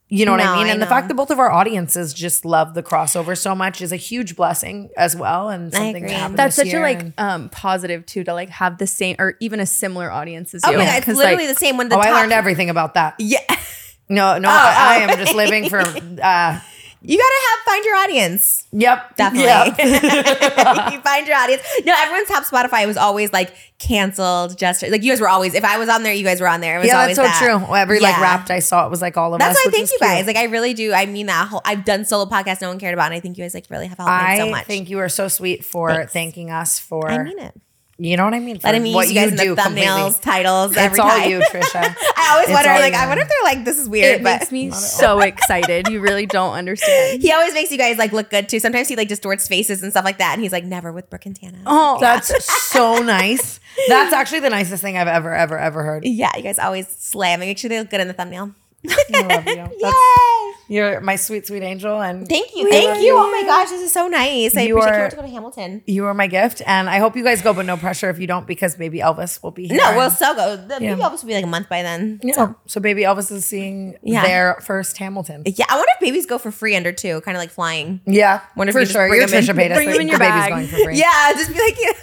[SPEAKER 1] you know what
[SPEAKER 3] No,
[SPEAKER 1] I mean.
[SPEAKER 3] I
[SPEAKER 1] And the
[SPEAKER 3] know.
[SPEAKER 1] fact that both of our audiences just love the crossover so much is a huge blessing as well, and
[SPEAKER 3] I
[SPEAKER 1] something that
[SPEAKER 3] agree.
[SPEAKER 1] happened
[SPEAKER 2] That's
[SPEAKER 1] this
[SPEAKER 2] such a
[SPEAKER 1] year,
[SPEAKER 2] like
[SPEAKER 1] and-
[SPEAKER 2] um positive too to like have the same or even a similar audience as
[SPEAKER 3] Oh
[SPEAKER 2] you.
[SPEAKER 3] my god, it's
[SPEAKER 2] 'Cause,
[SPEAKER 3] literally
[SPEAKER 2] like,
[SPEAKER 3] the same one. The
[SPEAKER 1] Oh, I
[SPEAKER 3] top-
[SPEAKER 1] learned everything about that.
[SPEAKER 3] Yeah,
[SPEAKER 1] No, no,
[SPEAKER 3] Oh,
[SPEAKER 1] I, I
[SPEAKER 3] oh.
[SPEAKER 1] am just living for. uh
[SPEAKER 3] you gotta have find your audience.
[SPEAKER 1] Yep,
[SPEAKER 3] Definitely.
[SPEAKER 1] Yep.
[SPEAKER 3] you find your audience. No, everyone's top Spotify was always like canceled. Just like you guys were always. If I was on there, you guys were on there. It was
[SPEAKER 1] Yeah,
[SPEAKER 3] always
[SPEAKER 1] that's so
[SPEAKER 3] that.
[SPEAKER 1] true. Every like
[SPEAKER 3] Yeah.
[SPEAKER 1] wrapped I saw, it was like all of
[SPEAKER 3] That's
[SPEAKER 1] us.
[SPEAKER 3] why I
[SPEAKER 1] which
[SPEAKER 3] thank
[SPEAKER 1] was
[SPEAKER 3] you
[SPEAKER 1] cute.
[SPEAKER 3] guys. Like I really do. I mean that whole. I've done solo podcasts no one cared about, and I think you guys like really have helped me
[SPEAKER 1] I
[SPEAKER 3] so much.
[SPEAKER 1] think you are so sweet for thanking us for.
[SPEAKER 3] I mean it.
[SPEAKER 1] You know what I mean?
[SPEAKER 3] Letting
[SPEAKER 1] For
[SPEAKER 3] me use you guys in the thumbnails,
[SPEAKER 1] completely.
[SPEAKER 3] titles.
[SPEAKER 1] It's
[SPEAKER 3] every
[SPEAKER 1] all
[SPEAKER 3] time.
[SPEAKER 1] you, Trisha.
[SPEAKER 3] I always
[SPEAKER 1] It's
[SPEAKER 3] wonder.
[SPEAKER 1] all
[SPEAKER 3] Like
[SPEAKER 1] you.
[SPEAKER 3] I wonder if they're like this is weird,
[SPEAKER 2] It
[SPEAKER 3] but
[SPEAKER 2] makes me so excited. You really don't understand.
[SPEAKER 3] he always makes you guys like look good too. Sometimes he like distorts faces and stuff like that, and he's like never with Brooke and Tana.
[SPEAKER 2] Oh,
[SPEAKER 1] That's so nice. That's actually the nicest thing I've ever, ever, ever heard.
[SPEAKER 3] Yeah, you guys always slam. Make sure they look good in the thumbnail.
[SPEAKER 1] I love you. That's-
[SPEAKER 3] Yay!
[SPEAKER 1] You're my sweet, sweet angel, and
[SPEAKER 3] Thank you. Thank you. Oh my gosh, this is so nice. I
[SPEAKER 1] You are-
[SPEAKER 3] appreciate you want to go to Hamilton.
[SPEAKER 1] you are my gift. And I hope you guys go, but no pressure if you don't, because baby Elvis will be here.
[SPEAKER 3] No, we'll still go. The
[SPEAKER 1] Yeah.
[SPEAKER 3] baby Elvis will be like a month by then.
[SPEAKER 1] Yeah. So, baby Elvis is seeing
[SPEAKER 3] Yeah.
[SPEAKER 1] their first Hamilton.
[SPEAKER 3] Yeah, I wonder if babies go for free under two, kind of like flying.
[SPEAKER 1] Yeah,
[SPEAKER 3] Wonder if
[SPEAKER 1] for
[SPEAKER 3] you just
[SPEAKER 1] sure.
[SPEAKER 3] bring
[SPEAKER 1] You're
[SPEAKER 3] him in-
[SPEAKER 1] Trisha Paytas.
[SPEAKER 2] bring him
[SPEAKER 1] so
[SPEAKER 2] in your
[SPEAKER 1] the baby's
[SPEAKER 2] bag.
[SPEAKER 1] going for free.
[SPEAKER 3] Yeah, just be like,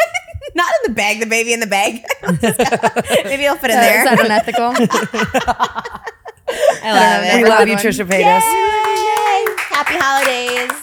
[SPEAKER 3] not in the bag, the baby in the bag. Maybe I'll fit in
[SPEAKER 2] Is
[SPEAKER 3] there.
[SPEAKER 2] that unethical?
[SPEAKER 3] I love
[SPEAKER 1] we
[SPEAKER 3] it.
[SPEAKER 1] love you,
[SPEAKER 2] Everyone.
[SPEAKER 1] Trisha Paytas.
[SPEAKER 3] Yay! Happy holidays.